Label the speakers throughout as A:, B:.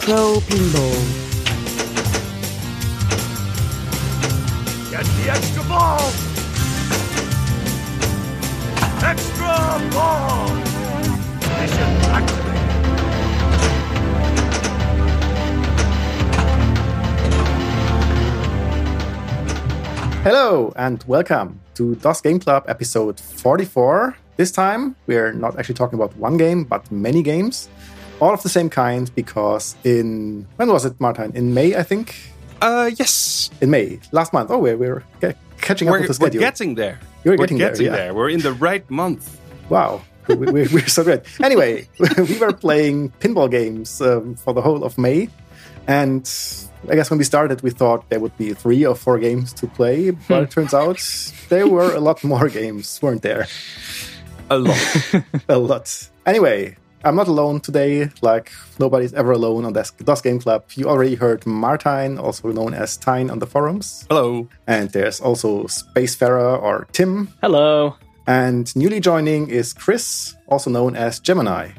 A: Pro Pinball.
B: Get the extra ball! Extra ball! Mission activated.
C: Hello and welcome to DOS Game Club episode 44. This time we're not actually talking about one game, but many games, all of the same kind. Because in when was it, Martin? In May, I think.
D: Uh, yes,
C: In May last month. Oh, we're we're ca- catching up
D: we're,
C: with the
D: we're
C: schedule.
D: getting there.
C: You're
D: we're
C: getting there, yeah.
D: there. We're in the right month.
C: Wow. we, we, we're so great. Anyway, we were playing pinball games um, for the whole of May. And I guess when we started, we thought there would be three or four games to play. But it turns out there were a lot more games, weren't there?
D: A lot.
C: A lot. Anyway, I'm not alone today. Like, nobody's ever alone on this DOS Game Club. You already heard Martine, also known as Tyne on the forums.
D: Hello.
C: And there's also Spacefarer or Tim.
E: Hello.
C: And newly joining is Chris, also known as Gemini.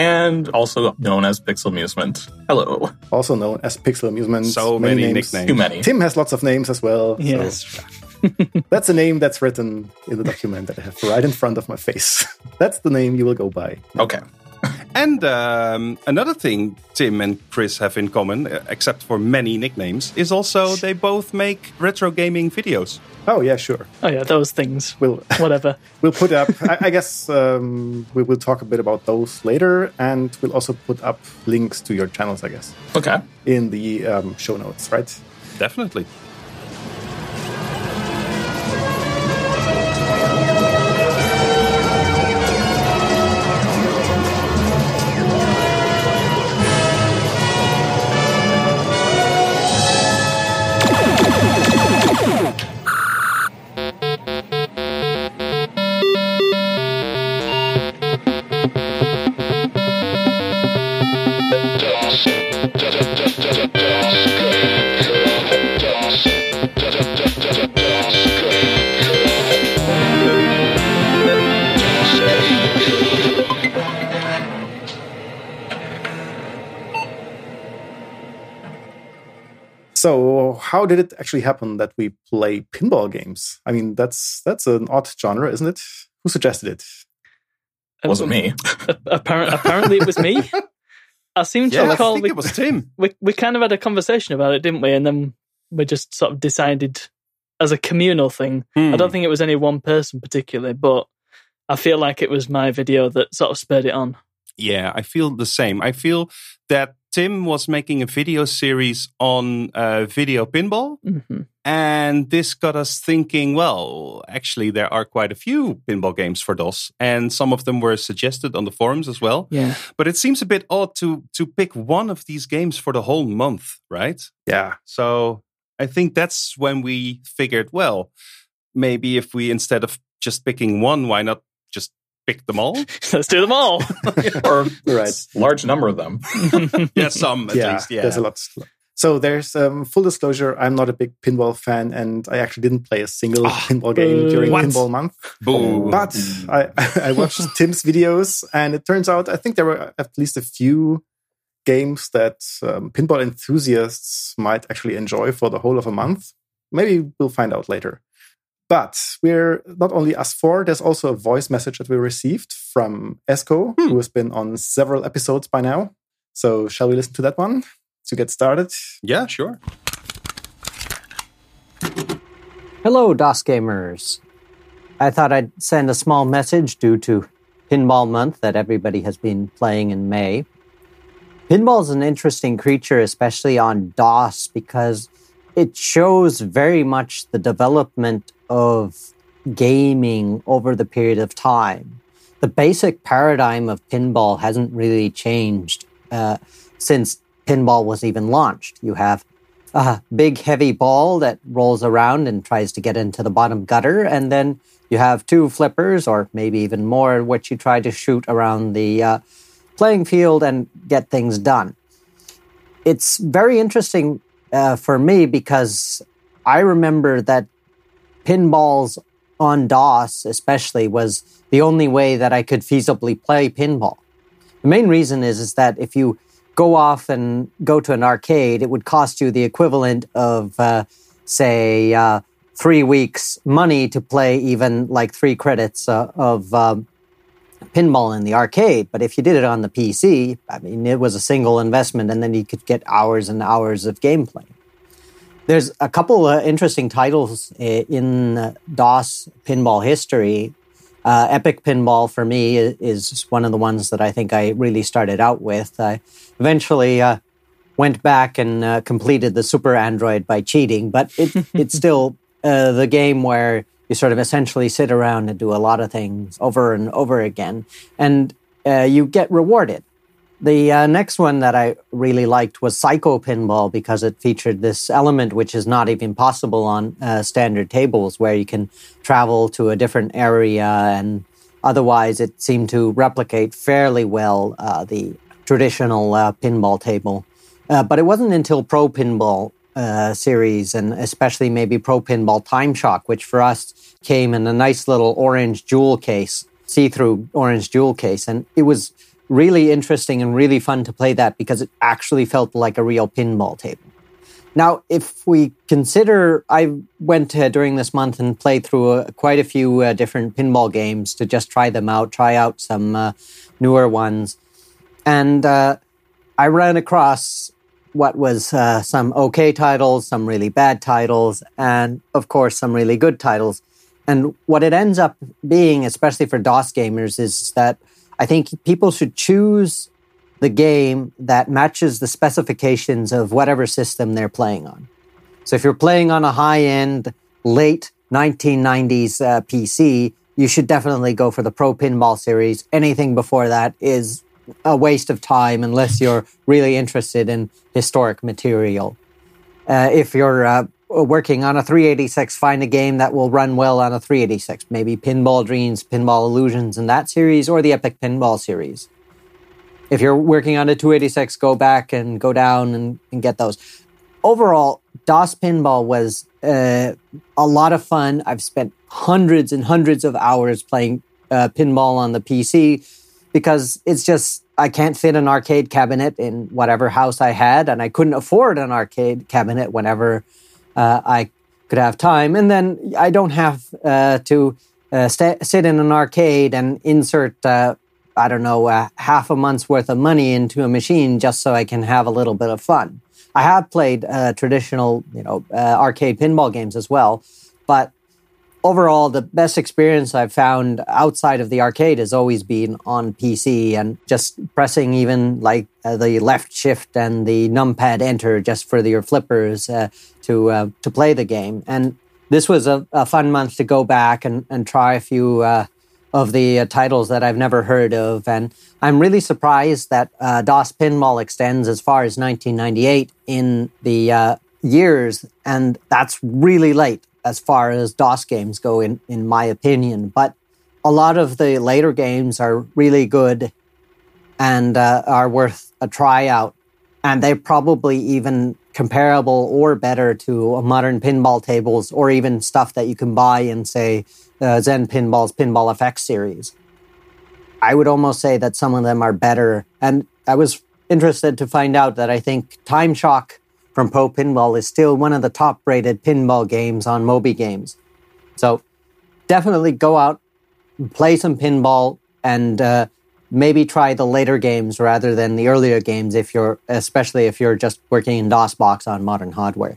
F: and also known as Pixel Amusement. Hello.
C: also known as Pixel Amusement.
D: So many,
C: names.
D: nicknames.
F: Too many.
C: Tim has lots of names as well. so
E: Yes.
C: that's a name that's written in the document that I have right in front of my face. that's the name you will go by.
F: Okay.
D: And um, another thing Tim and Chris have in common, uh, except for many nicknames, is also they both make retro gaming videos.
C: Oh yeah, sure.
E: Oh yeah, those things.
C: We'll
E: Whatever.
C: we'll put up. I, I guess um, we will talk a bit about those later, and we'll also put up links to your channels. I guess
F: Okay.
C: in the um, show notes, right?
D: Definitely.
C: So, how did it actually happen that we play pinball games? I mean, that's that's an odd genre, isn't it? Who suggested it?
F: Wasn't me.
E: Apparent, apparently, it was me. I seem to
D: Yeah, I
E: recall
D: think
E: we,
D: it was Tim.
E: we we kind of had a conversation about it, didn't we? And then we just sort of decided as a communal thing. I
D: Hmm.
E: don't think it was any one person particularly, but I feel like it was my video that sort of spurred it on.
D: Yeah, I feel the same. I feel that Tim was making a video series on uh, video pinball.
E: hmm
D: And this got us thinking well, actually, there are quite a few pinball games for DOS, and some of them were suggested on the forums as well.
E: Yeah.
D: But it seems a bit odd to, to pick one of these games for the whole month, right?
C: Yeah,
D: So I think that's when we figured, well, maybe if we, instead of just picking one, why not just pick them all?
E: Let's do them all.
F: or
C: right.
F: large number of them.
D: yeah, some at least. Yeah.
C: there's a lot. So there's um, full disclosure. I'm not a big pinball fan, and I actually didn't play a single
D: Ah,
C: pinball game during
D: what?
C: pinball month.
D: Boo.
C: But I, I watched Tim's videos, and it turns out I think there were at least a few games that um, pinball enthusiasts might actually enjoy for the whole of a month. Maybe we'll find out later. But we're not only us four. There's also a voice message that we received from Esco,
D: Hmm.
C: who has been on several episodes by now. So shall we listen to that one to get started?
D: yeah, sure.
G: Hello, DOS gamers. I thought I'd send a small message due to Pinball Month that everybody has been playing in May. Pinball is an interesting creature, especially on DOS, because it shows very much the development of gaming over the period of time. The basic paradigm of pinball hasn't really changed uh, since pinball was even launched. You have a big heavy ball that rolls around and tries to get into the bottom gutter. And then you have two flippers, or maybe even more, which you try to shoot around the uh, playing field and get things done. It's very interesting uh, for me because I remember that pinballs on DOS, especially, was the only way that I could feasibly play pinball. The main reason is is that if you go off and go to an arcade, it would cost you the equivalent of, uh, say, uh, three weeks' money to play even like three credits uh, of um, pinball in the arcade. But if you did it on the PC, I mean, it was a single investment, and then you could get hours and hours of gameplay. There's a couple uh, interesting titles uh, in uh, DOS pinball history. Uh, Epic Pinball for me i- is one of the ones that I think I really started out with. I eventually uh, went back and uh, completed the Super Android by cheating, but it, it's still uh, the game where you sort of essentially sit around and do a lot of things over and over again, and uh, you get rewarded. The uh, next one that I really liked was Psycho Pinball because it featured this element which is not even possible on uh, standard tables, where you can travel to a different area, and otherwise it seemed to replicate fairly well uh, the traditional uh, pinball table. Uh, but it wasn't until Pro Pinball uh, series, and especially maybe Pro Pinball Time Shock, which for us came in a nice little orange jewel case, see through orange jewel case. And it was really interesting and really fun to play that because it actually felt like a real pinball table. Now, if we consider, I went uh, during this month and played through uh, quite a few uh, different pinball games to just try them out, try out some uh, newer ones. And uh, I ran across what was uh, some okay titles, some really bad titles, and of course, some really good titles. And what it ends up being, especially for DOS gamers, is that I think people should choose the game that matches the specifications of whatever system they're playing on. So if you're playing on a high end, late 1990s uh, PC, you should definitely go for the Pro Pinball series. Anything before that is a waste of time unless you're really interested in historic material. Uh, if you're uh, working on a 386, find a game that will run well on a 386, maybe Pinball Dreams, Pinball Illusions, and that series, or the Epic Pinball series if you're working on a 286 go back and go down and, and get those overall dos pinball was uh, a lot of fun i've spent hundreds and hundreds of hours playing uh, pinball on the pc because it's just i can't fit an arcade cabinet in whatever house i had and i couldn't afford an arcade cabinet whenever uh, i could have time and then i don't have uh, to uh, sta sit in an arcade and insert uh, I don't know, uh, half a month's worth of money into a machine just so I can have a little bit of fun. I have played uh, traditional, you know, uh, arcade pinball games as well, but overall, the best experience I've found outside of the arcade has always been on PC and just pressing even like uh, the left shift and the numpad enter just for the, your flippers uh, to uh, to play the game. And this was a, a fun month to go back and, and try a few. Uh, of the uh, titles that I've never heard of. And I'm really surprised that uh, DOS Pinball extends as far as 1998 in the uh, years. And that's really late as far as DOS games go, in, in my opinion. But a lot of the later games are really good and uh, are worth a tryout. And they're probably even comparable or better to uh, modern pinball tables or even stuff that you can buy in, say, uh, Zen Pinball's Pinball FX series. I would almost say that some of them are better. And I was interested to find out that I think Time Shock from Pro Pinball is still one of the top rated pinball games on Moby Games. So definitely go out play some pinball and uh, maybe try the later games rather than the earlier games if you're especially if you're just working in DOSBox on modern hardware.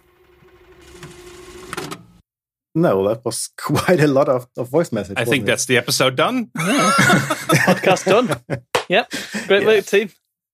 C: No, that was quite a lot of, of voice message.
D: I think
C: wasn't it?
D: that's the episode done.
E: Podcast done. Yep. Great work, team.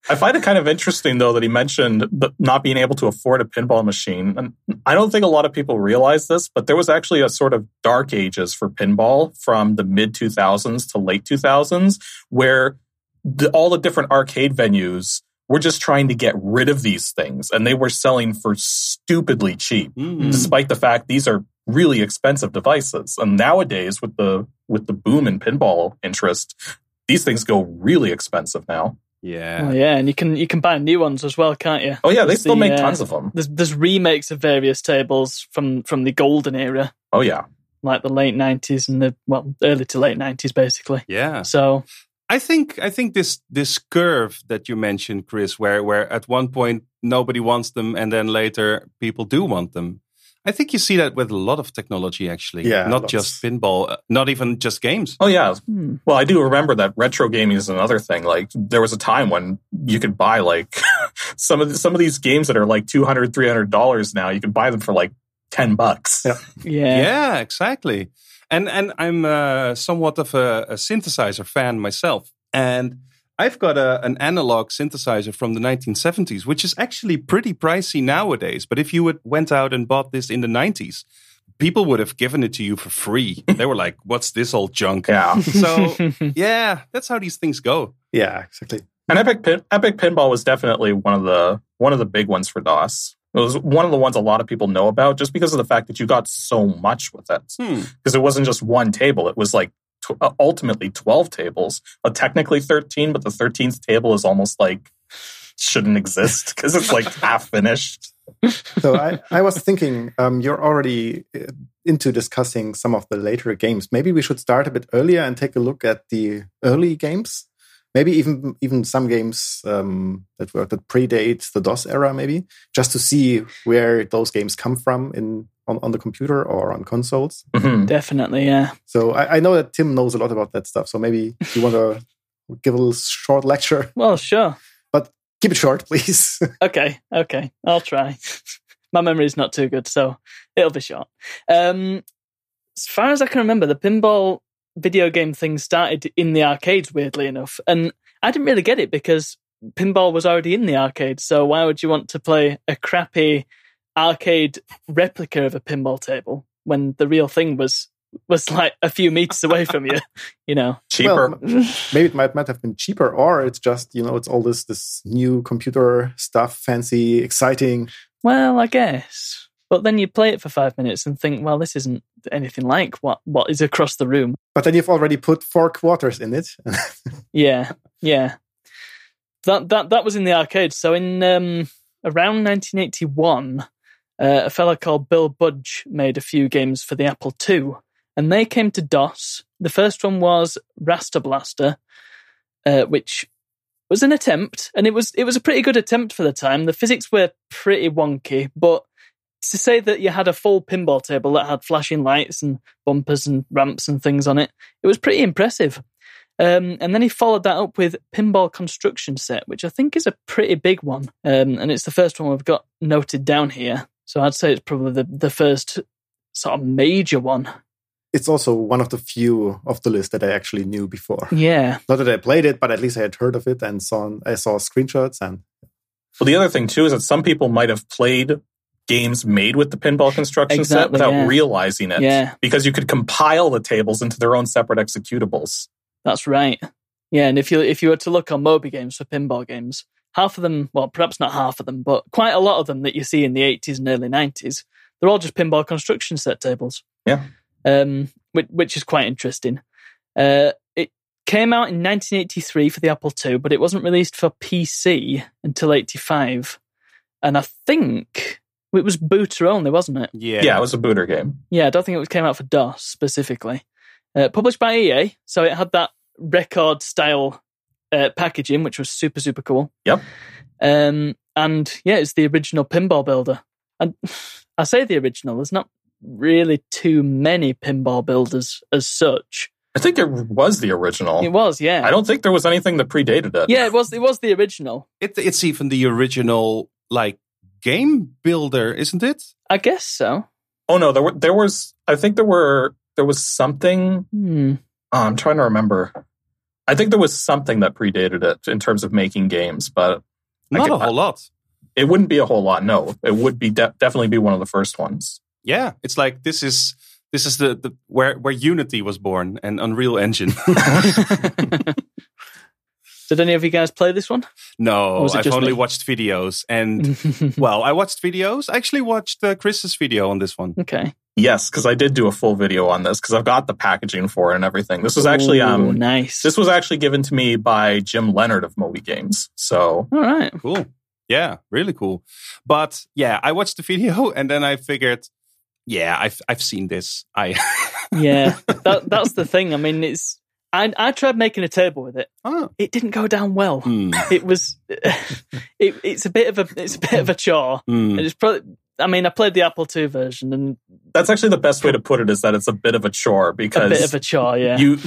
F: I find it kind of interesting though that he mentioned the, not being able to afford a pinball machine. And I don't think a lot of people realize this, but there was actually a sort of dark ages for pinball from the mid 2000s to late 2000s where the, all the different arcade venues were just trying to get rid of these things and they were selling for stupidly cheap
D: Mm.
F: despite the fact these are really expensive devices. And nowadays with the with the boom in pinball interest, these things go really expensive now.
E: Oh,
D: Yeah.
E: yeah, and you can you can buy new ones as well, can't you?
F: Oh yeah, they
E: There's
F: still
E: the,
F: make
E: uh,
F: tons of them.
E: There's there's remakes of various tables from from the golden era,
F: Oh yeah.
E: like the late nineties and the well early to late nineties, basically.
D: Yeah.
E: So
D: I think I think this this curve that you mentioned, Chris, where where at one point nobody wants them and then later people do want them. I think you see that with a lot of technology, actually.
C: Yeah,
D: not
C: lots.
D: just pinball, uh, not even just games.
F: Oh yeah.
E: Hmm.
F: Well, I do remember that retro gaming is another thing. Like there was a time when you could buy like some of the, some of these games that are like 200 $300 now, you can buy them for like 10 bucks.
C: Yeah.
E: Yeah.
D: Yeah, exactly. And and I'm uh, somewhat of a, a synthesizer fan myself, and I've got a, an analog synthesizer from the 1970s, which is actually pretty pricey nowadays. But if you would, went out and bought this in the 90s, people would have given it to you for free. they were like, "What's this old junk?"
F: Yeah.
D: So yeah, that's how these things go.
C: Yeah, exactly.
F: And Epic Pin- Epic Pinball was definitely one of the one of the big ones for DOS. It was one of the ones a lot of people know about just because of the fact that you got so much with it.
D: Hmm.
F: Because it wasn't just one table; it was like tw- uh, ultimately twelve tables, uh, technically thirteen, but the thirteenth table is almost like shouldn't exist because it's like half finished.
C: So I, I was thinking, um, you're already uh, into discussing some of the later games. Maybe we should start a bit earlier and take a look at the early games. Maybe even even some games um, that were that predate the DOS era. Maybe just to see where those games come from in on, on the computer or on consoles.
F: Mhm.
E: Definitely, yeah.
C: So I, I know that Tim knows a lot about that stuff. So maybe you want to give a little short lecture.
E: Well, sure.
C: Keep it short, please.
E: Okay, okay. I'll try. My memory's not too good, so it'll be short. Um, as far as I can remember, the pinball video game thing started in the arcades, weirdly enough. And I didn't really get it because pinball was already in the arcade, so why would you want to play a crappy arcade replica of a pinball table when the real thing was was like a few meters away from you, you know?
F: Cheaper.
C: Well, maybe it might might have been cheaper, or it's just you know it's all this this new computer stuff, fancy, exciting.
E: Well, I guess. But then you play it for five minutes and think, well, this isn't anything like what, what is across the room.
C: But then you've already put four quarters in it.
E: Yeah, yeah. That that that was in the arcade. So in um, around 1981, uh, a fella called Bill Budge made a few games for the Apple II, and they came to DOS. The first one was Rasta Blaster, uh, which was an attempt, and it was it was a pretty good attempt for the time. The physics were pretty wonky, but to say that you had a full pinball table that had flashing lights and bumpers and ramps and things on it, it was pretty impressive. Um, and then he followed that up with Pinball Construction Set, which I think is a pretty big one. Um, and it's the first one we've got noted down here. So I'd say it's probably the, the first sort of major one.
C: it's also one of the few of the list that I actually knew before.
E: Yeah.
C: Not that I played it, but at least I had heard of it and saw I saw screenshots and
F: Well, the other thing too is that some people might have played games made with the pinball construction set
E: Exactly,
F: without
E: yeah.
F: realizing it
E: Yeah.
F: because you could compile the tables into their own separate executables.
E: That's right. Yeah, and if you if you were to look on Moby Games for pinball games, half of them, well, perhaps not half of them, but quite a lot of them that you see in the eighties and early nineties, they're all just pinball construction set tables.
F: Yeah.
E: um, which, which is quite interesting. Uh, it came out in 1983 for the Apple II, but it wasn't released for PC until '85, and I think it was booter only, wasn't it?
D: Yeah,
F: Yeah, it was a booter game.
E: Yeah, I don't think it came out for DOS specifically. Uh, published by EA, so it had that record style uh, packaging, which was super, super cool.
F: Yep.
E: Um, and yeah, it's the original pinball builder. And I say the original, there's not really too many pinball builders as such.
F: I think it was the original.
E: It was, yeah.
F: Oh. I don't think there was anything that predated it.
E: yeah, it was. It was the original.
D: It, it's even the original like game builder, isn't it?
E: I guess so.
F: Oh no, there were there was I think there were there was something
E: Hmm.
F: oh, I'm trying to remember. I think there was something that predated it in terms of making games, but I
D: Not
F: could-
D: a whole lot.
F: it wouldn't be a whole lot. No, it would be de- definitely be one of the first ones.
D: yeah it's like this is this is the, the where where unity was born and unreal engine
E: Did any of you guys play this one? Or
D: no
E: was it
D: i've
E: just
D: only
E: me? Mm-hmm.
D: watched videos and well i watched videos i actually watched uh, chris's video on this one
E: okay.
F: Yes, because I did do a full video on this because I've got the packaging for it and everything. This was actually
E: Ooh,
F: um
E: nice.
F: this was actually given to me by Jim Leonard of Moby Games. So
E: All right.
D: cool yeah really cool but yeah i watched the video and then i figured yeah i've i've seen this i
E: yeah that, that's the thing i mean it's I, I tried making a table with it.
C: Oh,
E: It didn't go down well.
D: Hmm.
E: It was, it, it's a bit of a, it's a bit of a chore. And
D: Hmm.
E: it's probably, I mean, I played the Apple II version and
F: That's actually the best way to put it is that it's a bit of a chore
E: a
F: because
E: bit of a chore. Yeah,
F: you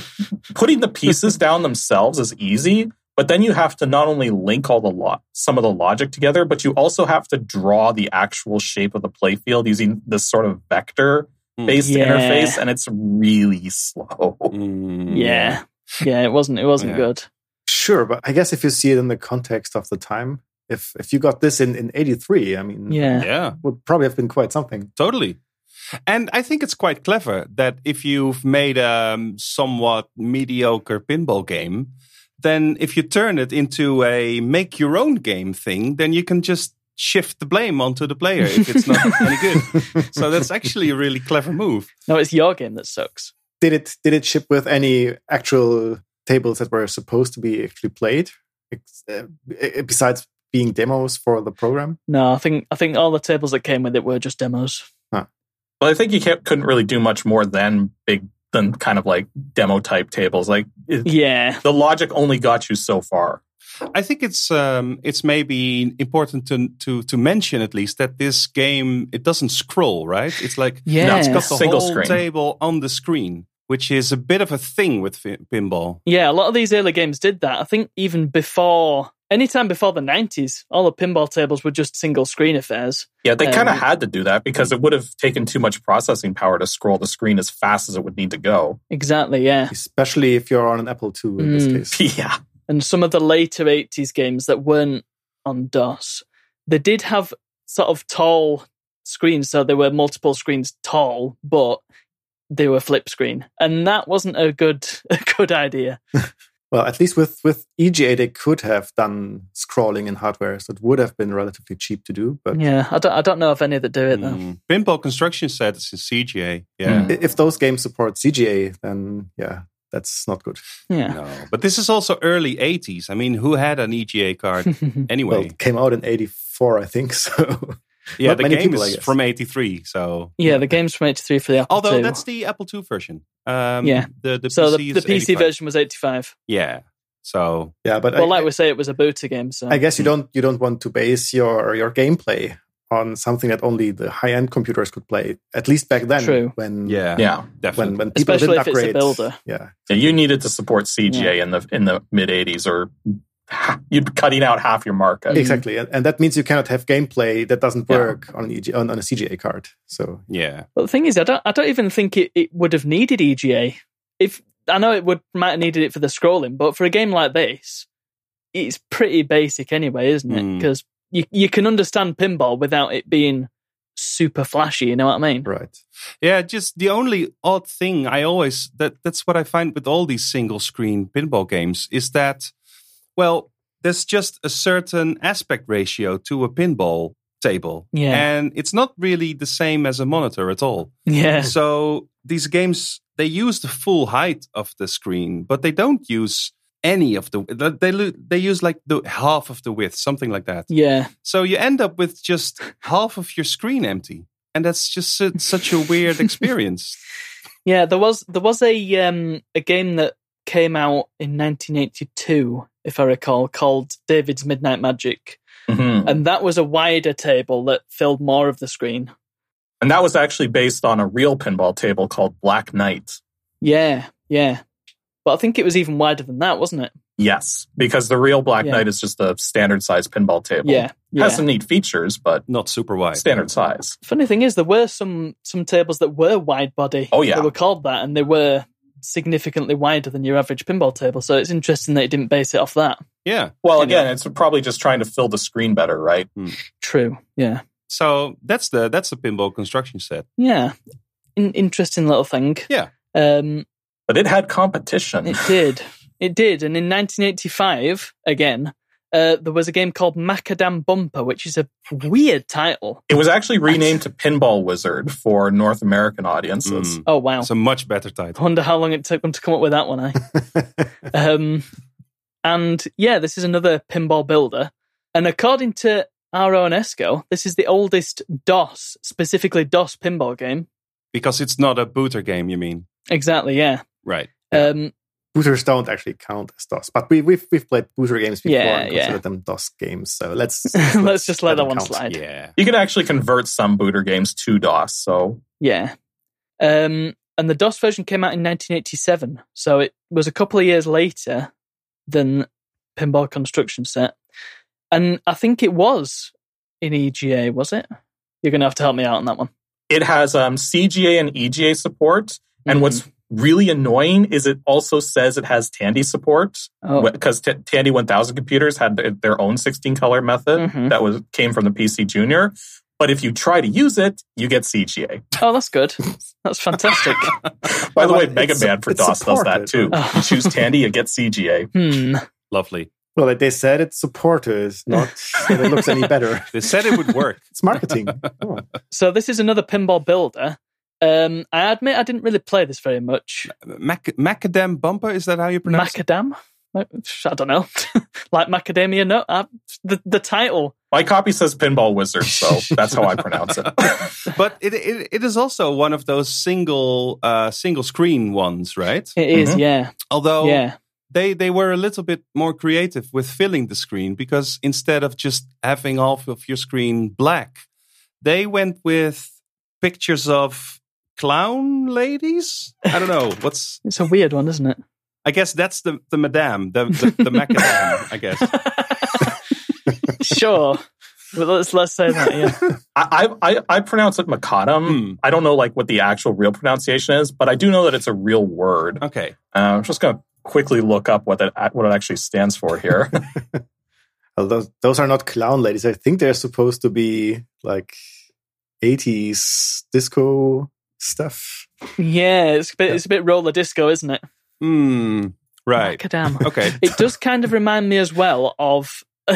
F: putting the pieces down themselves is easy, but then you have to not only link all the lot some of the logic together, but you also have to draw the actual shape of the playfield using this sort of vector based
E: Hmm. Yeah.
F: interface, and it's really slow.
D: Hmm.
E: yeah, yeah. It wasn't, it wasn't
D: Yeah.
E: good.
C: sure, but I guess if you see it in the context of the time, if if you got this in in '83, I mean,
E: Yeah,
D: Yeah.
C: would probably have been quite something.
D: Totally. And I think it's quite clever that if you've made a um, somewhat mediocre pinball game, then if you turn it into a make your own game thing, then you can just shift the blame onto the player if it's not any good. So that's actually a really clever move.
E: no, it's your game that sucks.
C: Did it did it ship with any actual tables that were supposed to be actually played, ex- uh, eh, besides being demos for the program?
E: No, I think, I think all the tables that came with it were just demos.
F: But I think you can't, couldn't really do much more than big than kind of like demo type tables. Like it,
E: Yeah,
F: the logic only got you so far.
D: I think it's um, it's maybe important to, to to mention at least that this game it doesn't scroll, right? It's like
E: yeah.
F: it's
D: it's got the
F: Single
D: whole
F: screen.
D: table on the screen, which is a bit of a thing with fi- pinball.
E: Yeah, a lot of these early games did that. I think even before, anytime before the 90s, all the pinball tables were just single screen affairs.
F: Yeah, they kind of
E: Um,
F: had to do that because it would have taken too much processing power to scroll the screen as fast as it would need to go.
E: Exactly, yeah.
C: Especially if you're on an Apple II in this
E: Mm.
C: case.
F: Yeah.
E: And some of the later 80s games that weren't on DOS, they did have sort of tall screens. So there were multiple screens tall, but they were flip screen. And that wasn't a good, a good idea.
C: Well, at least with with EGA, they could have done scrolling in hardware, so it would have been relatively cheap to do. But
E: Yeah, I don't, I don't know of any that do it though.
D: Mm. Pinball construction sets in CGA. Yeah.
F: Mm.
C: i- if those games support CGA, then yeah, that's not good.
E: Yeah.
D: No. But this is also early 80s. I mean, who had an EGA card anyway?
C: Well, it came out in '84, I think. So
D: yeah,
C: not
D: the
C: many
D: game
C: people, I
D: is
C: guess.
D: from 83. So,
E: yeah, the game's from 83 for the Apple
D: although
E: II.
D: that's the Apple II version. Um,
E: Yeah.
D: The, the
E: so
D: PC
E: the, the
D: is
E: PC
D: 85.
E: version was 85.
D: Yeah. So,
C: yeah, but
E: Well,
C: I,
E: like we say, it was a booter game, so
C: I guess you
E: Hmm.
C: don't you don't want to base your your gameplay on something that only the high end computers could play. At least back then,
E: True.
C: when
D: yeah.
F: Yeah.
C: when
D: Definitely.
C: when people
E: Especially
C: didn't
E: if it's a
C: upgrade.
E: builder.
C: Yeah,
F: Yeah, you needed to support CGA in the in the mid '80s, or you'd be cutting out half your
E: Um,
F: markup.
C: exactly, and, and that means you cannot have gameplay that doesn't
F: Yeah.
C: work on, an EG, on on a CGA card. So
D: yeah.
E: But the thing is, I don't, I don't even think it, it would have needed EGA. If I know it would might have needed it for the scrolling, but for a game like this, it's pretty basic anyway, isn't it?
D: Mm.
E: Because you you can understand pinball without it being super flashy. You know what I mean?
C: right.
D: Yeah, just the only odd thing I always that that's what I find with all these single screen pinball games is that well, there's just a certain aspect ratio to a pinball table.
E: Yeah.
D: And it's not really the same as a monitor at all.
E: Yeah,
D: So these games they use the full height of the screen, but they don't use any of the they lo- they use like the half of the width, something like that.
E: yeah.
D: So you end up with just half of your screen empty, and that's just su- such a weird experience.
E: Yeah, there was there was a um a game that came out in 1982, if I recall, called David's Midnight Magic,
F: Mhm.
E: and that was a wider table that filled more of the screen.
F: And that was actually based on a real pinball table called Black Knight.
E: Yeah, yeah. But I think it was even wider than that, wasn't it?
F: Yes, because the real Black
E: Yeah.
F: Knight is just a standard size pinball table.
E: Yeah, yeah.
F: has some neat features, but
D: Not super wide.
F: standard size.
E: Funny thing is, there were some some tables that were wide body.
F: Oh, yeah.
E: they were called that, and they were significantly wider than your average pinball table. So it's interesting that it didn't base it off that.
D: Yeah.
F: Well,
D: Anyway.
F: again, it's probably just trying to fill the screen better, right?
E: True. Yeah.
D: So that's the that's the pinball construction set.
E: Yeah. In- interesting little thing.
D: Yeah.
E: Um,
F: But it had competition.
E: it did. It did. And in 1985, again, uh, there was a game called Macadam Bumper, which is a weird title.
F: It was actually renamed to Pinball Wizard for North American audiences.
D: Mm.
E: Oh wow!
D: It's a much better title.
E: Wonder how long it took them to come up with that one, eh? um, and yeah, this is another pinball builder. And according to our own ESCO, this is the oldest DOS, specifically DOS pinball game.
D: Because it's not a booter game, you mean?
E: Exactly, yeah.
D: Right.
E: Um,
C: booters don't actually count as DOS, but we, we've we've played booter games before
E: Yeah,
C: and
E: yeah.
C: considered them DOS games. So let's
E: Let's just let that
C: them
E: one
C: count.
E: slide.
D: Yeah.
F: You can actually convert some booter games to DOS. So
E: Yeah. Um, and the DOS version came out in 1987, so it was a couple of years later than Pinball Construction Set. And I think it was in EGA, was it? You're going to have to help me out on that one.
F: it has um, CGA and EGA support. And
E: Mhm.
F: what's
C: Mm-hmm.
F: really annoying is it also says it has Tandy support
E: Oh.
F: because T- Tandy 1000 computers had their- their own 16 color method
C: Mm-hmm.
E: Mhm.
F: that was came from the PC Junior. But if you try to use it, you get CGA.
E: oh, that's good. That's fantastic.
F: By the
C: Well,
F: way,
C: it's-
F: Mega Man for
C: it's
F: DOS does
C: supported.
F: that too.
E: Oh.
F: you choose Tandy, you get CGA.
E: hmm.
D: Lovely.
C: Well, like they said it's supported, not that it looks any better.
D: They said it would work.
C: It's marketing. Oh.
E: So this is another pinball builder. Um, I admit I didn't really play this very much.
D: Mac- macadam bumper, is that how you pronounce it?
E: Macadam? I don't know. like macadamia nut. I, the the title.
F: My copy says Pinball Wizard, so that's how I pronounce it.
D: But it, it it is also one of those single uh single screen ones, right?
E: It is,
F: Mhm.
E: yeah,
D: Although
E: yeah,
D: they they were a little bit more creative with filling the screen because instead of just having all of your screen black, they went with pictures of clown ladies. I don't know what's.
E: it's a weird one, isn't it?
D: I guess that's the the madame, the the, the macadam. I guess.
E: sure, but let's let's say that. Yeah,
F: I, I, I- I pronounce it Macadam.
D: Hmm.
F: I don't know like what the actual real pronunciation is, but I do know that it's a real word.
D: Okay.
F: Uh, I'm just going to quickly look up what that what it actually stands for here.
C: Well, those, those are not clown ladies. I think they're supposed to be like 80s disco stuff.
E: yeah, it's a bit it's a bit roller disco, isn't it?
D: Hmm. Right.
E: Macadam.
D: Okay.
E: It does kind of remind me as well of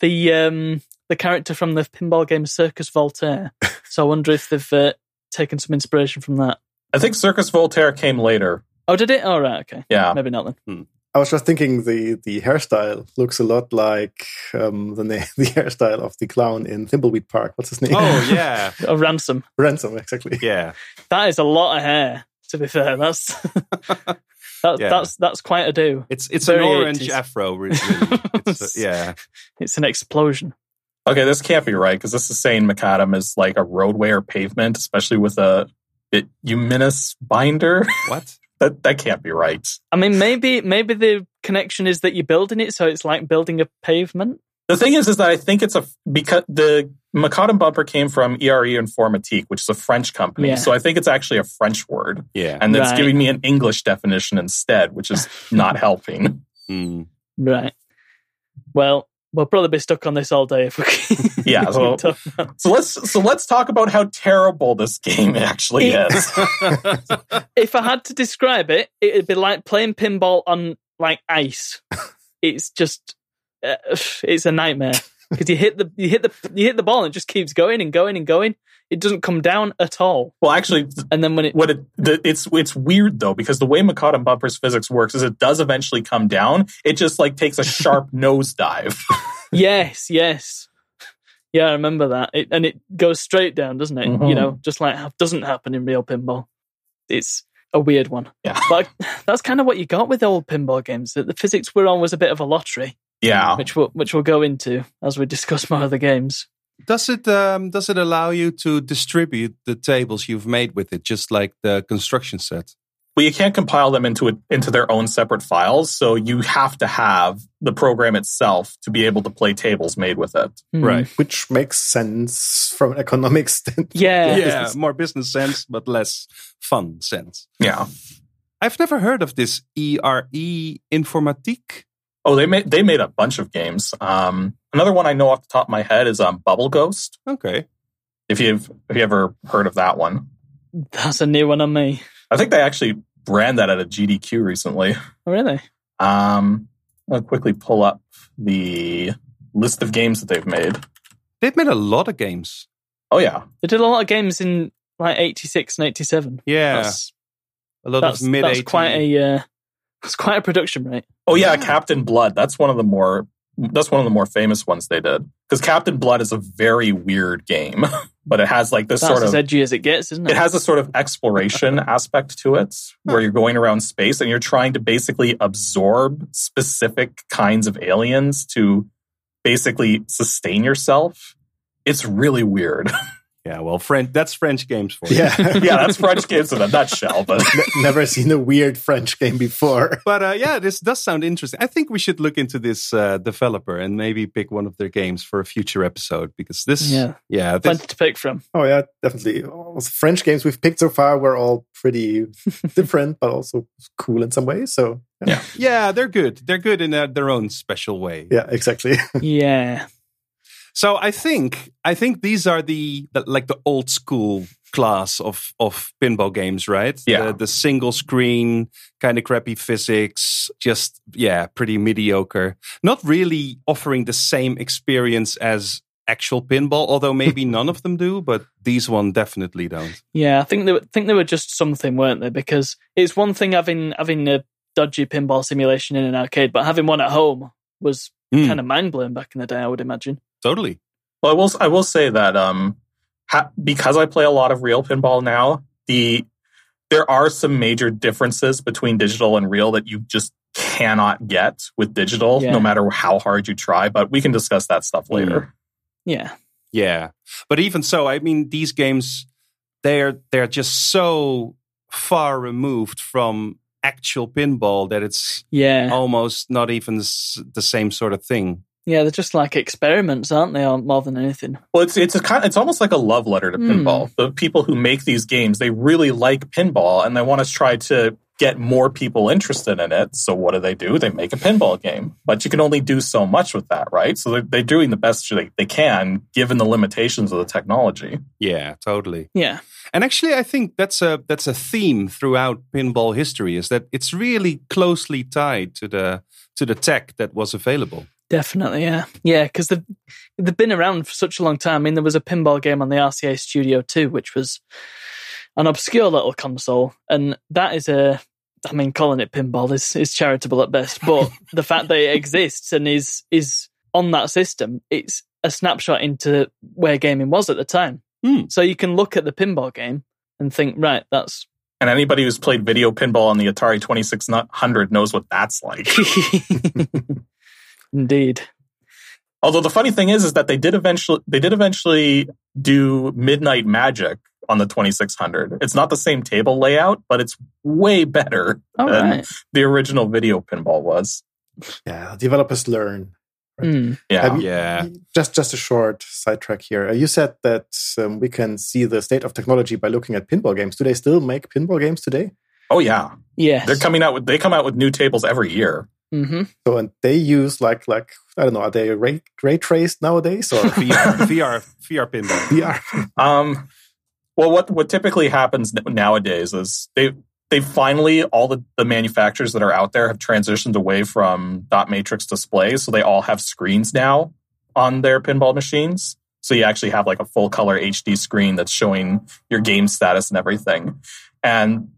E: the um, the character from the pinball game Circus Voltaire. So I wonder if they've uh, taken some inspiration from that.
F: I think Circus Voltaire came later.
E: Oh, did it? All right, okay,
F: Yeah.
E: maybe not then.
C: I was just thinking the, the hairstyle looks a lot like um, the, na- the hairstyle of the clown in Thimbleweed Park. What's his name?
D: Oh yeah,
E: A ransom.
C: Ransom, exactly.
D: yeah.
E: That is a lot of hair. To be fair, that's that,
D: Yeah.
E: that's that's quite a do.
D: It's it's an
E: Very
D: orange
E: 80s.
D: afro. Really. It's, uh, yeah.
E: It's an explosion.
F: Okay, this can't be right because this is saying Macadam is like a roadway or pavement, especially with a bituminous binder.
D: What?
F: that that can't be right.
E: I mean, maybe maybe the connection is that you're building it, so it's like building a pavement.
F: The thing is, is that I think it's a because the Macadam bumper came from E ERE Informatique, which is a French company.
E: Yeah.
F: So I think it's actually a French word,
D: Yeah.
F: and it's
E: Right.
F: giving me an English definition instead, which is not helping.
D: Hmm.
E: Right. Well, we'll probably be stuck on this all day if we keep
F: Yeah. So,
E: talking about
F: so let's so let's talk about how terrible this game actually is.
E: it. If I had to describe it, it'd be like playing pinball on like ice. It's just uh, it's a nightmare because you hit the you hit the you hit the ball and it just keeps going and going and going. It doesn't come down at all.
F: well, actually,
E: And then when it
F: what it the, it's it's weird though because the way Macadam bumper's physics works is it does eventually come down. It just like takes a sharp nosedive.
E: Yes, yes. Yeah, I remember that. It, and it goes straight down, doesn't it?
F: Mhm.
E: You know, just like how doesn't happen in real pinball. It's a weird one.
F: Yeah.
E: But that's kind of what you got with old pinball games. That the physics were on was a bit of a lottery,
F: Yeah.
E: which we'll, which we'll go into as we discuss more other games.
D: Does it um, does it allow you to distribute the tables you've made with it, just like the construction set?
F: Well, you can't compile them into a, into their own separate files, so you have to have the program itself to be able to play tables made with it.
E: Hmm.
C: Which makes sense from an economic standpoint.
E: Yeah.
D: Yeah, more business sense, but less fun sense.
F: Yeah.
D: I've never heard of this ERE informatique.
F: Oh, they made they made a bunch of games. Um, another one I know off the top of my head is um, Bubble Ghost.
D: Okay.
F: If you've if you ever heard of that one,
E: That's a new one on me.
F: I think they actually ran that at a GDQ recently.
E: Oh, really?
F: Um, I'll quickly pull up the list of games that they've made.
D: They've made a lot of games.
F: Oh yeah,
E: They did a lot of games in like 86 and 87.
D: Yeah.
E: That's,
D: a lot
E: that's,
D: of mid
E: that's quite a uh, that's quite a production rate.
F: oh yeah, Captain Blood. That's one of the more that's one of the more famous ones they did because Captain Blood is a very weird game. but it has like this
E: That's
F: sort
E: as
F: of
E: edgy as it gets, isn't it?
F: it has a sort of exploration aspect to it where you're going around space and you're trying to basically absorb specific kinds of aliens to basically sustain yourself. It's really weird.
D: Yeah, well, French, that's French games for you.
C: Yeah.
F: yeah, that's French games in a nutshell, but
C: Ne- Never seen a weird French game before.
D: But uh, yeah, this does sound interesting. I think we should look into this uh, developer and maybe pick one of their games for a future episode because this,
E: Yeah.
D: yeah this,
E: plenty to pick from.
C: Oh yeah, definitely. All the French games we've picked so far were all pretty different, but also cool in some ways. So
F: Yeah.
D: yeah, they're good. They're good in uh, their own special way.
C: yeah, exactly.
E: Yeah.
D: So I think I think these are the, the like the old school class of of pinball games, right?
F: Yeah.
D: the, the single screen kind of crappy physics, just yeah, pretty mediocre. Not really offering the same experience as actual pinball, although maybe none of them do, but these one definitely don't.
E: Yeah, I think they were, think they were just something, weren't they? Because it's one thing having having a dodgy pinball simulation in an arcade, but having one at home was
D: Mm,
E: kind of mind blowing back in the day. I would imagine.
D: totally.
F: Well, I will I will say that um, ha- because I play a lot of real pinball now, the there are some major differences between digital and real that you just cannot get with digital,
E: Yeah.
F: no matter how hard you try. But we can discuss that stuff later.
E: Yeah,
D: Yeah. But even so, I mean these games they're they're just so far removed from actual pinball that it's
E: yeah,
D: almost not even s- the same sort of thing.
E: yeah. They're just like experiments, aren't they? Or more than anything.
F: Well, it's it's a kind, it's almost like a love letter to
E: Hmm.
F: pinball. The people who make these games, they really like pinball, and they want to try to get more people interested in it. So what do they do? They make a pinball game, but you can only do so much with that, right? So they're, they're doing the best they, they can given the limitations of the technology.
D: Yeah, totally.
E: Yeah,
D: And actually, I think that's a that's a theme throughout pinball history is that it's really closely tied to the to the tech that was available.
E: definitely. Yeah, yeah. Because they've they've been around for such a long time. I mean, there was a pinball game on the RCA Studio too, which was an obscure little console, and that is a. I mean, calling it pinball is, is charitable at best, but the fact that it exists and is is on that system, it's a snapshot into where gaming was at the time.
D: Hmm.
E: So you can look at the pinball game and think, right, that's
F: And anybody who's played video pinball on the Atari 2600 knows what that's like.
E: Indeed.
F: Although the funny thing is, is that they did eventually they did eventually do Midnight Magic on the 2600. It's not the same table layout, but it's way better
E: All
F: than
E: right.
F: the original video pinball was.
C: yeah, developers learn.
E: Mm.
F: Yeah,
C: Have you-
D: Yeah.
C: Just just a short sidetrack here. Uh, You said that um, we can see the state of technology by looking at pinball games. Do they still make pinball games today?
F: oh yeah,
E: Yes.
F: they're coming out with they come out with new tables every year.
E: hmm
C: So and they use like like I don't know, are they ray, ray traced nowadays or
D: VR, VR, VR pinball.
C: VR?
F: Um, well, what what typically happens n- nowadays is they they finally all the, the manufacturers that are out there have transitioned away from dot matrix displays, so they all have screens now on their pinball machines. So you actually have like a full color HD screen that's showing your game status and everything. And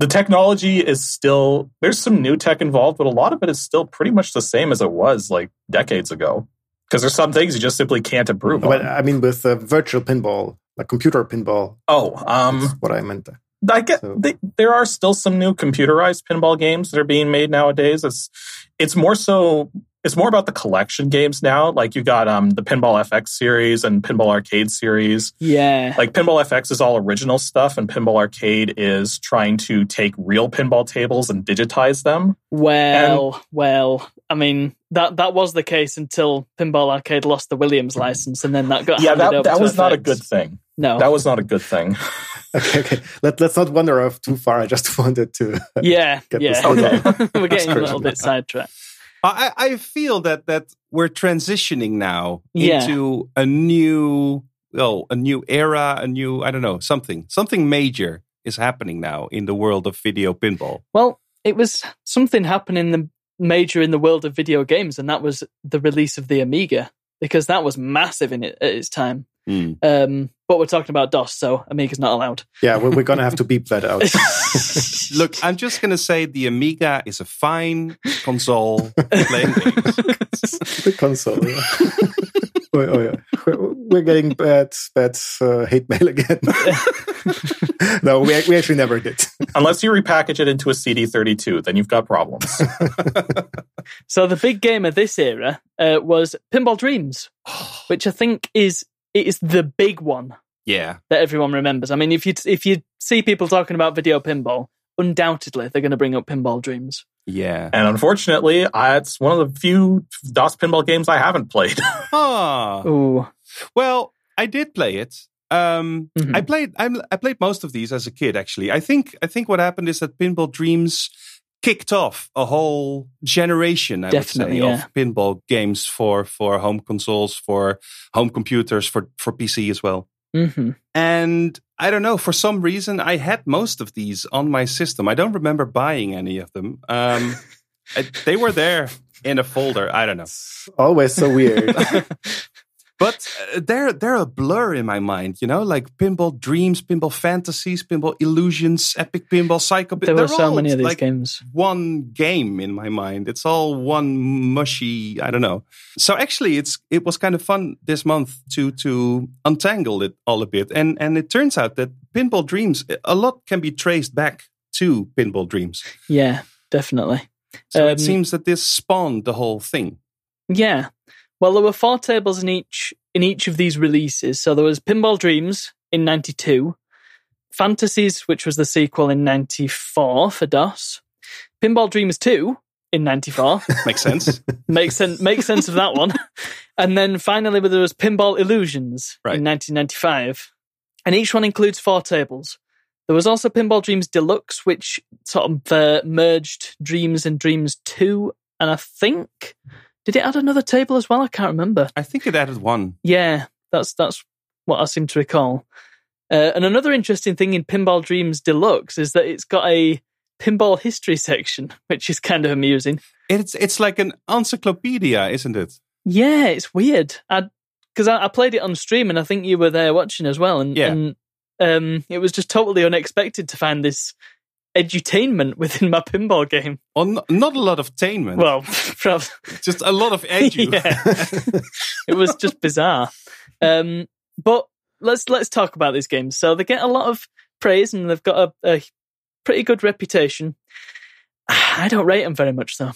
F: the technology is still there's some new tech involved, but a lot of it is still pretty much the same as it was like decades ago. Because there's some things you just simply can't improve
C: But
F: on.
C: I mean with uh, virtual pinball, like computer pinball.
F: Oh, um,
C: That's what I meant.
F: I get
C: So-
F: they, there are still some new computerized pinball games that are being made nowadays. It's it's more so it's more about the collection games now. Like you got um the Pinball FX series and Pinball Arcade series.
E: Yeah.
F: Like Pinball FX is all original stuff, and Pinball Arcade is trying to take real pinball tables and digitize them.
E: well, well. I mean, that that was the case until Pinball Arcade lost the Williams license, and then that got
F: yeah,
E: handed over
F: that that
E: to
F: was not a
E: FX.
F: good thing.
E: No.
F: That was not a good thing.
C: Okay, okay. Let, let's not wander off too far. I just wanted to.
E: yeah.
C: Get this
E: Yeah.
C: out of
E: We're getting a little
C: Christian.
E: bit sidetracked.
D: I, I feel that that we're transitioning now
E: Yeah.
D: into a new oh a new era, a new I don't know something something major is happening now in the world of video pinball.
E: Well, it was something happening the major in the world of video games, and that was the release of the Amiga because that was massive in it at its time. Um, but we're talking about DOS, so Amiga's not allowed.
C: Yeah, we're, we're going to have to beep that out.
D: Look, I'm just gonna say the Amiga is a fine console for playing games.
C: the console. yeah. oh, oh, yeah. we're getting bad, bad uh, hate mail again. no, we, we actually never did.
F: Unless you repackage it into a CD32, then you've got problems.
E: So the big game of this era uh, was Pinball Dreams, which I think is it is the big one
D: yeah.
E: that everyone remembers. I mean, if you if you see people talking about video pinball, undoubtedly they're going to bring up Pinball Dreams.
D: Yeah.
F: and unfortunately, I, it's one of the few DOS pinball games I haven't played.
D: Ah.
E: Ooh,
D: Well, I did play it. Um,
E: Mhm.
D: I played I, I played most of these as a kid. Actually, I think I think what happened is that Pinball Dreams kicked off a whole generation. I
E: Definitely,
D: would say
E: yeah.
D: of pinball games for for home consoles, for home computers, for for PC as well.
E: hmm
D: And I don't know for some reason I had most of these on my system. I don't remember buying any of them. Um, I- they were there in a folder. I don't know.
C: It's always so weird.
D: But uh, they're they're a blur in my mind, you know, like pinball dreams, pinball fantasies, pinball illusions, epic pinball, psycho.
E: there
D: they're
E: were so
D: all,
E: many of these
D: like,
E: games.
D: One game in my mind. It's all one mushy. I don't know. So actually, it's it was kind of fun this month to to untangle it all a bit, and and it turns out that pinball dreams a lot can be traced back to pinball dreams.
E: Yeah, definitely.
D: So
E: Um,
D: it seems that this spawned the whole thing.
E: Yeah. Well, there were four tables in each in each of these releases. So there was Pinball Dreams in 92, Fantasies, which was the sequel in 94 for DOS, Pinball Dreams 2 in 94.
D: Makes sense.
E: make sense make sense of that one. And then finally there was Pinball Illusions
D: Right.
E: in 1995. And each one includes four tables. There was also Pinball Dreams Deluxe, which sort of uh, merged Dreams and Dreams 2. And I think, did it add another table as well? I can't remember.
D: I think it added one.
E: Yeah, that's that's what I seem to recall. Uh, and another interesting thing in Pinball Dreams Deluxe is that it's got a pinball history section, which is kind of amusing.
D: It's it's like an encyclopedia, isn't it?
E: Yeah, it's weird. I because I, I played it on stream and I think you were there watching as well, and,
D: Yeah.
E: and um, it was just totally unexpected to find this edutainment within my pinball game.
D: Or n- not a lot of tainment,
E: Well, prob-
D: just a lot of edu.
E: yeah, it was just bizarre. Um, but let's let's talk about these games. So they get a lot of praise and they've got a, a pretty good reputation. I don't rate them very much though,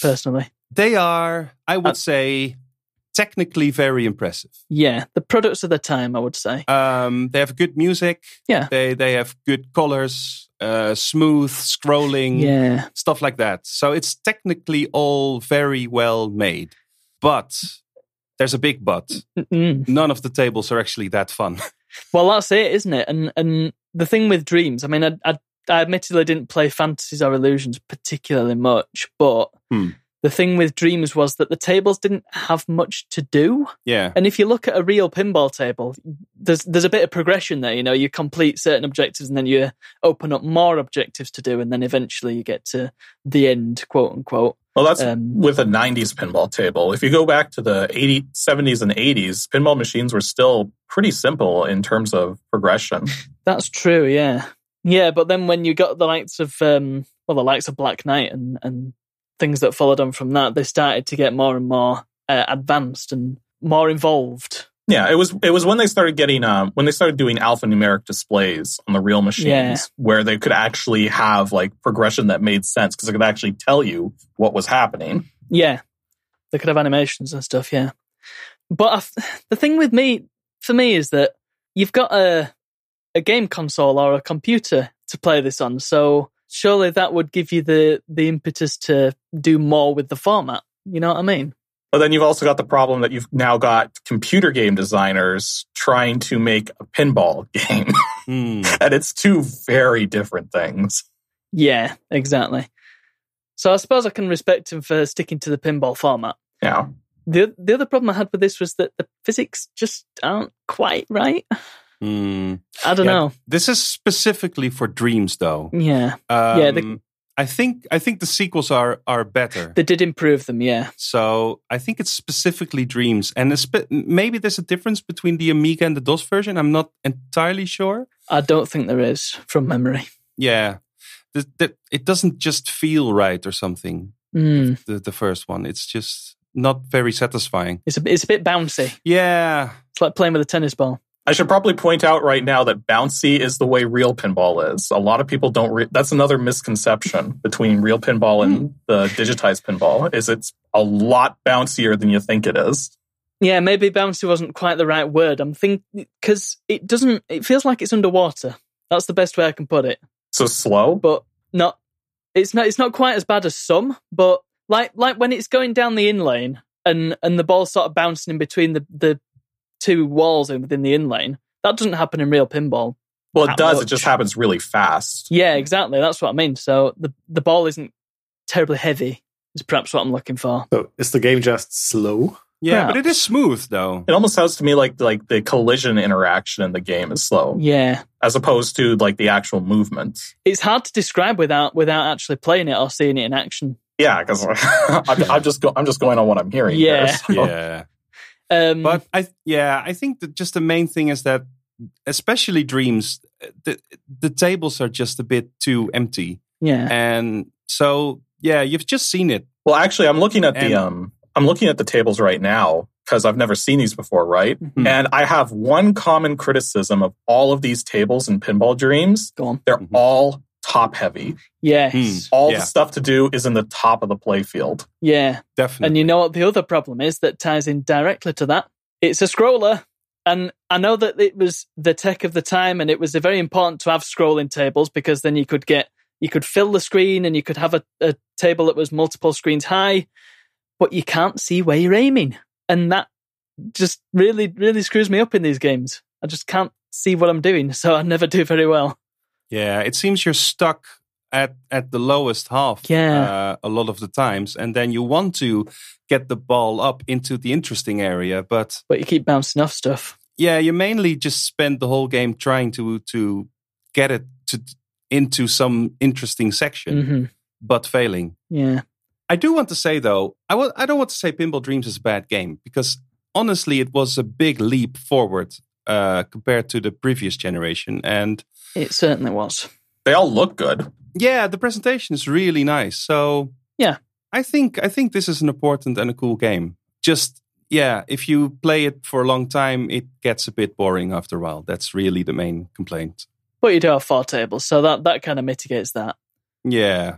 E: personally.
D: They are, I would
E: Uh,
D: say, technically very impressive.
E: Yeah, the products of the time, I would say.
D: Um, they have good music.
E: Yeah.
D: They they have good colors, uh, smooth scrolling,
E: Yeah.
D: stuff like that. So it's technically all very well made, but. There's a big but.
E: Mm-mm.
D: None of the tables are actually that fun.
E: Well, that's it, isn't it? And and the thing with dreams, I mean, I I, I admittedly didn't play fantasies or illusions particularly much, but
D: Hmm.
E: the thing with dreams was that the tables didn't have much to do.
D: Yeah.
E: And if you look at a real pinball table, there's there's a bit of progression there. You know, you complete certain objectives, and then you open up more objectives to do, and then eventually you get to the end, quote unquote.
F: Well, that's
E: Um,
F: with a 90s pinball table. If you go back to the 80, 70s and 80s, pinball machines were still pretty simple in terms of progression.
E: That's true, yeah. Yeah, but then when you got the likes of um well the likes of Black Knight and and things that followed on from that, they started to get more and more uh, advanced and more involved.
F: Yeah, it was it was when they started getting um, when they started doing alphanumeric displays on the real machines
E: Yeah.
F: where they could actually have like progression that made sense because it could actually tell you what was happening.
E: Yeah. They could have animations and stuff, yeah. But I f the thing with me for me is that you've got a a game console or a computer to play this on, so surely that would give you the the impetus to do more with the format. You know what I mean?
F: But then you've also got the problem that you've now got computer game designers trying to make a pinball game,
D: Hmm.
F: and it's two very different things.
E: Yeah, exactly. So I suppose I can respect him for sticking to the pinball format.
F: Yeah.
E: The the other problem I had with this was that the physics just aren't quite right.
D: Hmm.
E: I don't
D: Yeah.
E: know.
D: This is specifically for dreams, though.
E: Yeah,
D: Um,
E: Yeah, the-
D: I think I think the sequels are are better.
E: they did improve them. Yeah,
D: so I think it's specifically dreams, and espe- maybe there's a difference between the Amiga and the DOS version. I'm not entirely sure.
E: I don't think there is from memory.
D: Yeah, the, the, it doesn't just feel right or something.
E: Mm.
D: The the first one, it's just not very satisfying.
E: It's a, it's a bit bouncy.
D: Yeah,
E: It's like playing with a tennis ball.
F: I should probably point out right now that bouncy is the way real pinball is. A lot of people don't. Re- that's another misconception between real pinball
E: Hmm.
F: and the digitized pinball. Is it's a lot bouncier than you think it is.
E: Yeah, maybe bouncy wasn't quite the right word. I'm thinking because it doesn't. It feels like it's underwater. That's the best way I can put it.
F: So slow.
E: But not. It's not. It's not quite as bad as some. But like like when it's going down the in lane and and the ball's sort of bouncing in between the the two walls in within the in lane. That doesn't happen in real pinball.
F: well,
E: that
F: it does. It
E: much.
F: just happens really fast.
E: Yeah, exactly. That's what I mean. So the the ball isn't terribly heavy. Is perhaps what I'm looking for.
C: So is the game just slow?
D: yeah,
E: Yeah.
D: but it is smooth though.
F: It almost sounds to me like like the collision interaction in the game is slow,
E: Yeah.
F: as opposed to like the actual movement.
E: it's hard to describe without without actually playing it or seeing it in action.
F: Yeah, because I'm, I'm just go- I'm just going on what I'm hearing. here,
E: Yeah.
F: so.
D: Yeah,
E: Um,
D: but I yeah, I think that just the main thing is that, especially dreams, the the tables are just a bit too empty,
E: yeah,
D: and so yeah, you've just seen it.
F: Well, actually, I'm looking at
D: And-
F: the um, I'm looking at the tables right now because I've never seen these before, right?
D: Hmm,
E: Mhm.
F: And I have one common criticism of all of these tables in Pinball Dreams:
E: go on.
F: they're
D: Mhm.
F: all top heavy.
E: Yes,
D: Hmm.
F: All
D: Yeah.
F: the stuff to do is in the top of the playfield.
E: yeah.
D: Definitely,
E: And you know what the other problem is that ties in directly to that? It's a scroller, and I know that it was the tech of the time, and it was very important to have scrolling tables because then you could get you could fill the screen and you could have a, a table that was multiple screens high, but you can't see where you're aiming, and that just really really screws me up in these games. I just can't see what I'm doing, so I never do very well.
D: Yeah, it seems you're stuck at at the lowest half
E: Yeah.
D: uh, a lot of the times, and then you want to get the ball up into the interesting area, but
E: but you keep bouncing off stuff.
D: yeah, you mainly just spend the whole game trying to to get it to into some interesting section,
E: hmm
D: but failing.
E: Yeah,
D: I do want to say though, I w- I don't want to say Pinball Dreams is a bad game because honestly, it was a big leap forward uh, compared to the previous generation, and
E: it certainly was.
F: They all look good.
D: yeah the presentation is really nice so
E: Yeah.
D: i think i think this is an important and a cool game just yeah if you play it for a long time it gets a bit boring after a while that's really the main complaint
E: But you do have four tables, so that, that kind of mitigates that.
D: yeah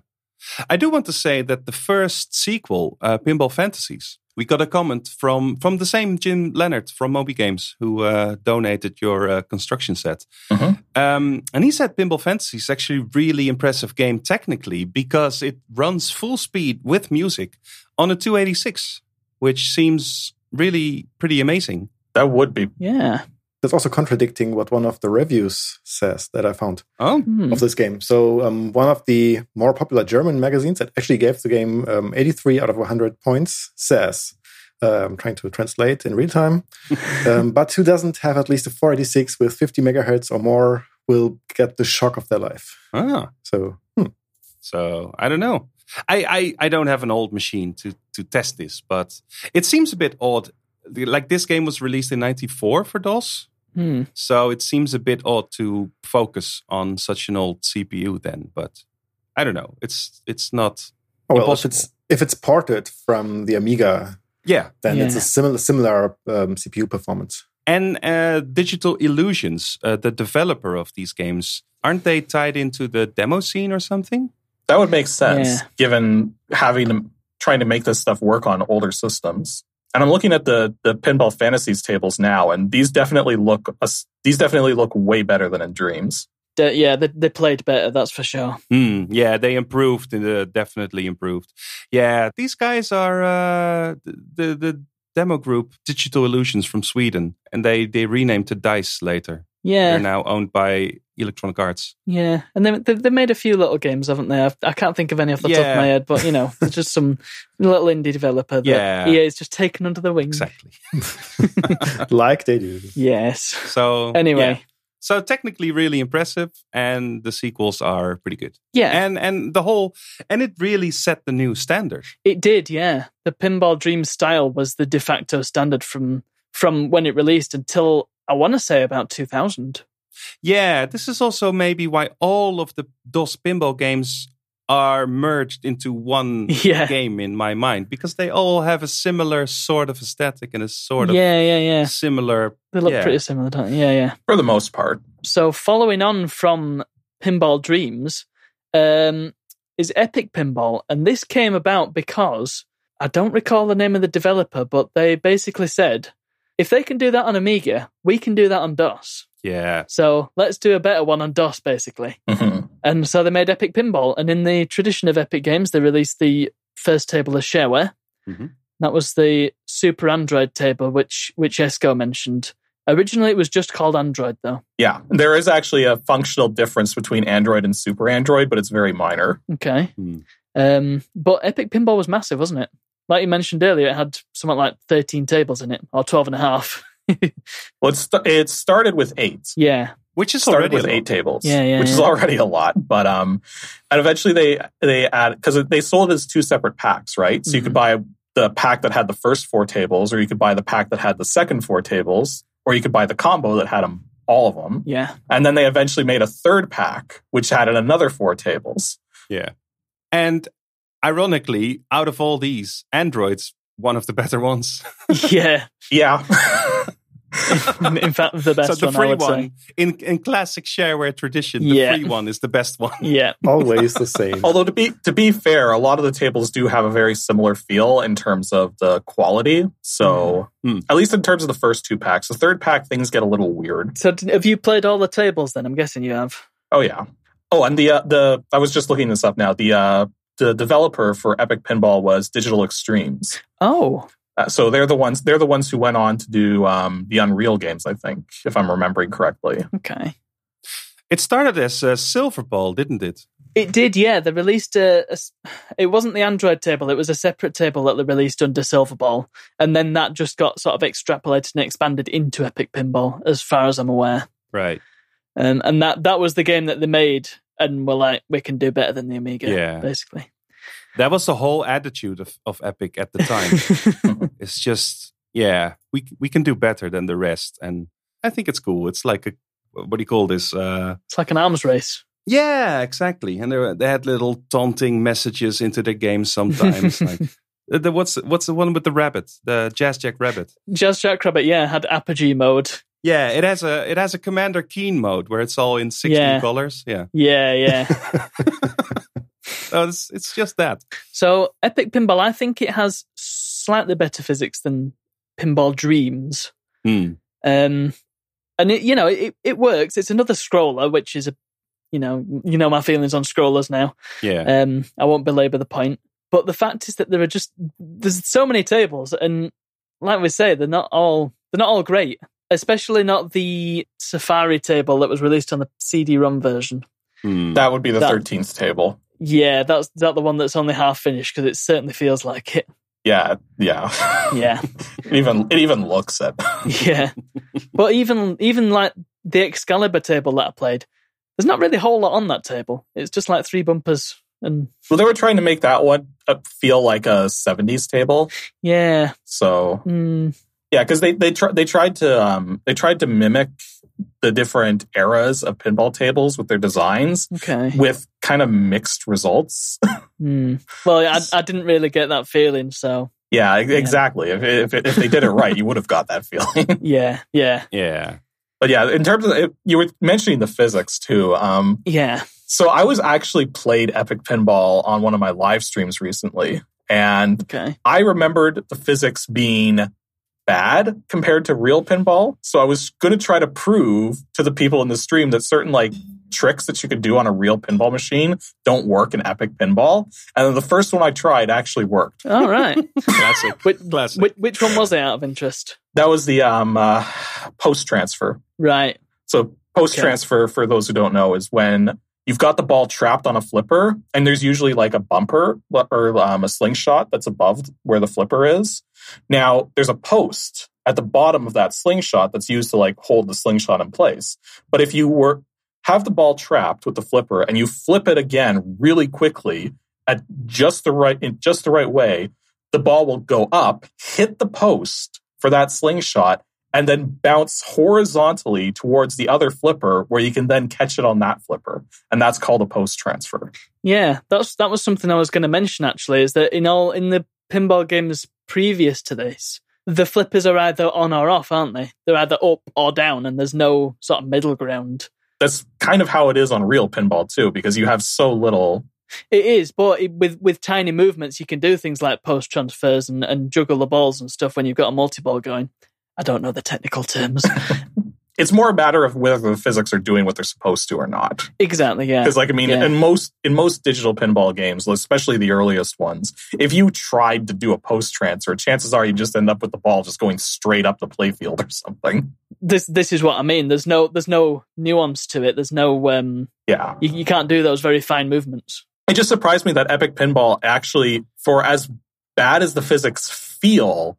D: i do want to say that the first sequel uh, pinball fantasies we got a comment from from the same jim leonard from moby games who uh, donated your uh, construction set
F: Mhm.
D: um, and he said Pinball Fantasy is actually a really impressive game technically because it runs full speed with music on a 286, which seems really pretty amazing.
F: That would be.
E: Yeah.
C: That's also contradicting what one of the reviews says that I found
D: Oh,
E: Hmm.
C: of this game. So um, one of the more popular German magazines that actually gave the game um, 83 out of 100 points says, uh, I'm trying to translate in real time, um, but who doesn't have at least a 486 with 50 megahertz or more will get the shock of their life.
D: ah,
C: So hmm,
D: so I don't know. I, I, I don't have an old machine to, to test this, but it seems a bit odd. Like this game was released in 94 for DOS,
E: Hmm.
D: so it seems a bit odd to focus on such an old CPU then, but I don't know. It's it's not.
C: oh, well, if
D: Impossible.
C: it's if it's ported from the Amiga,
D: Yeah,
C: then it's
E: Yeah.
C: a similar similar um, CPU performance.
D: And uh, Digital Illusions, uh, the developer of these games, aren't they tied into the demo scene or something?
F: That would make sense
E: Yeah.
F: given having to, trying to make this stuff work on older systems. And I'm looking at the the pinball fantasies tables now, and these definitely look us- these definitely look way better than in Dreams.
E: D- yeah, they, they played better, that's for sure.
D: Hmm, yeah, they improved. Uh, definitely improved. Yeah, these guys are uh, the the demo group Digital Illusions from Sweden, and they they renamed to Dice later. They're
E: Yeah,
D: now owned by Electronic Arts.
E: yeah. And they, they, they made a few little games, haven't they? I've, I can't think of any off the top
D: Yeah.
E: of my head, but you know, there's just some little indie developer that
D: Yeah.
E: EA has just taken under the wing.
D: Exactly.
C: like they do.
E: Yes.
D: So yeah.
E: Anyway,
D: so technically really impressive, and the sequels are pretty good.
E: yeah.
D: And and the whole and it really set the new standard.
E: It did, yeah. The pinball dream style was the de facto standard from from when it released until I want to say about 2000.
D: Yeah, this is also maybe why all of the DOS pinball games are merged into one
E: Yeah.
D: game in my mind because they all have a similar sort of aesthetic and a sort of
E: Yeah, yeah, yeah.
D: similar.
E: They look
D: yeah.
E: pretty similar, don't they? Yeah, yeah.
F: for the most part.
E: So following on from Pinball Dreams um, is Epic Pinball, and this came about because I don't recall the name of the developer, but they basically said, if they can do that on Amiga, we can do that on DOS.
D: Yeah.
E: So let's do a better one on DOS, basically.
F: Mhm.
E: And so they made Epic Pinball. And in the tradition of Epic Games, they released the first table of shareware.
D: Mhm.
E: That was the Super Android table, which which Esco mentioned. Originally, it was just called Android, though.
F: Yeah, there is actually a functional difference between Android and Super Android, but it's very minor.
E: Okay.
D: Hmm.
E: Um, but Epic Pinball was massive, wasn't it? Like you mentioned earlier, it had something like 13 tables in it, or 12 and a half.
F: Well, it's it started with eight.
E: yeah.
D: Which is
F: started
D: already
F: with
D: a lot.
F: eight tables,
E: Yeah, yeah,
F: which is
E: yeah.
F: already a lot. But um, and eventually they they add because they sold as two separate packs, right? So you could
E: Mm-hmm.
F: buy the pack that had the first four tables, or you could buy the pack that had the second four tables, or you could buy the combo that had them all of them.
E: Yeah.
F: And then they eventually made a third pack which had another four tables.
D: Yeah. And ironically, out of all these, Android's one of the better ones.
E: Yeah.
F: Yeah,
E: in fact, the best
D: so the
E: one, I
D: free
E: would
D: one
E: say.
D: in in classic shareware tradition, the
E: Yeah.
D: free one is the best one.
E: Yeah.
C: Always the same.
F: although to be to be fair, a lot of the tables do have a very similar feel in terms of the quality. So
D: Hmm.
F: at least in terms of the first two packs, the third pack things get a little weird.
E: So d- have you played all the tables then? I'm guessing you have.
F: Oh yeah. Oh, and the uh, the I was just looking this up now. The uh, the developer for Epic Pinball was Digital Extremes.
E: Oh.
F: Uh, so they're the ones they're the ones who went on to do um, the Unreal games, I think, if I'm remembering correctly.
E: Okay.
D: It started as uh, Silver Ball, didn't it?
E: It did, yeah. They released a, a s- It wasn't the Android table. It was a separate table that they released under Silverball, and then that just got sort of extrapolated and expanded into Epic Pinball, as far as I'm aware.
D: Right.
E: Um, and that that was the game that they made, and were like, we can do better than the Amiga,
D: Yeah.
E: basically.
D: That was the whole attitude of, of Epic at the time. it's just, yeah, we we can do better than the rest, and I think it's cool. It's like a what do you call this? Uh,
E: It's like an arms race.
D: yeah, exactly. And they were, they had little taunting messages into their games sometimes. like uh, the, what's what's the one with the rabbit? The Jazz Jack Rabbit.
E: Jazz Jackrabbit, yeah, had Apogee mode.
D: Yeah, it has a it has a Commander Keen mode where it's all in sixteen
E: Yeah.
D: colors. Yeah,
E: Yeah, yeah.
D: oh, it's it's just that.
E: So Epic Pinball, I think it has slightly better physics than Pinball Dreams.
D: Hmm.
E: Um, and it, you know, it, it works. It's another scroller, which is a, you know, you know my feelings on scrollers now.
D: Yeah,
E: Um, I won't belabor the point, but the fact is that there are just there's so many tables, and like we say, they're not all they're not all great. Especially not the Safari table that was released on the CD-ROM version.
D: Hmm.
F: That would be the
E: That-
F: thirteenth table.
E: Yeah, that's is that the one that's only half finished because it certainly feels like it.
F: Yeah, yeah,
E: Yeah.
F: it even it even looks it.
E: yeah. But even even like the Excalibur table that I played, there's not really a whole lot on that table. It's just like three bumpers and
F: well, they were trying to make that one uh, feel like a seventies table.
E: yeah,
F: So
E: mm,
F: Yeah, because they they tr- they tried to um they tried to mimic the different eras of pinball tables with their designs
E: okay.
F: with kind of mixed results.
E: Mm. Well, I, I didn't really get that feeling, so
F: yeah, e- exactly. If, if if they did it right, you would have got that feeling.
E: yeah, yeah,
D: yeah.
F: but yeah, in terms of you were mentioning the physics too. Um,
E: yeah.
F: so I was actually played Epic Pinball on one of my live streams recently, and
E: Okay,
F: I remembered the physics being bad compared to real pinball. So I was going to try to prove to the people in the stream that certain like tricks that you could do on a real pinball machine don't work in Epic Pinball. And then the first one I tried actually worked.
E: all right.
D: Classic.
E: which,
D: Classic.
E: which which one was it out of interest?
F: That was the um, uh, post transfer.
E: Right.
F: So post transfer, for those who don't know, is when you've got the ball trapped on a flipper, and there's usually like a bumper or um, a slingshot that's above where the flipper is. Now there's a post at the bottom of that slingshot that's used to like hold the slingshot in place. But if you were have the ball trapped with the flipper and you flip it again really quickly at just the right in just the right way, the ball will go up, hit the post for that slingshot, and then bounce horizontally towards the other flipper where you can then catch it on that flipper. And that's called a post transfer.
E: Yeah, that's that was something I was going to mention actually. Is that in all in the pinball games previous to this, the flippers are either on or off, aren't they? They're either up or down, and there's no sort of middle ground.
F: That's kind of how it is on real pinball too, because you have so little.
E: It is, but it, with with tiny movements, you can do things like post transfers and, and juggle the balls and stuff when you've got a multi ball going. I don't know the technical terms.
F: It's more a matter of whether the physics are doing what they're supposed to or not.
E: exactly. Yeah.
F: Because, like, I mean,
E: Yeah.
F: in most in most digital pinball games, especially the earliest ones, if you tried to do a post transfer, chances are you just end up with the ball just going straight up the playfield or something.
E: this this is what I mean. There's no there's no nuance to it. There's no um
F: Yeah,
E: you, you can't do those very fine movements.
F: it just surprised me that Epic Pinball actually, for as bad as the physics feel,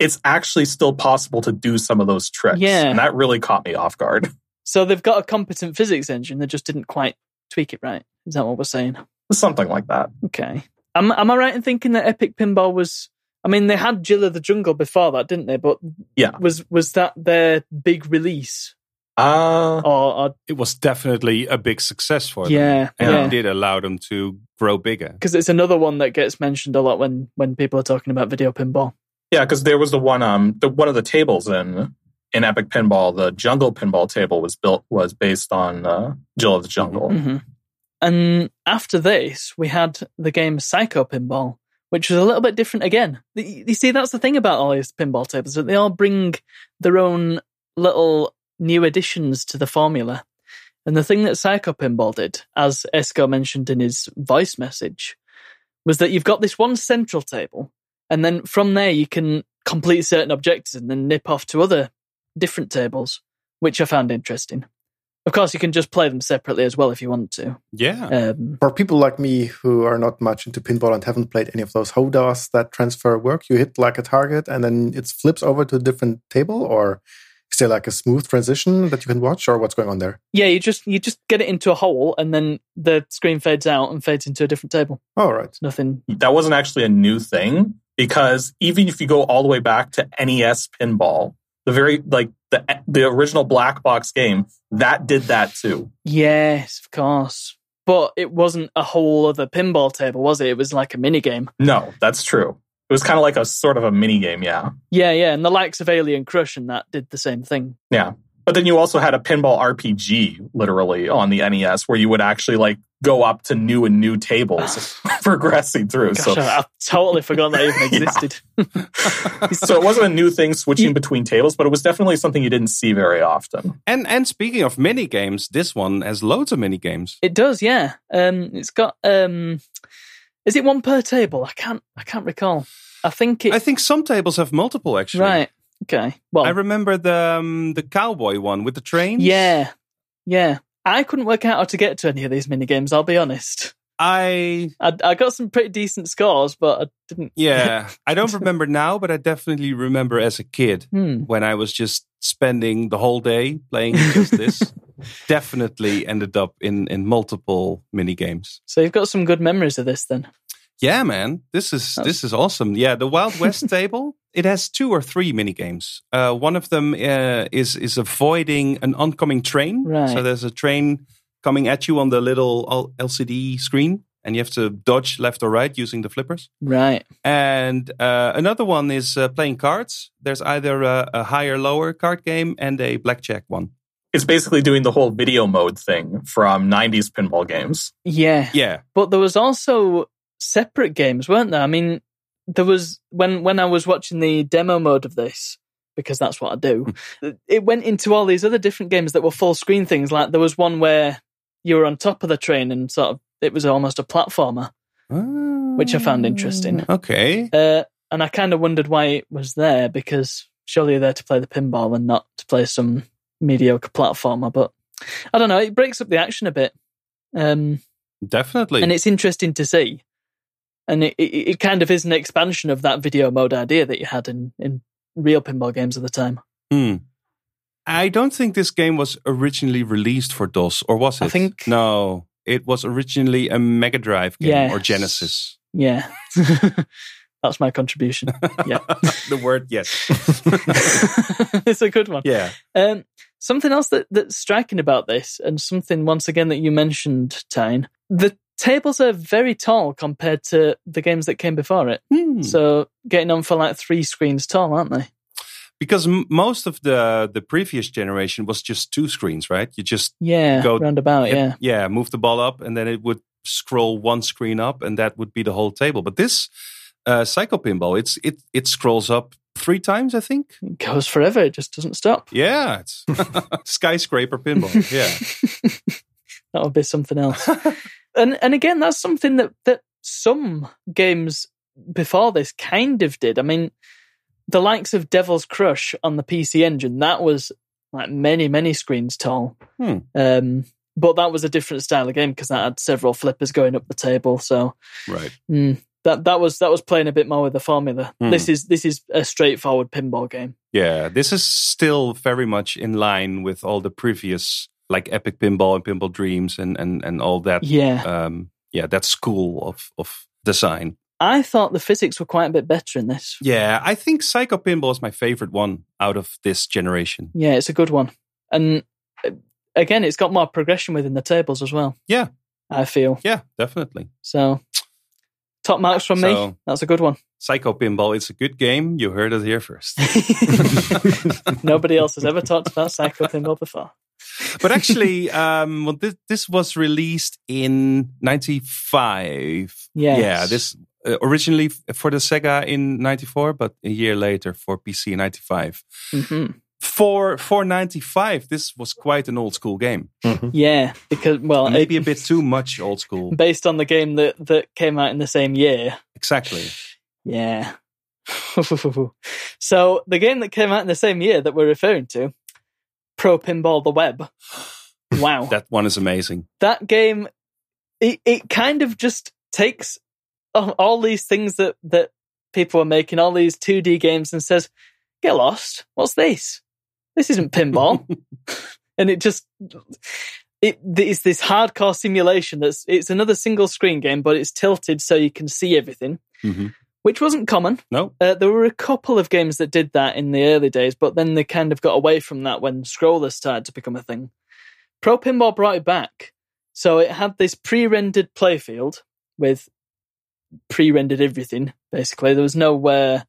F: it's actually still possible to do some of those tricks.
E: Yeah.
F: and that really caught me off guard.
E: So they've got a competent physics engine. They just didn't quite tweak it right. Is that what we're saying?
F: something like that.
E: Okay. Am am I right in thinking that Epic Pinball was? I mean, they had Jill of the Jungle before that, didn't they? But
F: Yeah.
E: was was that their big release?
F: Uh,
E: Or, or
D: It was definitely a big success for them.
E: yeah,
D: And
E: yeah.
D: it did allow them to grow bigger.
E: Because it's another one that gets mentioned a lot when when people are talking about video pinball.
F: Yeah, because there was the one um the one of the tables in in Epic Pinball, the Jungle Pinball table was built was based on uh, Jill of the Jungle.
E: hmm And after this, we had the game Psycho Pinball, which was a little bit different again. The- You see, that's the thing about all these pinball tables that they all bring their own little new additions to the formula. And the thing that Psycho Pinball did, as Esco mentioned in his voice message, was that you've got this one central table, and then from there you can complete certain objectives and then nip off to other different tables, which I found interesting. Of course, you can just play them separately as well if you want to.
D: Yeah.
E: Um,
C: For people like me who are not much into pinball and haven't played any of those hodas that transfer work, you hit like a target and then it flips over to a different table, or is there like a smooth transition that you can watch, or what's going on there?
E: yeah, you just you just get it into a hole, and then the screen fades out and fades into a different table.
C: All right.
E: It's nothing.
F: That wasn't actually a new thing because even if you go all the way back to NES Pinball, the very like the the original black box game that did that too.
E: Yes, of course, but it wasn't a whole other pinball table, was it? It was like a mini game.
F: No, that's true. It was kind of like a sort of a mini game, yeah.
E: Yeah, yeah, and the likes of Alien Crush and that did the same thing.
F: But then you also had a pinball RPG, literally, on the NES, where you would actually like go up to new and new tables, progressing through.
E: Gosh,
F: so,
E: I, I've totally forgotten that even
F: Yeah.
E: existed.
F: so it wasn't a new thing switching between tables, but it was definitely something you didn't see very often.
D: And and speaking of mini games, this one has loads of mini games.
E: It does, yeah. Um, it's got um, is it one per table? I can't, I can't recall. I think it.
D: I think some tables have multiple actually.
E: right. Okay. Well,
D: I remember the um, the cowboy one with the trains.
E: Yeah, yeah. I couldn't work out how to get to any of these mini games. I'll be honest.
D: I
E: I, I got some pretty decent scores, but I didn't.
D: yeah, I don't remember now, but I definitely remember as a kid
E: Hmm.
D: when I was just spending the whole day playing just this. definitely ended up in in multiple mini games.
E: So you've got some good memories of this, then.
D: Yeah, man, this is
E: That's-
D: this is awesome. Yeah, the Wild West table it has two or three mini games. Uh, one of them uh, is is avoiding an oncoming train.
E: Right.
D: So there's a train coming at you on the little L- LCD screen, and you have to dodge left or right using the flippers.
E: Right.
D: And uh, another one is uh, playing cards. There's either a, a higher lower card game and a blackjack one.
F: It's basically doing the whole video mode thing from 90s pinball games.
E: Yeah.
D: Yeah,
E: But there was also separate games, weren't there? I mean, there was when when I was watching the demo mode of this because that's what I do. it went into all these other different games that were full screen things. Like there was one where you were on top of the train and sort of it was almost a platformer.
D: which
E: I found interesting.
D: Okay.
E: Uh, and I kind of wondered why it was there because surely you're there to play the pinball and not to play some mediocre platformer. But I don't know, it breaks up the action a bit. Um,
D: Definitely.
E: and it's interesting to see. And it, it, it kind of is an expansion of that video mode idea that you had in, in real pinball games at the time.
D: Hmm. I don't think this game was originally released for DOS, or was it?
E: I think-
D: no. It was originally a Mega Drive game or
E: Yes.
D: Genesis.
E: Yeah. That's my contribution. Yeah,
D: Uh, the word yes.
E: it's a good one.
D: Yeah.
E: Um, something else that, that's striking about this, and something once again that you mentioned, Tyne, the tables are very tall compared to the games that came before it.
D: Hmm.
E: So getting on for like three screens tall, aren't they?
D: because m- most of the the previous generation was just two screens, right? You just
E: Yeah,
D: Go-
E: roundabout. Oh, Yeah.
D: yeah, move the ball up, and then it would scroll one screen up, and that would be the whole table. But this uh, Psycho Pinball, it's it it scrolls up three times, I think.
E: it goes forever. It just doesn't stop.
D: Yeah, it's skyscraper pinball. Yeah,
E: that would be something else. and and again, that's something that that some games before this kind of did. I mean, the likes of Devil's Crush on the PC Engine that was like many many screens tall.
D: Hmm.
E: Um, but that was a different style of game because that had several flippers going up the table. So
D: right.
E: mm, that that was that was playing a bit more with the formula.
D: Hmm.
E: This is this is a straightforward pinball game.
D: Yeah, this is still very much in line with all the previous like Epic Pinball and Pinball Dreams and and and all that.
E: Yeah.
D: Um, yeah, that school of of design.
E: I thought the physics were quite a bit better in this.
D: Yeah, I think Psycho Pinball is my favorite one out of this generation.
E: Yeah, it's a good one. And uh, again, it's got more progression within the tables as well.
D: Yeah.
E: I feel.
D: Yeah, definitely.
E: So, top marks from me.
D: So-
E: That's a good one.
D: Psycho Pinball, it's a good game. You heard it here first.
E: Nobody else has ever talked about Psycho Pinball before.
D: but actually, um, well, this, this was released in 95.
E: Yes.
D: Yeah, this uh, originally f- for the Sega in 94, but a year later for PC in 95.
E: hmm
D: For, for 95, this was quite an old school game.
E: Yeah, because, well,
D: Maybe
E: maybe
D: a bit too much old school.
E: based on the game that, that came out in the same year.
D: Exactly.
E: Yeah. so, the game that came out in the same year that we're referring to, Pro Pinball the Web. Wow.
D: That one is amazing.
E: that game it, it kind of just takes a- all these things that that people are making all these 2d games and says get lost what's this this isn't pinball and it just it it's this hardcore simulation that's it's another single screen game but it's tilted so you can see everything
D: Mhm.
E: which wasn't common
D: No,
E: uh, there were a couple of games that did that in the early days, but then they kind of got away from that when scrollers started to become a thing. Pro Pinball brought it back. So it had this pre rendered playfield with pre rendered everything, basically. There was no, uh,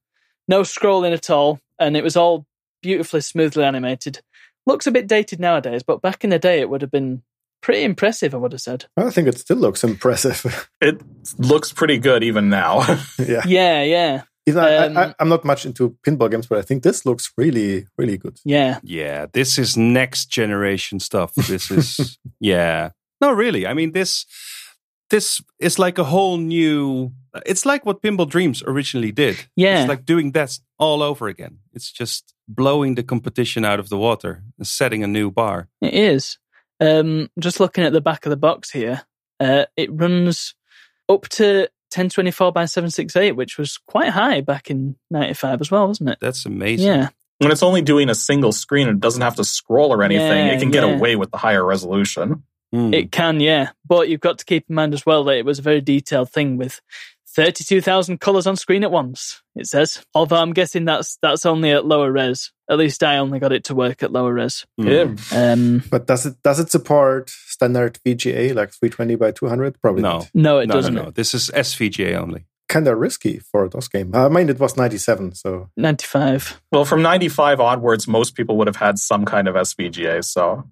E: no scrolling at all, and it was all beautifully, smoothly animated. Looks a bit dated nowadays, but back in the day, it would have been pretty impressive, I would have said.
C: I think it still looks impressive.
F: It looks pretty good even now.
C: yeah.
E: Yeah, yeah,
C: Even I-
E: Um,
C: I, I, I'm not much into pinball games, but I think this looks really, really good.
E: yeah.
D: Yeah, this is next generation stuff. This is yeah. No, really. I mean this this is like a whole new it's like what Pinball Dreams originally did.
E: Yeah.
D: It's like doing that all over again. It's just blowing the competition out of the water and setting a new bar.
E: It is. Um, just looking at the back of the box here, uh, it runs up to 1024 by 768, which was quite high back in 95 as well, wasn't it?
D: That's amazing.
E: Yeah,
F: when it's only doing a single screen and it doesn't have to scroll or anything,
E: Yeah,
F: it can get
E: yeah.
F: away with the higher resolution.
D: Hmm.
E: it can, yeah. But you've got to keep in mind as well that it was a very detailed thing with 32,000 colours on screen at once, it says. Although I'm guessing that's that's only at lower res. At least I only got it to work at lower res.
D: Hmm.
E: Um,
C: But does it does it support standard VGA like 320 by 200? Probably
D: No.
C: not.
E: no, it
D: no, no,
E: doesn't.
D: no. This is SVGA only.
C: Kind of risky for a DOS game. I mean, it was 97, so
E: 95.
F: Well, from 95 onwards, most people would have had some kind of SVGA. So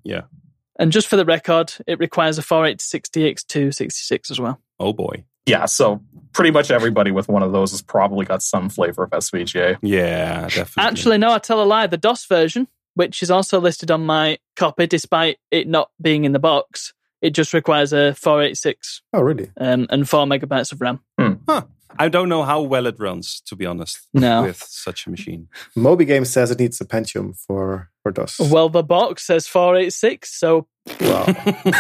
E: And just for the record, it requires a 486DX266 as well.
D: Oh boy.
F: yeah, so pretty much everybody with one of those has probably got some flavor of SVGA.
D: Yeah, definitely.
E: Actually, no, I tell a lie. The DOS version, which is also listed on my copy, despite it not being in the box, it just requires a 486
C: oh really?
E: um, and 4 megabytes of RAM.
D: I don't know how well it runs, to be honest,
E: No.
D: with such a machine.
C: Moby Games says it needs a Pentium for for DOS.
E: Well, the box says 486, so
C: Wow. do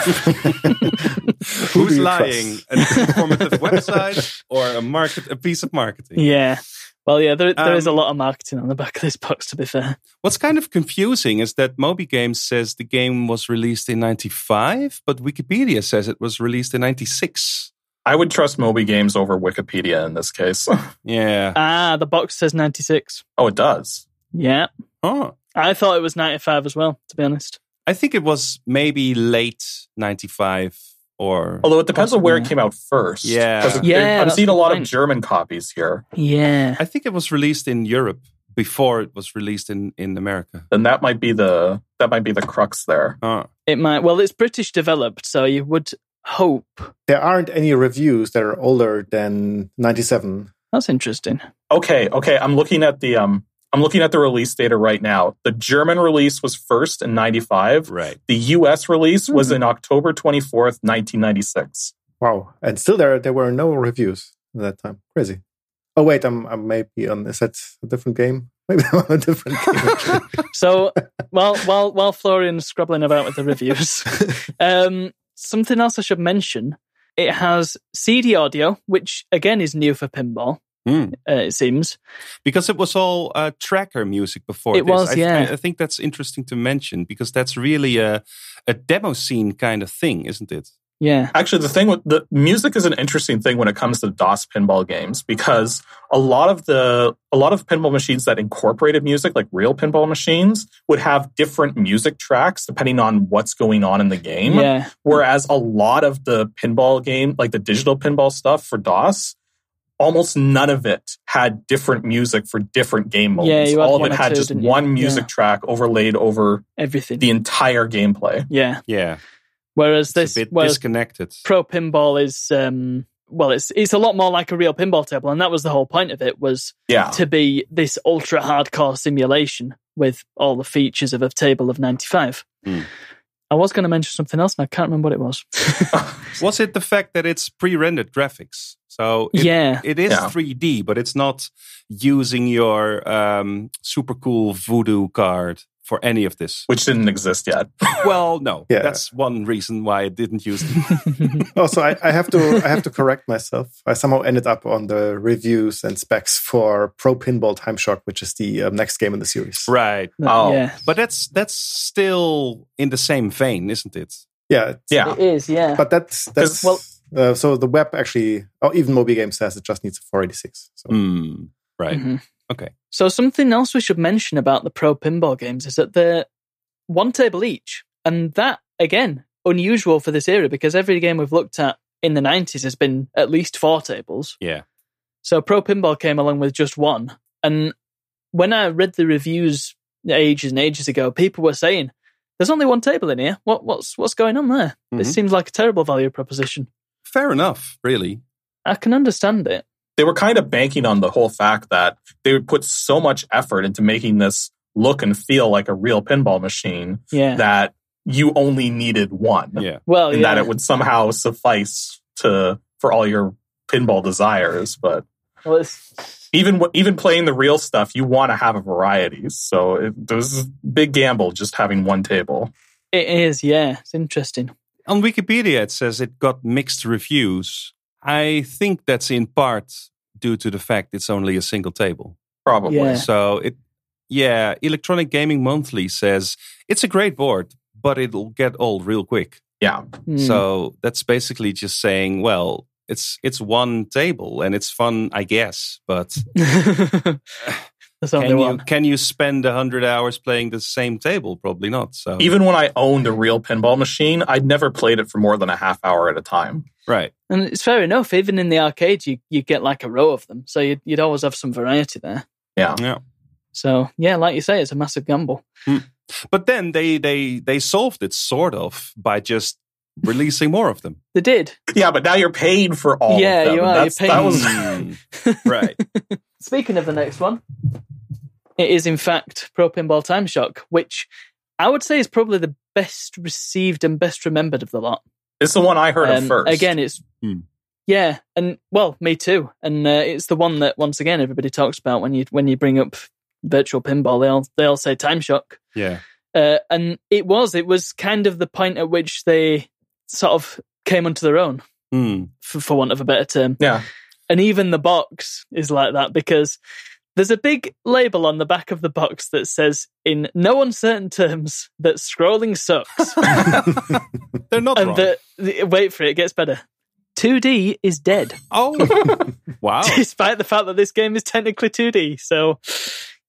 D: Who's
C: you
D: lying?
C: trust?
D: An informative website or a market a piece of marketing?
E: yeah. Well, yeah, there, there is a
D: Um,
E: lot of marketing on the back of this box, to be fair.
D: What's kind of confusing is that Moby Games says the game was released in 95, but Wikipedia says it was released in 96.
F: I would trust Moby Games over Wikipedia in this case.
D: Yeah.
E: Ah, the box says 96.
F: oh, it does.
E: Yeah.
D: Oh,
E: I thought it was 95 as well, to be honest.
D: I think it was maybe late 95 or.
F: Although it depends on where it
E: Yeah.
F: came out first.
D: Yeah.
F: 'Cause
E: Yeah,
F: there- I've
E: that's
F: seen a
E: the
F: lot of
E: point.
F: German copies here.
E: Yeah.
D: I think it was released in Europe before it was released in, in America.
F: Then that might be the that might be the crux there.
D: Oh.
E: It might. Well, it's British developed, so you would hope.
C: There aren't any reviews that are older than 97.
E: That's interesting.
F: Okay, okay. I'm looking at the um I'm looking at the release data right now. The German release was first in 95.
D: Right.
F: The US release was in October 24th, 1996.
C: Wow. And still there there were no reviews at that time. Crazy. Oh wait, I'm I may be on is that a different game? Maybe I'm on a different game.
E: So, while while while Florian's scribbling about with the reviews, um, something else I should mention: it has CD audio, which again is new for pinball.
D: Hmm.
E: Uh, it seems.
D: Because it was all uh, tracker music before.
E: It
D: this.
E: was,
D: I
E: yeah.
D: I, I think that's interesting to mention because that's really a, a demo scene kind of thing, isn't it?
E: Yeah.
F: Actually, the thing with the music is an interesting thing when it comes to DOS pinball games because a lot of the a lot of pinball machines that incorporated music, like real pinball machines, would have different music tracks depending on what's going on in the game.
E: Yeah.
F: Whereas a lot of the pinball game, like the digital pinball stuff for DOS, almost none of it had different music for different game modes.
E: Yeah, you had
F: All of
E: one
F: it
E: or
F: had
E: two,
F: just
E: didn't you?
F: one music track overlaid over
E: Everything.
F: the entire gameplay.
E: yeah.
D: Yeah.
E: Whereas
D: It's
E: this,
D: a bit
E: whereas
D: disconnected.
E: pro pinball is, um, well, it's it's a lot more like a real pinball table, and that was the whole point of it was
F: Yeah.
E: to be this ultra hardcore simulation with all the features of a table of 95.
D: Hmm.
E: I was going to mention something else and I can't remember what it was.
D: was it the fact that it's pre-rendered graphics? So it,
E: yeah.
D: it is
F: Yeah.
D: 3D, but it's not using your um, super cool voodoo card for any of this.
F: Which didn't exist yet.
D: Well, no,
C: Yeah.
D: that's one reason why it didn't use.
C: also I, I have to I have to correct myself. I somehow ended up on the reviews and specs for Pro Pinball Time Shock, which is the um, next game in the series.
D: right,
F: Oh.
E: Yeah.
D: but that's that's still in the same vein, isn't it?
C: Yeah, it's-
F: Yeah.
E: is, yeah.
C: but that's that's
E: well-
C: uh, so the web actually, or even Moby Games says it just needs a 486. So
D: Hmm. right.
E: Mhm.
D: Okay.
E: So, something else we should mention about the pro pinball games is that they're one table each. And that, again, unusual for this era because every game we've looked at in the 90s has been at least four tables.
D: Yeah.
E: So Pro Pinball came along with just one. And when I read the reviews ages and ages ago, people were saying, There's only one table in here. What what's what's going on there?
D: Mhm.
F: Mm-hmm.
E: It seems like a terrible value proposition.
D: Fair enough, really.
E: I can understand it.
F: They were kind of banking on the whole fact that they would put so much effort into making this look and feel like a real pinball machine
E: Yeah.
F: that you only needed one.
D: Yeah.
E: well,
F: and
E: Oh, yeah.
F: that it would somehow suffice to for all your pinball desires. But
E: well, it's,
F: even wh- even playing the real stuff, you want to have a variety. So it, there was a big gamble just having one table.
E: it is, yeah. It's interesting.
D: On Wikipedia, it says it got mixed reviews. I think that's in part due to the fact it's only a single table.
F: Probably
E: Yeah.
D: So it, yeah, Electronic Gaming Monthly says it's a great board, but it'll get old real quick.
E: Hmm.
D: So that's basically just saying, well, it's it's one table and it's fun, I guess. But
E: There's only
D: can you
E: one.
D: can you spend hundred hours playing the same table? Probably not. So
F: Even when I owned a real pinball machine, I'd never played it for more than a half hour at a time.
D: right,
E: And it's fair enough. Even in the arcade, you, you get like a row of them. So you'd, you'd always have some variety there.
F: Yeah.
D: yeah.
E: So, yeah, like you say, it's a massive gamble.
D: But then they they they solved it sort of by just releasing more of them.
E: They did.
F: Yeah, but now you're paid for all.
E: Yeah,
F: of them.
E: you
F: and
E: are.
F: That's,
E: You're
F: That
E: paid.
F: was
D: Hmm. right.
E: Speaking of the next one, it is in fact Pro Pinball Time Shock, which I would say is probably the best received and best remembered of the lot.
F: it's the one I heard of
E: Um,
F: first.
E: Again, it's
D: Hmm.
E: yeah, and well, me too. And uh, it's the one that once again everybody talks about when you when you bring up virtual pinball. They all they all say Time Shock,
D: Yeah.
E: uh, and it was it was kind of the point at which they sort of came onto their own,
D: Hmm.
E: for, for want of a better term.
F: yeah,
E: and even the box is like that because there's a big label on the back of the box that says in no uncertain terms that scrolling sucks
D: They're not
E: and
D: wrong.
E: that wait for it, it gets better 2D is dead,
D: Oh, wow.
E: despite the fact that this game is technically 2D. So,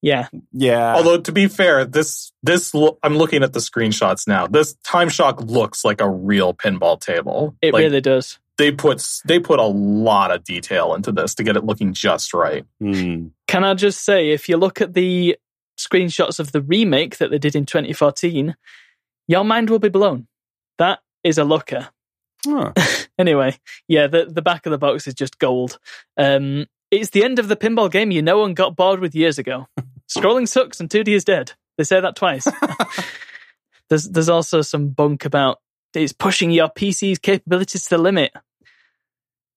E: yeah,
D: Yeah.
F: Although to be fair, this this lo- I'm looking at the screenshots now. This Time Shock looks like a real pinball table.
E: it
F: Like,
E: really does.
F: they put s- they put a lot of detail into this to get it looking just right.
D: Hmm.
E: Can I just say, if you look at the screenshots of the remake that they did in 2014, your mind will be blown. That is a looker.
D: Huh.
E: Anyway, yeah, the, the back of the box is just gold. Um, it's the end of the pinball game you know and got bored with years ago. Scrolling sucks and 2D is dead. They say that twice. there's there's also some bunk about it's pushing your PC's capabilities to the limit.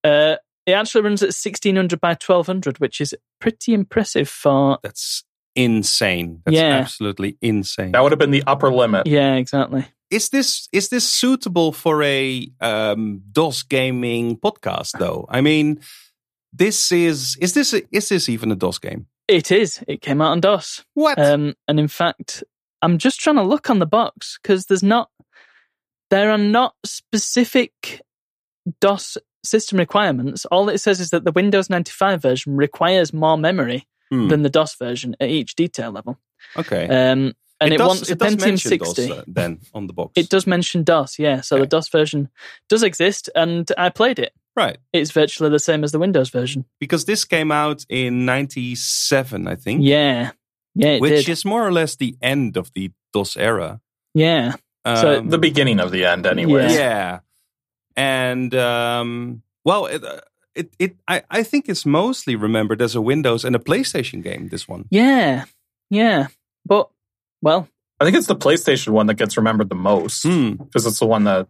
E: Uh, it actually runs at 1600 by 1200, which is pretty impressive for.
D: That's insane. That's
E: Yeah.
D: absolutely insane.
F: That would have been the upper limit.
E: Yeah, exactly.
D: Is this is this suitable for a um, DOS gaming podcast though? I mean, this is is this is this even a DOS game?
E: It is. It came out on DOS.
D: What?
E: Um, and in fact, I'm just trying to look on the box because there's not, there are not specific DOS system requirements. All it says is that the Windows 95 version requires more memory
D: Hmm.
E: than the DOS version at each detail level.
D: okay.
E: Um, and it,
D: does-
E: wants a
D: does
E: Pentium
D: mention
E: 60.
D: DOS, uh, then on the box.
E: It does mention DOS, yeah. So the
D: Okay.
E: DOS version does exist, and I played it.
D: right
E: It's virtually the same as the Windows version.
D: because this came out in '97, I think.
E: Yeah, yeah, it
D: Hmm. which
E: did.
D: is more or less the end of the DOS era. Um,
E: yeah, So
F: The beginning of the end, anyway.
E: Yeah.
D: yeah, and um, well, it, uh, it, it I, I think it's mostly remembered as a Windows and a PlayStation game. This one,
E: yeah, yeah. But well,
F: I think it's the PlayStation one that gets remembered the most
D: Hmm.
F: because it's the one that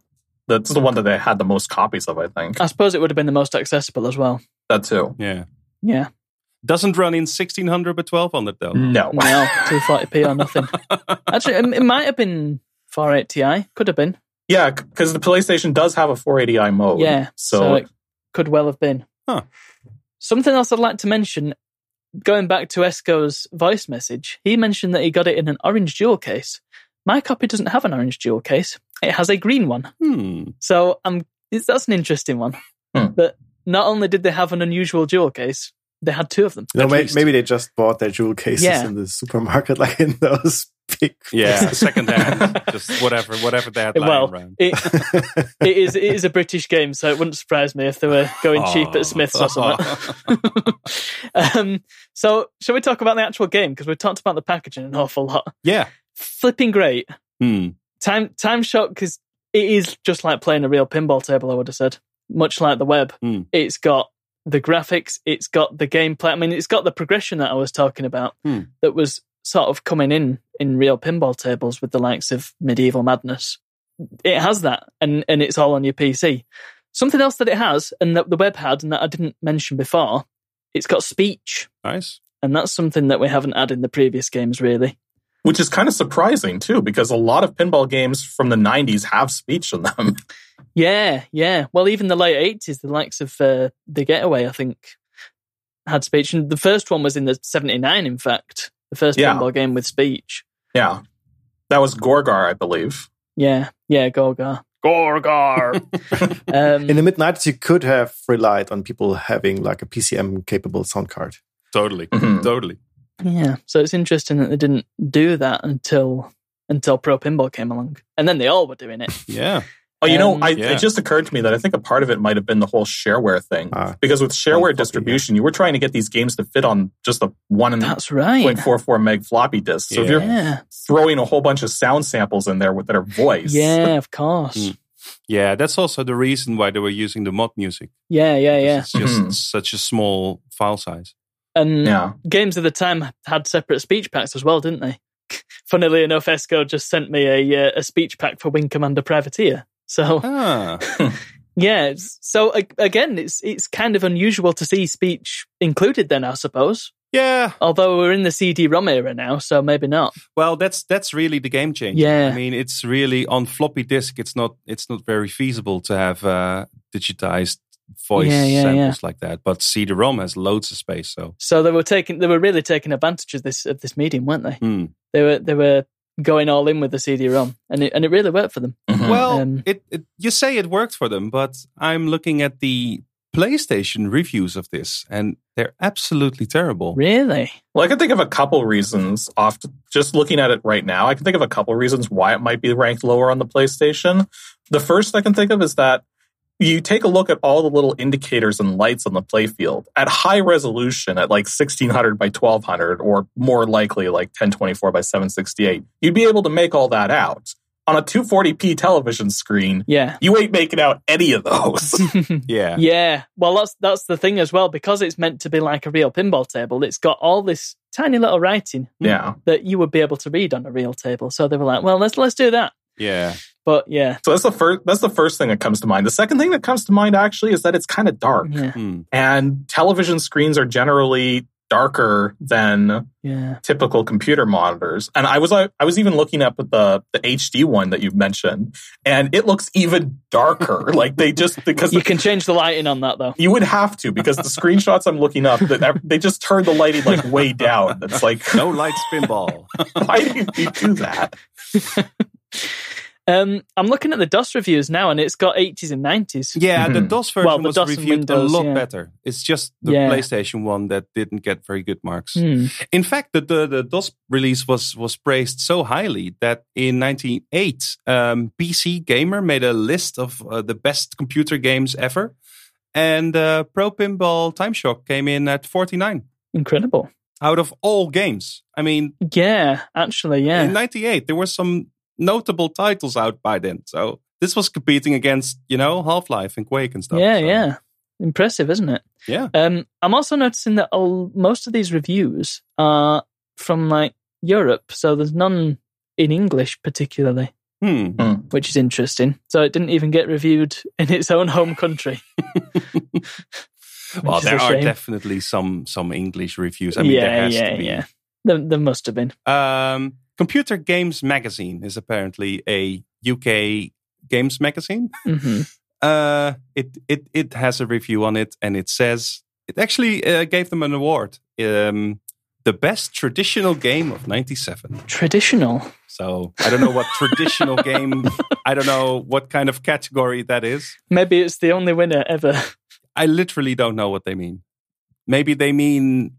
F: that's the one that they had the most copies of. I think
E: I suppose it would have been the most accessible as well.
F: that too.
D: yeah,
E: Yeah.
D: doesn't run in 1600 but 1200 though.
E: Hmm.
F: No,
E: No, 240p or nothing. Actually, um, it might have been 480i. Could have been.
F: yeah, because the PlayStation does have a 480i mode.
E: Yeah. So,
F: so
E: it could well have been.
D: Huh.
E: Something else I'd like to mention going back to Esco's voice message, he mentioned that he got it in an orange jewel case. My copy doesn't have an orange jewel case, it has a green one.
D: Hmm.
E: So um, it's, that's an interesting one.
F: Hmm.
E: That not only did they have an unusual jewel case, they had two of them.
C: No,
E: at
C: may,
E: least.
C: maybe they just bought their jewel cases
E: Yeah.
C: in the supermarket, like in those big.
D: Yeah, secondhand, just whatever, whatever they had lying
E: Well,
D: around.
E: it, it is it is a British game, so it wouldn't surprise me if they were going cheap
D: Aw.
E: at Smiths or something. um, so, shall we talk about the actual game? Because we've talked about the packaging an awful lot.
D: yeah.
E: Flipping great.
D: Hmm.
E: Time Time Shock because it is just like playing a real pinball table. I would have said, much like the web,
D: Hmm.
E: it's got the graphics, it's got the gameplay. I mean, it's got the progression that I was talking about
D: Hmm.
E: that was sort of coming in in real pinball tables with the likes of Medieval Madness. It has that, and and it's all on your PC. Something else that it has, and that the web had, and that I didn't mention before, it's got speech
D: Nice.
E: and that's something that we haven't had in the previous games really
F: which is kind of surprising too, because a lot of pinball games from the 90s have speech in them.
E: yeah yeah well even the late 80s the likes of uh, the getaway i think had speech and the first one was in the 79 in fact the first
F: Yeah.
E: pinball game with speech
F: yeah, that was Gorgar, I believe.
E: yeah yeah gorgar gorgar um,
C: In the mid 90s, you could have relied on people having like a PCM capable sound card.
D: Totally.
E: Mm-hmm.
F: Mhm.
D: Totally.
E: yeah so it's interesting that they didn't do that until until pro pinball came along and then they all were doing it
D: Yeah.
F: Oh, you know,
E: Um,
F: I,
D: Yeah.
F: it just occurred to me that I think a part of it might have been the whole shareware thing,
C: Ah.
F: because with
C: One
F: shareware
C: copy,
F: distribution, you were trying to get these games to fit on just the one and
E: that's right
F: point four four meg floppy disk. So if you're
E: yeah
F: throwing a whole bunch of sound samples in there with, that are voice,
E: yeah of course
D: Hmm. Yeah, that's also the reason why they were using the mod music.
E: yeah yeah yeah
D: It's just
F: Mhm.
D: such a small file size.
E: and
F: yeah,
E: games of the time had separate speech packs as well, didn't they? Funnily enough, Esco just sent me a uh, a speech pack for Wing Commander Privateer. So
D: Ah,
E: yeah, it's- so a- again, it's it's kind of unusual to see speech included then, I suppose.
D: yeah.
E: Although we're in the CD-ROM era now, so maybe not.
D: Well, that's that's really the game changer.
E: Yeah.
D: I mean, it's really on floppy disk. It's not it's not very feasible to have uh, digitized voice
E: Yeah, yeah,
D: samples like that. But CD-ROM has loads of space, so
E: So they were taking they were really taking advantage of this of this medium, weren't they?
D: hmm.
E: They were they were going all in with the CD-ROM, and it and it really worked for them.
F: Mhm.
D: Well,
E: Um,
D: it, it you say it worked for them, but I'm looking at the PlayStation reviews of this, and they're absolutely terrible.
E: Really,
F: Well, I can think of a couple reasons off just looking at it right now. I can think of a couple reasons why it might be ranked lower on the PlayStation. The first I can think of is that you take a look at all the little indicators and lights on the playfield at high resolution at like 1600 by 1200 or more likely like 1024 by 768. You'd be able to make all that out. On a 240p television screen,
E: yeah.
F: you ain't making out any of those.
D: Yeah.
E: Yeah. Well, that's that's the thing as well because it's meant to be like a real pinball table. It's got all this tiny little writing
F: yeah.
E: that you would be able to read on a real table. So they were like, well, let's let's do that.
D: Yeah.
E: But yeah,
F: So that's the first that's the first thing that comes to mind. The second thing that comes to mind actually is that it's kind of dark.
E: yeah,
D: Hmm.
F: and television screens are generally darker than
E: yeah.
F: typical computer monitors and i was uh, i was even looking up at the the hd one that you've mentioned and it looks even darker like they just because
E: You can change the lighting on that though.
F: you would have to because the screenshots i'm looking up that they just turned the lighting like way down it's like
D: No lights pinball.
F: why did you do that
E: Um, I'm looking at the DOS reviews now, and it's got 80s and 90s.
D: yeah, the
F: Mhm.
D: DOS version
E: Well, the
D: was
E: DOS and
D: reviewed
E: Windows,
D: a lot
E: yeah.
D: better. It's just the
E: Yeah.
D: PlayStation one that didn't get very good marks.
E: Hmm.
D: In fact, the, the, the DOS release was, was praised so highly that in 1908, um, PC Gamer made a list of uh, the best computer games ever. And uh, Pro Pinball Time Shock came in at 49
E: Incredible.
D: out of all games. I mean,
E: Yeah, actually,
D: in
E: yeah.
D: 98, there were some notable titles out by then. So this was competing against, you know, Half Life and Quake and stuff.
E: yeah,
D: So,
E: yeah. Impressive, isn't it?
D: Yeah.
E: Um, I'm also noticing that all, most of these reviews are from like Europe, so there's none in English particularly,
D: Hmm.
E: which is interesting. So it didn't even get reviewed in its own home country.
D: Well,
E: is a
D: there are
E: shame.
D: definitely some some English reviews. I mean, there has to be.
E: There, there must have been.
D: Um, Computer Games Magazine is apparently a UK games magazine.
E: hmm
D: Uh, it it it has a review on it, and it says it actually uh, gave them an award, um, the best traditional game of '97.
E: Traditional.
D: So I don't know what traditional game. I don't know what kind of category that is.
E: Maybe it's the only winner ever.
D: I literally don't know what they mean. Maybe they mean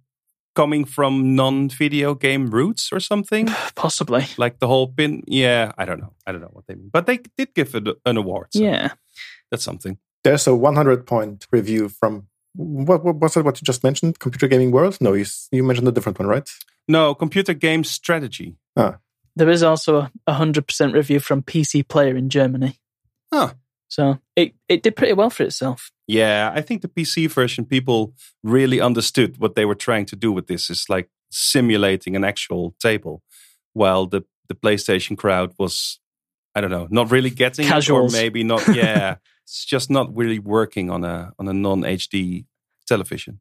D: coming from non-video game roots or something.
E: Possibly.
D: like the whole pin. Yeah, I don't know. I don't know what they mean, but they did give it an award. So
E: Yeah.
D: that's something.
C: There's a 100 point review from what, what was it? What you just mentioned? Computer Gaming World? No, you s- you mentioned a different one, right?
D: No, computer game strategy.
E: There is also a hundred percent review from PC Player in Germany.
D: Huh.
E: So it, it did pretty well for itself.
D: Yeah, I think the PC version people really understood what they were trying to do with this. Is like simulating an actual table, while the the PlayStation crowd was, I don't know, not really getting
E: Casuals.
D: it, or maybe not. Yeah, it's just not really working on a on a non HD television.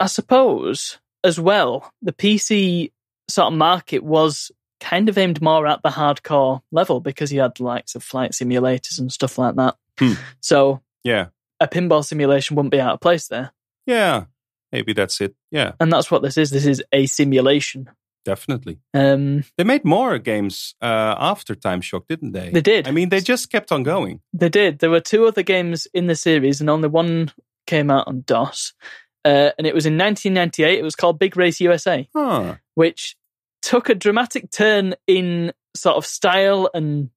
E: I suppose as well, the PC sort of market was kind of aimed more at the hardcore level because you had the likes of flight simulators and stuff like that.
D: Hmm.
E: So
D: Yeah,
E: a pinball simulation wouldn't be out of place there.
D: yeah, maybe that's it. Yeah,
E: And that's what this is. This is a simulation.
D: definitely.
E: Um,
D: They made more games uh, after Time Shock, didn't they?
E: They did.
D: I mean, they just kept on going.
E: They did. There were two other games in the series, and only one came out on DOS. Uh, and it was in 1998. It was called Big Race USA,
D: Huh.
E: which took a dramatic turn in sort of style and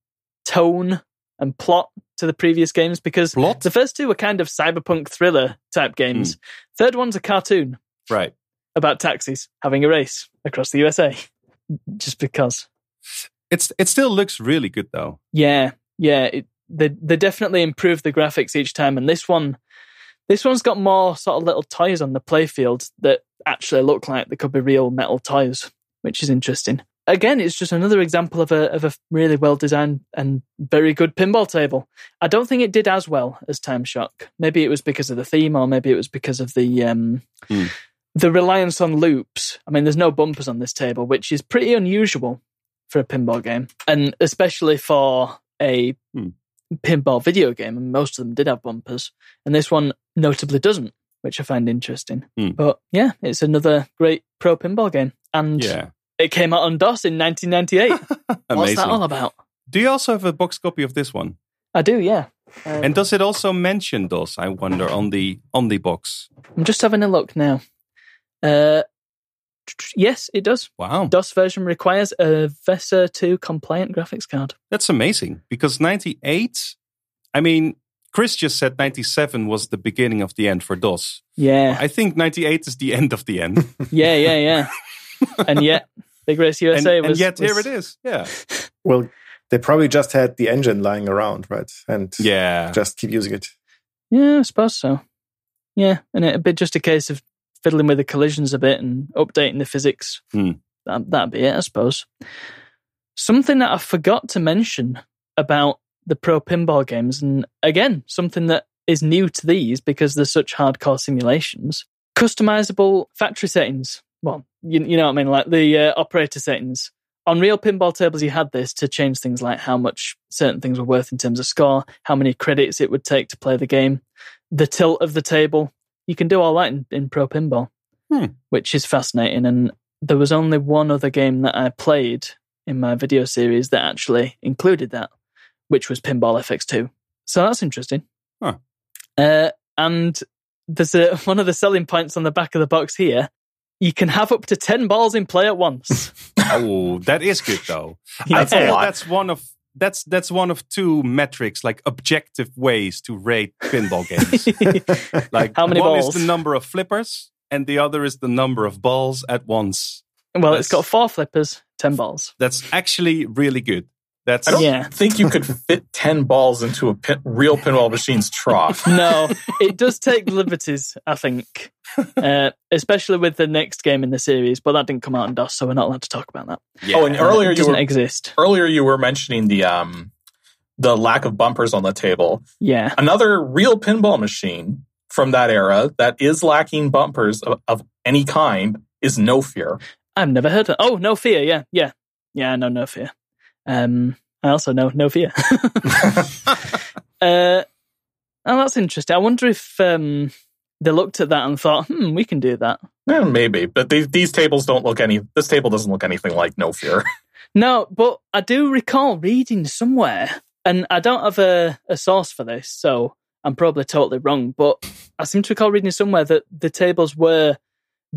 E: tone and plot to the previous games because
D: Plot?
E: the first two were kind of cyberpunk thriller type games. Third one's a cartoon
D: Right.
E: about taxis having a race across the USA. Just because.
D: It's it still looks really good though.
E: Yeah, yeah. It, they they definitely improve the graphics each time, and this one, this one's got more sort of little toys on the playfield that actually look like they could be real metal toys, which is interesting. Again, it's just another example of a of a really well designed and very good pinball table. I don't think it did as well as Time Shock. Maybe it was because of the theme, or maybe it was because of the um,
D: Hmm.
E: the reliance on loops. I mean, there's no bumpers on this table, which is pretty unusual for a pinball game, and especially for a
D: Hmm.
E: pinball video game. And most of them did have bumpers, and this one notably doesn't, which I find interesting.
D: Hmm.
E: But yeah, it's another great pro pinball game, and
D: Yeah.
E: It came out on DOS in 1998. What's that all
D: Amazing.
E: about?
D: Do you also have a box copy of this one?
E: I do, yeah. Um,
D: And does it also mention DOS? I wonder on the on the box.
E: I'm just having a look now. Uh, yes, it does.
D: Wow,
E: DOS version requires a VESA 2 compliant graphics card.
D: that's amazing. Because ninety eight, I mean, Chris just said ninety seven was the beginning of the end for DOS.
E: Yeah,
D: I think ninety eight is the end of the end.
E: yeah, yeah, yeah. and yet, Big Race
D: and,
E: USA
D: and
E: was.
D: yet here
E: was-
D: it is. Yeah,
C: Well, they probably just had the engine lying around, right? And
D: yeah.
C: just keep using it.
E: Yeah, I suppose so. Yeah, and it'd be just a case of fiddling with the collisions a bit and updating the physics.
D: Hmm.
E: That, that'd be it, I suppose. Something that I forgot to mention about the pro pinball games, and again, something that is new to these because they're such hardcore simulations customizable factory settings. Well, you, you know what I mean, like the uh, operator settings. On real pinball tables, you had this to change things like how much certain things were worth in terms of score, how many credits it would take to play the game, the tilt of the table. You can do all that in, in pro pinball,
D: Hmm.
E: which is fascinating. And there was only one other game that I played in my video series that actually included that, which was Pinball FX2. So that's interesting.
D: Huh.
E: Uh, and there's a, one of the selling points on the back of the box here. You can have up to 10 balls in play at once.
D: Oh, that is good though.
F: Yeah,
D: I
F: that's a
D: think
F: lot.
D: that's one of that's that's one of two metrics, like objective ways to rate pinball games. like
E: How many
D: one
E: balls?
D: is the number of flippers, and the other is the number of balls at once.
E: well, it's
D: That's-
E: got four flippers, 10 balls.
D: That's actually really good. That's
F: I don't
E: Yeah.
F: think you could fit 10 balls into a pin- real pinball machine's trough.
E: No, it does take liberties, I think, uh, especially with the next game in the series, but that didn't come out in DOS, so we're not allowed to talk about that.
D: yeah.
F: Oh, and
E: Uh,
F: earlier
E: it
F: you
E: doesn't
F: were
E: exist.
F: earlier you were mentioning the um the lack of bumpers on the table.
E: Yeah.
F: Another real pinball machine from that era that is lacking bumpers of, of any kind is No Fear.
E: I've never heard of Oh, No Fear. Yeah. Yeah. Yeah. I know No Fear. Um, I also know No Fear. uh, oh, that's interesting. I wonder if um, they looked at that and thought, hmm, we can do that.
F: Eh, maybe, but these, these tables don't look any. This table doesn't look anything like No Fear.
E: No, but I do recall reading somewhere, and I don't have a, a source for this, so I'm probably totally wrong, but I seem to recall reading somewhere that the tables were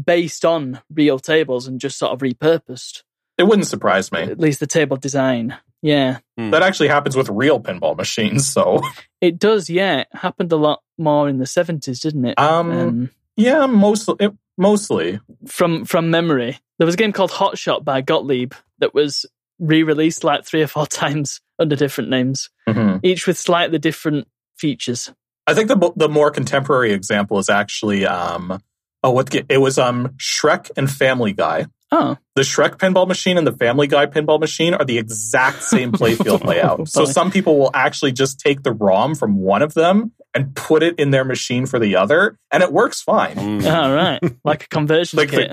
E: based on real tables and just sort of repurposed,
F: It wouldn't surprise me.
E: at least the table design. Yeah.
F: That actually happens with real pinball machines. So,
E: It does, yeah. It happened a lot more in the 70s, didn't it?
F: Um, yeah, mostly. It, mostly,
E: from from memory, there was a game called Hot Shot by Gottlieb that was re-released like three or four times under different names,
F: Mhm.
E: each with slightly different features.
F: I think the mo- the more contemporary example is actually um oh what ga- it was um Shrek and Family Guy.
E: Oh,
F: The Shrek pinball machine and the Family Guy pinball machine are the exact same playfield
E: Oh
F: layout. So
E: Funny.
F: some people will actually just take the ROM from one of them and put it in their machine for the other, and it works fine.
D: Mm.
E: all right, like a conversion
F: Like the-
E: kit.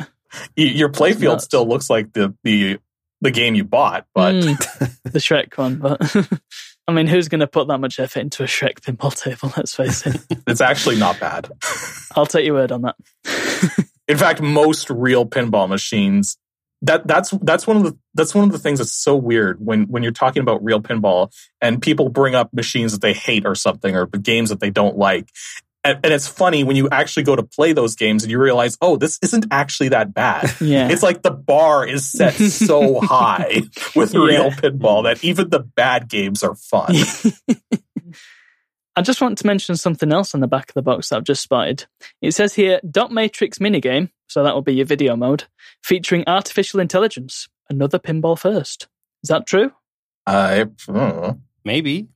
F: Y- Your playfield
E: Nuts.
F: still looks like the the the game you bought, but
E: Mm, the Shrek one, but I mean, who's going to put that much effort into a Shrek pinball table? Let's face it.
F: it's actually not bad.
E: I'll take your word on that.
F: In fact, most real pinball machines that that's that's one of the that's one of the things that's so weird when when you're talking about real pinball and people bring up machines that they hate or something or games that they don't like. And, and it's funny when you actually go to play those games and you realize, oh, this isn't actually that bad.
E: Yeah.
F: It's like the bar is set so high with
E: Yeah.
F: real pinball that even the bad games are fun.
E: I just want to mention something else on the back of the box that I've just spotted. It says here dot matrix minigame, so that will be your video mode, featuring artificial intelligence. Another pinball first. Is that true?
F: I, mm.
D: Maybe.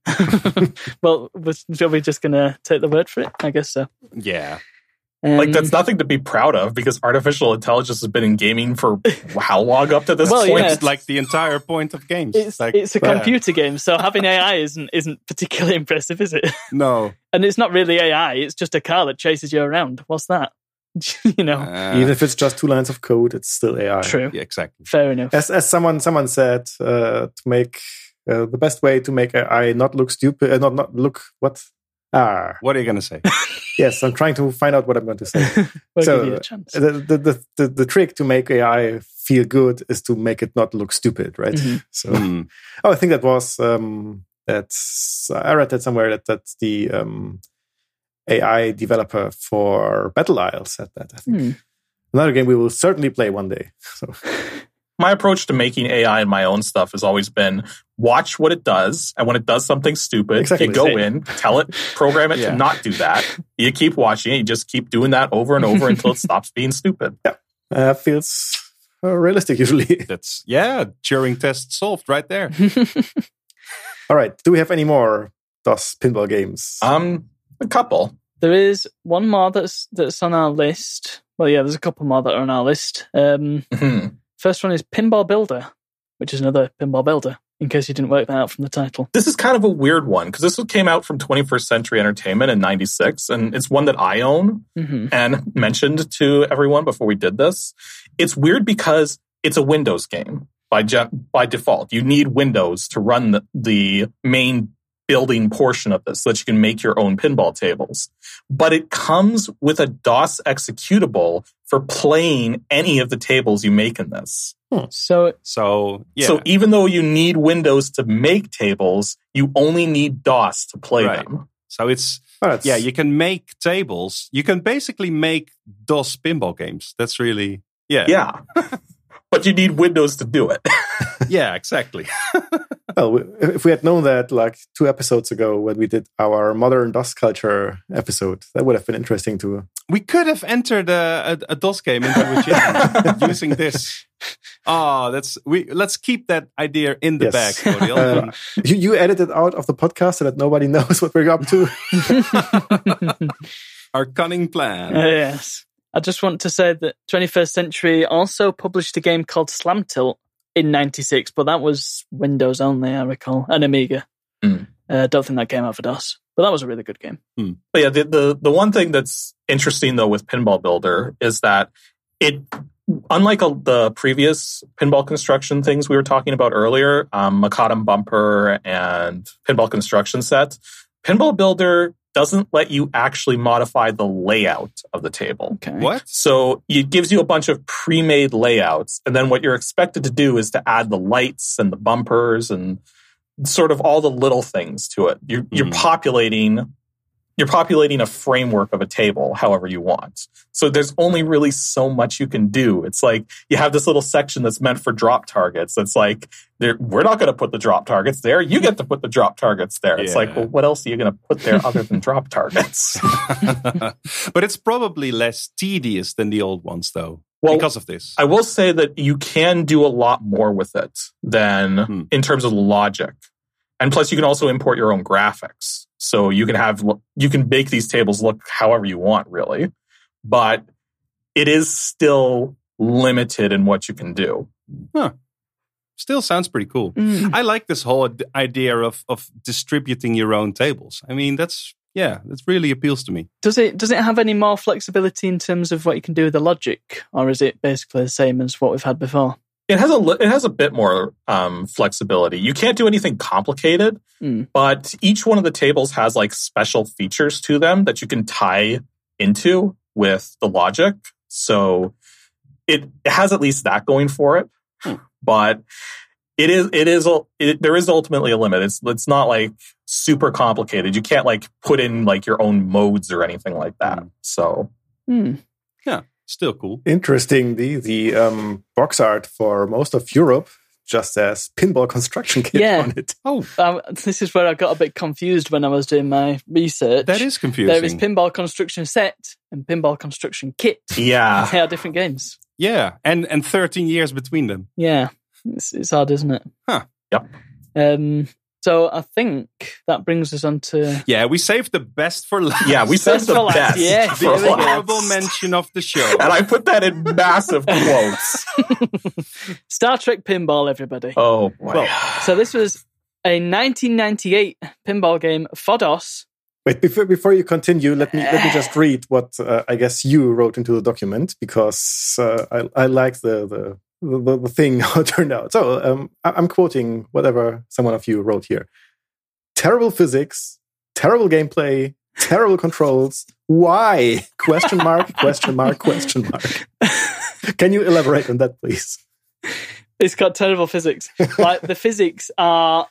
E: Well, was- are we just going to take the word for it? I guess so.
D: Yeah.
F: Like
E: Um,
F: that's nothing to be proud of because artificial intelligence has been in gaming for how long up to this
E: Well,
F: point?
E: yeah.
D: It's like the entire point of games.
E: It's,
D: like,
E: it's a
D: yeah.
E: computer game, so having AI isn't isn't particularly impressive, is it?
D: No.
E: And it's not really AI; it's just a car that chases you around. What's that? you know,
D: Uh,
C: Even if it's just two lines of code, it's still AI.
E: true.
D: yeah, exactly.
E: Fair enough.
C: As, as someone someone said, uh, to make uh, the best way to make AI not look stupid, uh, not not look what Ah,
D: What are you going to say?
C: yes, I'm trying to find out what I'm going to say.
E: We'll
C: So,
E: give you a chance.
C: the, the, the, the, the trick to make AI feel good is to make it not look stupid, right?
E: Mhm.
C: So,
D: Hmm.
C: oh, I think that was um, that's I read that somewhere that that's the um, AI developer for Battle Isle said that. I think
E: Hmm.
C: another game we will certainly play one day. So,
F: my approach to making AI in my own stuff has always been watch what it does. And when it does something stupid,
C: Exactly.
F: you go in, tell it, program it
D: Yeah.
F: to not do that. You keep watching it. You just keep doing that over and over until it stops being stupid.
C: uh, feels uh, realistic usually.
D: That's, yeah, Turing test solved right there.
C: All right, do we have any more DOS pinball games?
D: Uh,
F: Um, a couple.
E: There is one more that's that's on our list. Well, yeah, there's a couple more that are on our list. Um,
F: Hmm.
E: first one is Pinball Builder, which is another Pinball Builder. In case you didn't work that out from the title,
F: This is kind of a weird one because this one came out from 21st Century Entertainment in 96, and it's one that I own.
E: hmm
F: and mentioned to everyone before we did this. It's weird because it's a Windows game by ge- by default. You need Windows to run the, the main building portion of this so that you can make your own pinball tables. But it comes with a DOS executable for playing any of the tables you make in this.
E: so
D: So, yeah.
F: So even though you need Windows to make tables, you only need DOS to play
D: Right.
F: them.
D: so it's
C: Oh, that's-
D: Yeah, you can make tables. You can basically make DOS pinball games. That's really yeah, yeah,
F: Yeah. but you need Windows to do it.
D: exactly.
C: Well, we- if we had known that like two episodes ago when we did our modern DOS culture episode, that would have been interesting to.
D: We could have entered a, a, a DOS game into a jam using this. Oh, that's we. Let's keep that idea in the
C: Yes.
D: bag, Cody.
C: Uh, You, you edited out of the podcast so that nobody knows what we're up to.
D: Our cunning
E: Uh,
D: plan.
E: yes. I just want to say that 21st Century also published a game called Slam Tilt in 96, but that was Windows only, I recall, and Amiga.
F: Hmm.
E: Uh, don't think that came out for DOS, but that was a really good game.
F: But yeah, the, the the one thing that's interesting though with Pinball Builder is that it, unlike a, the previous pinball construction things we were talking about earlier, um, Macadam Bumper and Pinball Construction Set, Pinball Builder doesn't let you actually modify the layout of the table.
E: Okay.
D: What?
F: So it gives you a bunch of pre-made layouts, and then what you're expected to do is to add the lights and the bumpers and sort of all the little things to it. You're, you're
D: Mhm.
F: populating you're populating a framework of a table however you want. So there's only really so much you can do. It's like you have this little section that's meant for drop targets. That's like there- we're not going to put the drop targets there. You get to put the drop targets there. It's like,
D: Yeah.
F: well, what else are you going to put there other than drop targets?
D: but it's probably less tedious than the old ones, though,
F: Well,
D: because of this.
F: I will say that you can do a lot more with it than
D: Hmm.
F: in terms of logic. And plus you can also import your own graphics. So you can have you can make these tables look however you want really. But it is still limited in what you can do.
D: Still sounds pretty cool.
E: Mm.
D: I like this whole ad- idea of of distributing your own tables. I mean, that's yeah, that really appeals to me.
E: Does it does it have any more flexibility in terms of what you can do with the logic, or is it basically the same as what we've had before?
F: It has a li- it has a bit more um, flexibility. You can't do anything complicated,
E: Hmm.
F: but each one of the tables has like special features to them that you can tie into with the logic. So it, it has at least that going for it,
E: Hmm.
F: but it is it is a- it, there is ultimately a limit. It's it's not like super complicated. You can't like put in like your own modes or anything like that. So
E: Hmm.
D: Still cool.
C: Interesting. The the um, box art for most of Europe just says pinball construction kit
E: Yeah.
C: on it.
D: Oh,
E: Um, this is where I got a bit confused when I was doing my research.
D: that is confusing.
E: there is pinball construction set and pinball construction kit.
F: yeah,
E: They are different games.
D: Yeah, and and 13 years between them.
E: Yeah, it's, it's hard, isn't it?
D: Huh.
F: Yep.
E: Um. So I think that brings us on to
D: Yeah, we saved the best for last.
F: yeah, we said
E: Best for
F: the
E: last,
F: best.
E: yeah,
F: for
E: there we go.
F: last.
D: Honorable mention of the show.
F: and I put that in massive quotes.
E: Star Trek pinball. Everybody.
F: Oh boy.
E: So this was a 1998 pinball game, FODOS.
C: Wait, before, before you continue, let me let me just read what uh, I guess you wrote into the document because uh, I, I like the, the the the thing how it turned out. So um, I- I'm quoting whatever someone of you wrote here. Terrible physics, terrible gameplay, terrible controls. Why? Question mark, question mark, question mark. Can you elaborate on that, please?
E: It's got terrible physics. like the physics are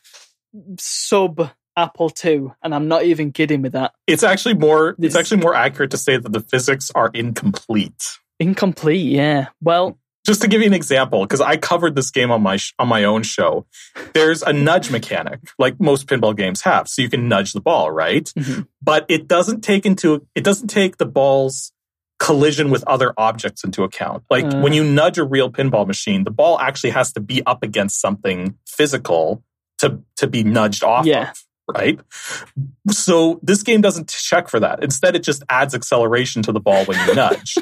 E: sub Apple II, and I'm not even kidding with that.
F: It's actually more it's
E: This-
F: actually more accurate to say that the physics are incomplete.
E: Incomplete, yeah. Well,
F: Just to give you an example, because I covered this game on my sh- on my own show, there's a nudge mechanic, like most pinball games have, so you can nudge the ball, right?
E: Mhm.
F: But it doesn't take into it doesn't take the ball's collision with other objects into account. Like
E: Uh.
F: when you nudge a real pinball machine, the ball actually has to be up against something physical to to be nudged off
E: Yeah.
F: of, right? So this game doesn't check for that. Instead, it just adds acceleration to the ball when you nudge.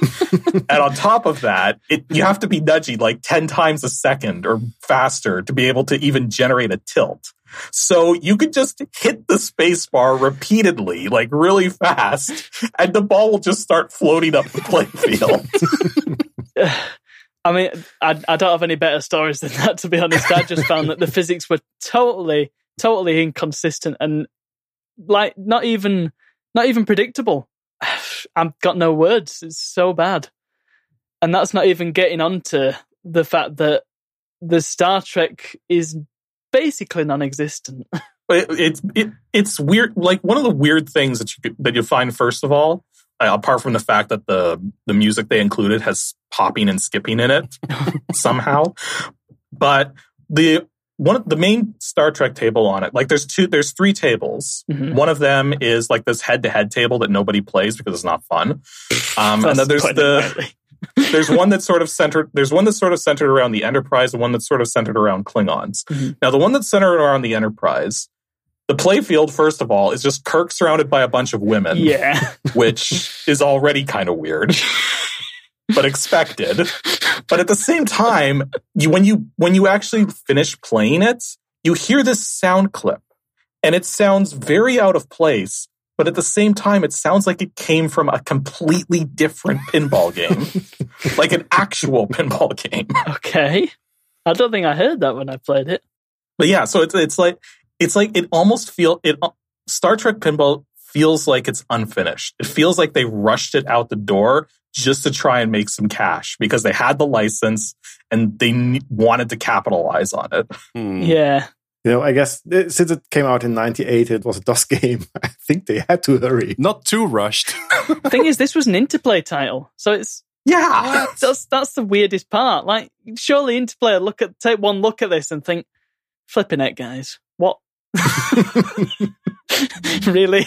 F: and on top of that, it, you have to be nudging like 10 times a second or faster to be able to even generate a tilt. So you could just hit the space bar repeatedly, like really fast, and the ball will just start floating up the playfield.
E: I mean, I, I don't have any better stories than that, to be honest. I just found that the physics were totally, totally inconsistent and like not even, not even predictable. I've got no words. It's so bad. And that's not even getting onto the fact that the Star Trek is basically non existent.
F: But it, it's it, it's weird. Like one of the weird things that you could- that you find first of all, uh, apart from the fact that the the music they included has popping and skipping in it somehow, but the one of the main Star Trek table on it, like there's two, there's three tables.
E: Mhm.
F: One of them is like this head to head table that nobody plays because it's not fun. Um, and then there's
E: Quite
F: the
E: apparently.
F: there's one that's sort of centered there's one that's sort of centered around the enterprise and one that's sort of centered around klingons
E: Mhm.
F: now the one that's centered around the enterprise the playfield first of all is just kirk surrounded by a bunch of women
E: Yeah.
F: which is already kind of weird but expected but at the same time you, when you when you actually finish playing it you hear this sound clip and it sounds very out of place but at the same time it sounds like it came from a completely different pinball game like an actual pinball game
E: Okay. I don't think I heard that when I played it.
F: but yeah so it's it's like it's like it almost feel it uh, Star Trek pinball feels like it's unfinished it feels like they rushed it out the door just to try and make some cash because they had the license and they ne- wanted to capitalize on it
D: Hmm.
E: Yeah.
C: You know, I guess uh, since it came out in 98, it was a DOS game. I think they had to hurry.
D: Not too rushed.
E: thing is, this was an Interplay title, so it's
F: yeah
E: that's that's the weirdest part. Like, surely Interplay would look at take one look at this and think, flipping it, guys, what? really?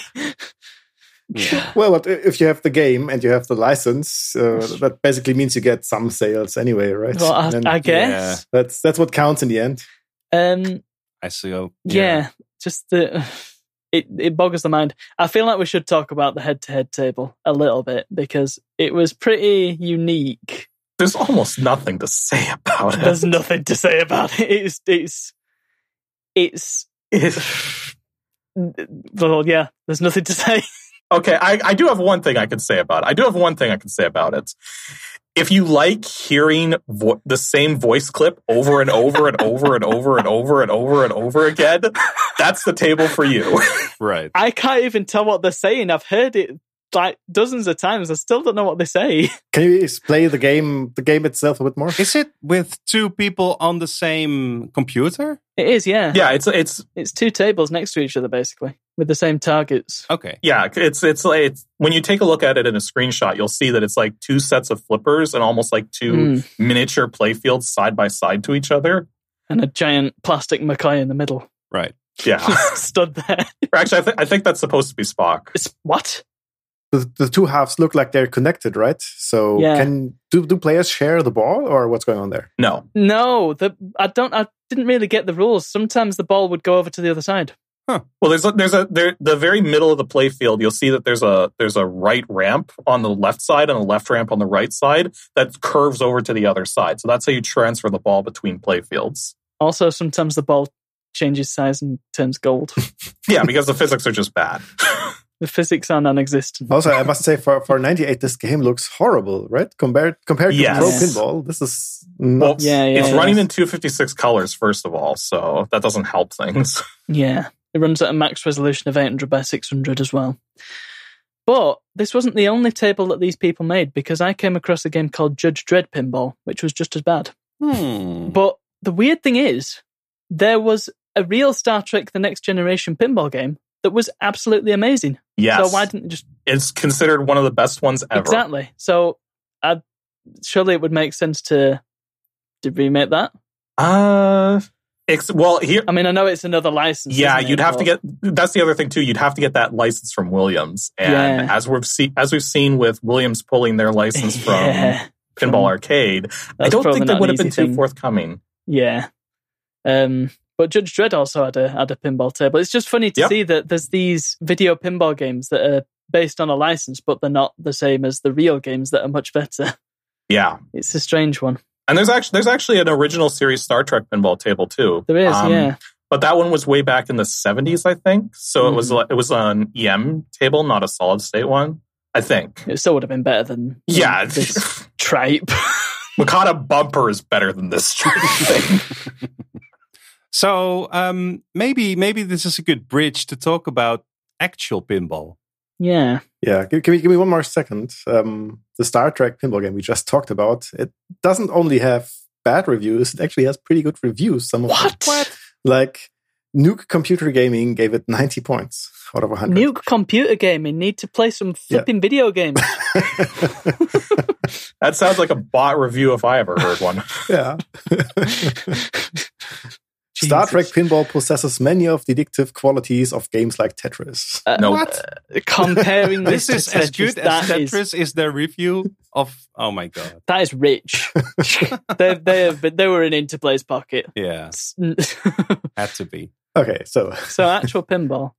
D: Yeah.
C: Well, but if you have the game and you have the license, uh, that basically means you get some sales anyway, right?
E: Well, I,
C: And
E: I guess.
C: that's that's what counts in the end.
E: Um.
D: I see. Oh,
E: Yeah. Just the. It, it boggles the mind. I feel like we should talk about the head to head table a little bit because it was pretty unique.
F: there's almost nothing to say about it
E: There's nothing to say about it. It's it's it's well, yeah. There's nothing to say.
F: Okay, I, I do have one thing I could say about it. I do have one thing I could say about it. If you like hearing vo- the same voice clip over and over and over and over and over and over and over again, that's the table for you.
D: Right.
E: I can't even tell what they're saying. I've heard it like dozens of times. I still don't know what they say.
C: Can you s- play the game, the game itself a bit more?
D: Is it with two people on the same computer?
E: It is, yeah.
F: Yeah, it's it's
E: It's two tables next to each other, basically, with the same targets.
D: Okay.
F: yeah, it's it's like it's, when you take a look at it in a screenshot, you'll see that it's like two sets of flippers and almost like two
E: Mm.
F: miniature playfields side by side to each other.
E: And a giant plastic McCoy in the middle
D: Right.
F: Yeah,
E: Ah. stood there.
F: actually, I, th- I think that's supposed to be Spock.
E: It's what?
C: The, the two halves look like they're connected, right? So
E: Yeah.
C: can do do players share the ball or what's going on there?
F: No,
E: No, the I don't. I didn't really get the rules. Sometimes the ball would go over to the other side.
F: Well, there's a, there's a there the very middle of the play field. You'll see that there's a there's a right ramp on the left side and a left ramp on the right side that curves over to the other side. So that's how you transfer the ball between play fields.
E: Also, sometimes the ball changes size and turns gold.
F: Yeah, because the physics are just bad.
E: the physics are non-existent.
C: Also, I must say for, for 98, this game looks horrible, right? Compared compared to
F: Yes.
C: Pro Pinball, this is
F: Well,
C: not
E: Yeah, yeah,
F: it's
E: yeah.
F: running in 256 colors first of all, so that doesn't help things.
E: Yeah, it runs at a max resolution of 800 by 600 as well. But this wasn't the only table that these people made because I came across a game called Judge Dread Pinball, which was just as bad.
D: Hmm.
E: But the weird thing is, there was a real Star Trek The Next Generation pinball game that was absolutely amazing.
F: Yes.
E: So why didn't it just.
F: it's considered one of the best ones ever.
E: Exactly. So I, surely it would make sense to, to remake that.
F: Uh, ex- well, here,
E: I mean, I know it's another license.
F: yeah,
E: isn't it?
F: you'd have to
E: But-
F: get. That's the other thing too. You'd have to get that license from Williams, and
E: Yeah.
F: as we've seen, as we've seen with Williams pulling their license from
E: Yeah,
F: Pinball Arcade, I
E: that's
F: don't
E: probably not
F: think that
E: an
F: would have
E: easy
F: been too
E: thing.
F: forthcoming.
E: Yeah. Um, but Judge Dredd also had a had a pinball table. It's just funny to
F: Yep.
E: see that there's these video pinball games that are based on a license, but they're not the same as the real games that are much better.
F: Yeah,
E: It's a strange one.
F: and there's actually there's actually an original series Star Trek pinball table too.
E: There is,
F: Um,
E: yeah.
F: but that one was way back in the 70s, I think. So it was
E: Mhm.
F: like- it was an EM table, not a solid state one, I think.
E: It still would have been better than than
F: Yeah,
E: this tripe.
F: Mikata bumper is better than this thing.
D: So um, maybe maybe this is a good bridge to talk about actual pinball.
E: yeah,
C: Yeah, give, give me give me one more second. Um, the Star Trek pinball game we just talked about it doesn't only have bad reviews; it actually has pretty good reviews. Some of them.
E: What? What?
C: Like Nuke Computer Gaming gave it ninety points out of hundred.
E: nuke computer gaming. Need to play some flipping video games.
F: that sounds like a bot review if I ever heard one.
C: yeah. Star Trek pinball possesses many of the addictive qualities of games like Tetris.
E: Uh,
F: No.
E: Comparing this,
D: This is
E: to
D: as
E: Tetris,
D: good as
E: that is-
D: Tetris. Is, their review of? Oh my god!
E: that is rich. they they have, but they were in Interplay's pocket.
D: Yeah,
E: so
D: had to be.
C: Okay, so
E: actual pinball.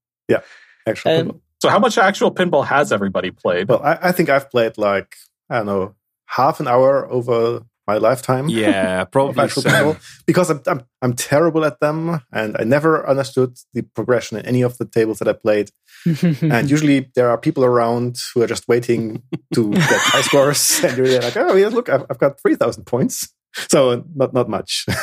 C: actual
E: Um,
C: pinball.
F: So how much actual pinball has everybody played?
C: Well, I, I think I've played like I don't know half an hour over my lifetime.
D: Yeah,
C: of
D: probably
C: actual
D: so.
C: pinball because I'm, I'm I'm terrible at them and I never understood the progression in any of the tables that I played. And usually there are people around who are just waiting to get high scores, and you're like, oh yeah, look, I've, I've got three thousand points. So not not much.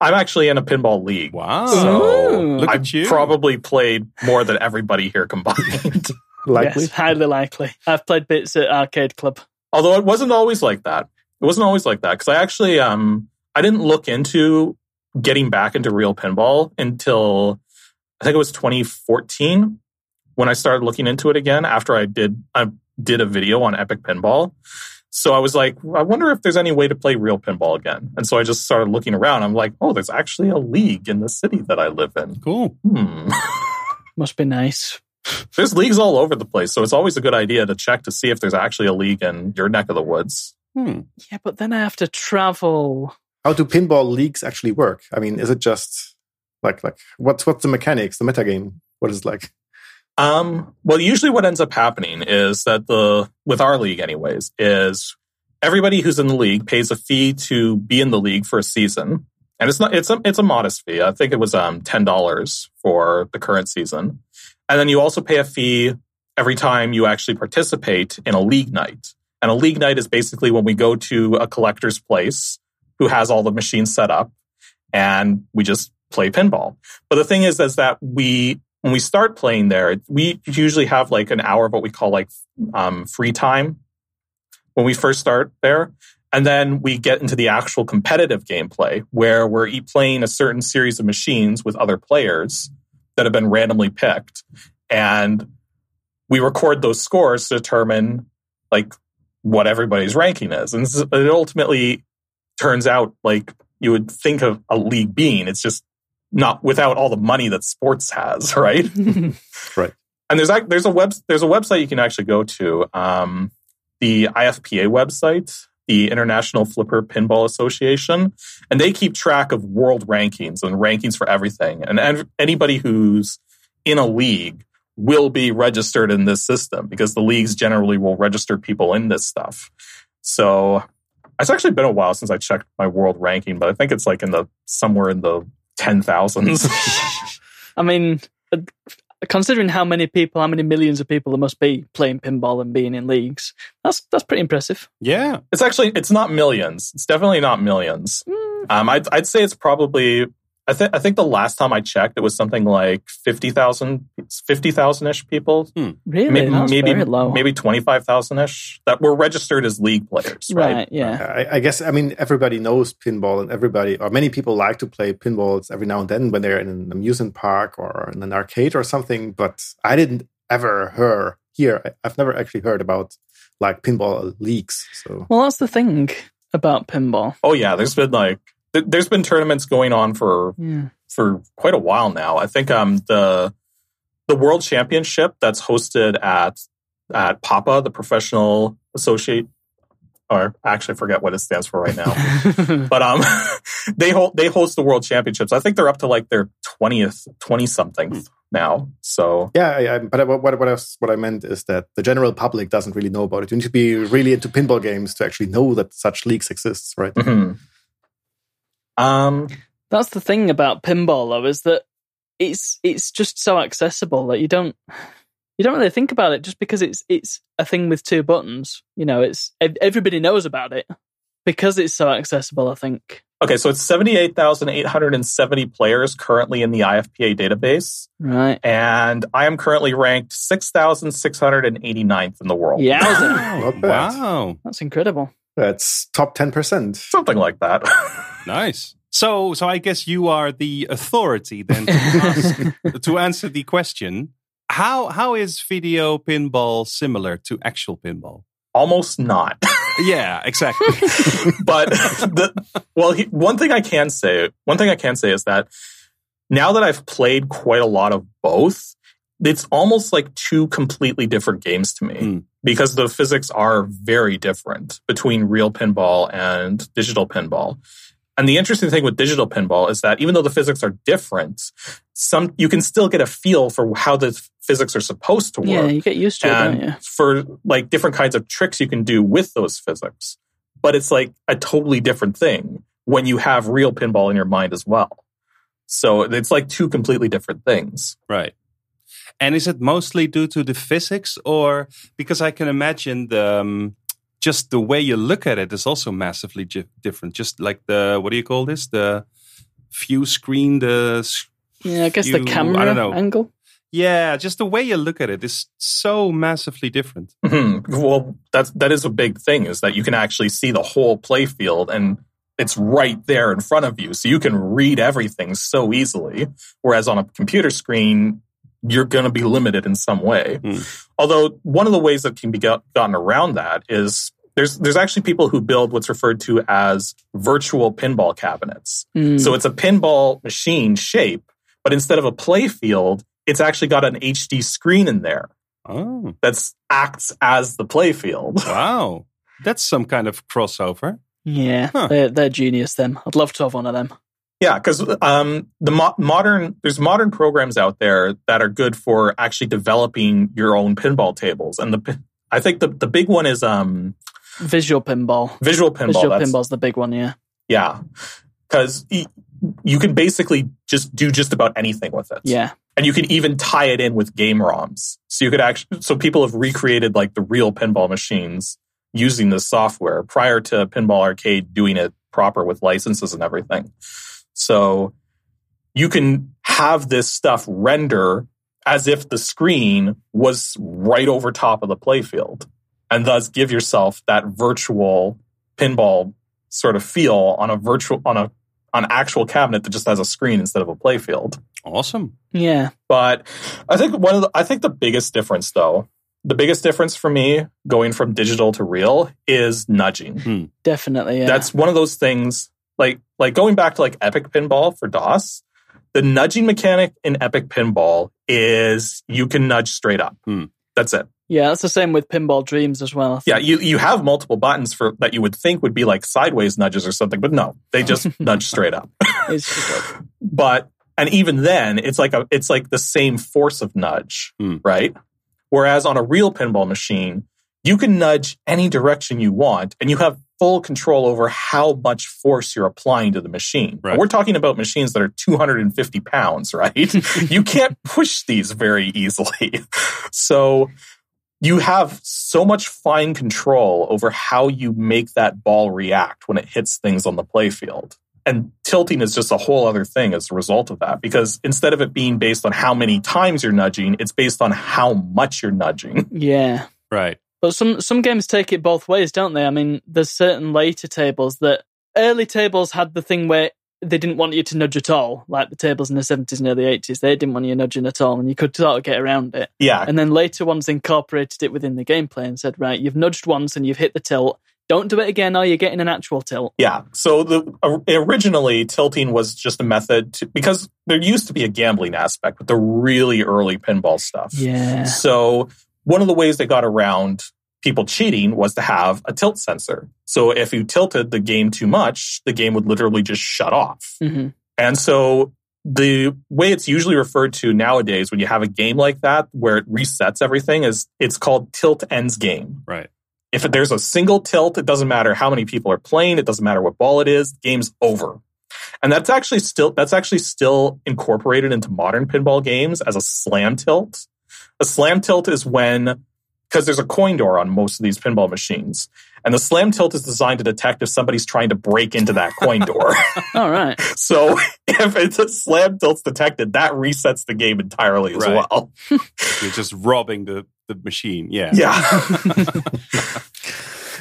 F: I'm actually in a pinball league.
D: Wow!
F: So
D: Look
F: I've
D: at you.
F: probably played more than everybody here combined.
C: Likely,
E: Yes, highly likely. I've played bits at arcade club.
F: Although it wasn't always like that. It wasn't always like that because I actually um I didn't look into getting back into real pinball until I think it was 2014 when I started looking into it again after I did I did a video on Epic Pinball. So I was like, I wonder if there's any way to play real pinball again. And so I just started looking around. I'm like, oh, there's actually a league in the city that I live in.
D: Cool.
F: Hmm.
E: Must be nice.
F: there's leagues all over the place. So it's always a good idea to check to see if there's actually a league in your neck of the woods.
D: Hmm.
E: Yeah, but then I have to travel.
C: how do pinball leagues actually work? I mean, is it just like like what's what's the mechanics, the metagame? What is it like?
F: Um, well, usually what ends up happening is that the with our league, anyways, is everybody who's in the league pays a fee to be in the league for a season, and it's not it's a it's a modest fee. I think it was um ten dollars for the current season, and then you also pay a fee every time you actually participate in a league night. And a league night is basically when we go to a collector's place who has all the machines set up, and we just play pinball. But the thing is, is that we when we start playing there, we usually have like an hour of what we call like um, free time when we first start there. And then we get into the actual competitive gameplay where we're e- playing a certain series of machines with other players that have been randomly picked. And we record those scores to determine like what everybody's ranking is. And this is- it ultimately turns out like you would think of a league being. It's just not without all the money that sports has, right? and there's ac- there's a web there's a website you can actually go to um, the IFPA website the International Flipper Pinball Association and they keep track of world rankings and rankings for everything and ev- anybody who's in a league will be registered in this system because the leagues generally will register people in this stuff so it's actually been a while since I checked my world ranking but I think it's like in the somewhere in the 10,000s
E: I mean, uh, considering how many people, how many millions of people there must be playing pinball and being in leagues, that's that's pretty impressive.
D: Yeah.
E: Mm.
F: It's actually it's not millions. It's definitely not millions. Um, I'd I'd say it's probably I think I think the last time I checked, it was something like 50,000 50,000 ish people,
E: Really?
F: maybe
E: That's
F: maybe,
E: very low.
F: maybe twenty five thousand ish that were registered as league players,
E: right.
F: right?
E: yeah.
C: I, I guess I mean everybody knows pinball, and everybody or many people like to play pinballs every now and then when they're in an amusement park or in an arcade or something. But I didn't ever hear here. I, I've never actually heard about like pinball leagues. So
E: Well, that's the thing about pinball.
F: Oh yeah, there's been like th- there's been tournaments going on for
E: Yeah.
F: for quite a while now. I think um the the world championship that's hosted at at Papa, the professional associate, or I actually forget what it stands for right now. But um, they hold they host the world championships. I think they're up to like their twentieth, twenty something now. So
C: yeah, I, I, but I, what what I, was, what I meant is that the general public doesn't really know about it. You need to be really into pinball games to actually know that such leagues exist, right?
F: mhm. um,
E: that's the thing about pinball though, is that it's it's just so accessible that you don't you don't really think about it just because it's it's a thing with two buttons. You know, it's ev- everybody knows about it because it's so accessible, I think.
F: okay, so it's seventy eight thousand eight hundred and seventy players currently in the IFPA database,
E: Right.
F: and I am currently ranked six thousand six hundred and eighty ninth in the world.
E: Yeah.
D: Wow.
C: Not bad.
D: wow.
E: That's incredible.
C: That's top ten percent.
F: something like that.
D: Nice. So, so I guess you are the authority then to, ask, to answer the question. How how is video pinball similar to actual pinball?
F: Almost not.
D: Yeah, exactly.
F: but the, well, he, one thing I can say, one thing I can say is that now that I've played quite a lot of both, it's almost like two completely different games to me
D: Hmm.
F: because the physics are very different between real pinball and digital pinball. And the interesting thing with digital pinball is that even though the physics are different, some you can still get a feel for how the physics are supposed to work
E: Yeah, you get used to it, don't you?
F: and for like different kinds of tricks you can do with those physics. But it's like a totally different thing when you have real pinball in your mind as well. So it's like two completely different things.
D: Right. And is it mostly due to the physics, or because I can imagine the um, just the way you look at it is also massively gi- different. Just like the what do you call this? The view screen. The s-
E: Yeah, I guess
D: view-
E: the camera
D: I don't know.
E: angle.
D: yeah, just the way you look at it is so massively different.
F: Mhm. Well, that's that is a big thing is that you can actually see the whole play field and it's right there in front of you, so you can read everything so easily. Whereas on a computer screen, you're going to be limited in some way.
D: Hmm.
F: Although one of the ways that can be got, gotten around that is there's there's actually people who build what's referred to as virtual pinball cabinets.
E: Mm.
F: So it's a pinball machine shape, but instead of a play field, it's actually got an HD screen in there
D: Oh
F: that acts as the play field.
D: wow, that's some kind of crossover.
E: yeah,
D: Huh.
E: they're, they're genius, them. I'd love to have one of them.
F: Yeah, because um, the mo- modern there's modern programs out there that are good for actually developing your own pinball tables, and the pi- I think the the big one is um,
E: Visual pinball.
F: visual pinball.
E: Visual
F: That's-
E: pinball's the big one, yeah.
F: yeah, because you can basically just do just about anything with it.
E: Yeah.
F: and you can even tie it in with game ROMs. So you could actually, so people have recreated like the real pinball machines using this software prior to Pinball Arcade doing it proper with licenses and everything. So you can have this stuff render as if the screen was right over top of the playfield and thus give yourself that virtual pinball sort of feel on a virtual, on a, on actual cabinet that just has a screen instead of a playfield.
D: Awesome.
E: Yeah.
F: But I think one of the, I think the biggest difference though, the biggest difference for me going from digital to real is nudging.
D: Hmm.
E: Definitely. Yeah.
F: That's one of those things like like going back to like Epic Pinball for DOS, the nudging mechanic in Epic Pinball is you can nudge straight up.
D: Hmm.
F: That's it.
E: Yeah, that's the same with Pinball Dreams as well. I think.
F: Yeah, you you have multiple buttons for that you would think would be like sideways nudges or something, but no, they just nudge straight up.
E: It's just like-
F: but and even then it's like a it's like the same force of nudge
D: Hmm.
F: right whereas on a real pinball machine you can nudge any direction you want and you have full control over how much force you're applying to the machine
D: Right.
F: we're talking about machines that are 250 pounds right you can't push these very easily so you have so much fine control over how you make that ball react when it hits things on the playfield And tilting is just a whole other thing as a result of that, because instead of it being based on how many times you're nudging, it's based on how much you're nudging.
E: Yeah.
D: Right.
E: But some some games take it both ways, don't they? I mean, there's certain later tables that early tables had the thing where they didn't want you to nudge at all, like the tables in the 70s and early 80s. They didn't want you nudging at all, and you could sort of get around it.
F: Yeah.
E: And then later ones incorporated it within the gameplay and said, right, you've nudged once and you've hit the tilt. Don't do it again, or you're getting an actual tilt.
F: Yeah. So the or- originally tilting was just a method to because there used to be a gambling aspect with the really early pinball stuff.
E: Yeah.
F: So one of the ways they got around people cheating was to have a tilt sensor. So if you tilted the game too much, the game would literally just shut off.
E: hmm
F: And so the way it's usually referred to nowadays when you have a game like that where it resets everything is it's called tilt ends game.
D: Right.
F: If there's a single tilt, it doesn't matter how many people are playing, it doesn't matter what ball it is, game's over. And that's actually still that's actually still incorporated into modern pinball games as a slam tilt. A slam tilt is when because there's a coin door on most of these pinball machines. And the slam tilt is designed to detect if somebody's trying to break into that coin door.
E: All right.
F: So if it's a slam tilt's detected, that resets the game entirely as
D: Right.
F: well.
D: You're just robbing the, the machine. Yeah.
F: Yeah.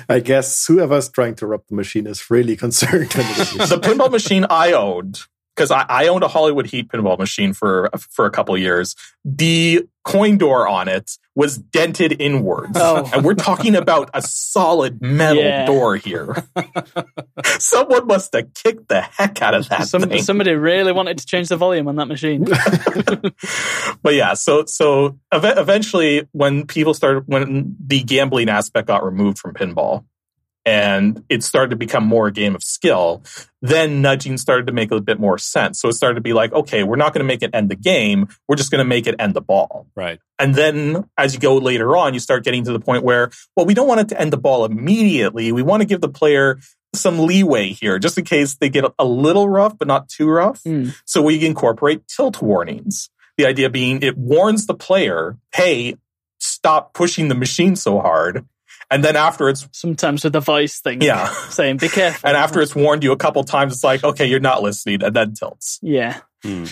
C: I guess whoever's trying to rob the machine is really concerned. when it is.
F: the pinball machine I owned, because I, I owned a Hollywood Heat pinball machine for for a couple of years, the coin door on it was dented inwards.
E: Oh.
F: And we're talking about a solid metal
E: Yeah.
F: door here. Someone must have kicked the heck out of that
E: Some,
F: thing.
E: somebody really wanted to change the volume on that machine.
F: but yeah, so so ev- eventually, when people started, when the gambling aspect got removed from pinball, and it started to become more a game of skill, then nudging started to make a bit more sense. So it started to be like, okay, we're not going to make it end the game; we're just going to make it end the ball.
D: Right.
F: And then as you go later on, you start getting to the point where, well, we don't want it to end the ball immediately. We want to give the player some leeway here, just in case they get a little rough, but not too rough.
E: Mm.
F: So we incorporate tilt warnings. The idea being it warns the player, hey, stop pushing the machine so hard. And then after it's,
E: Sometimes with the voice thing.
F: yeah.
E: Saying, be careful.
F: And after it's warned you a couple times, it's like, okay, you're not listening. And then tilts.
E: Yeah.
D: Hmm.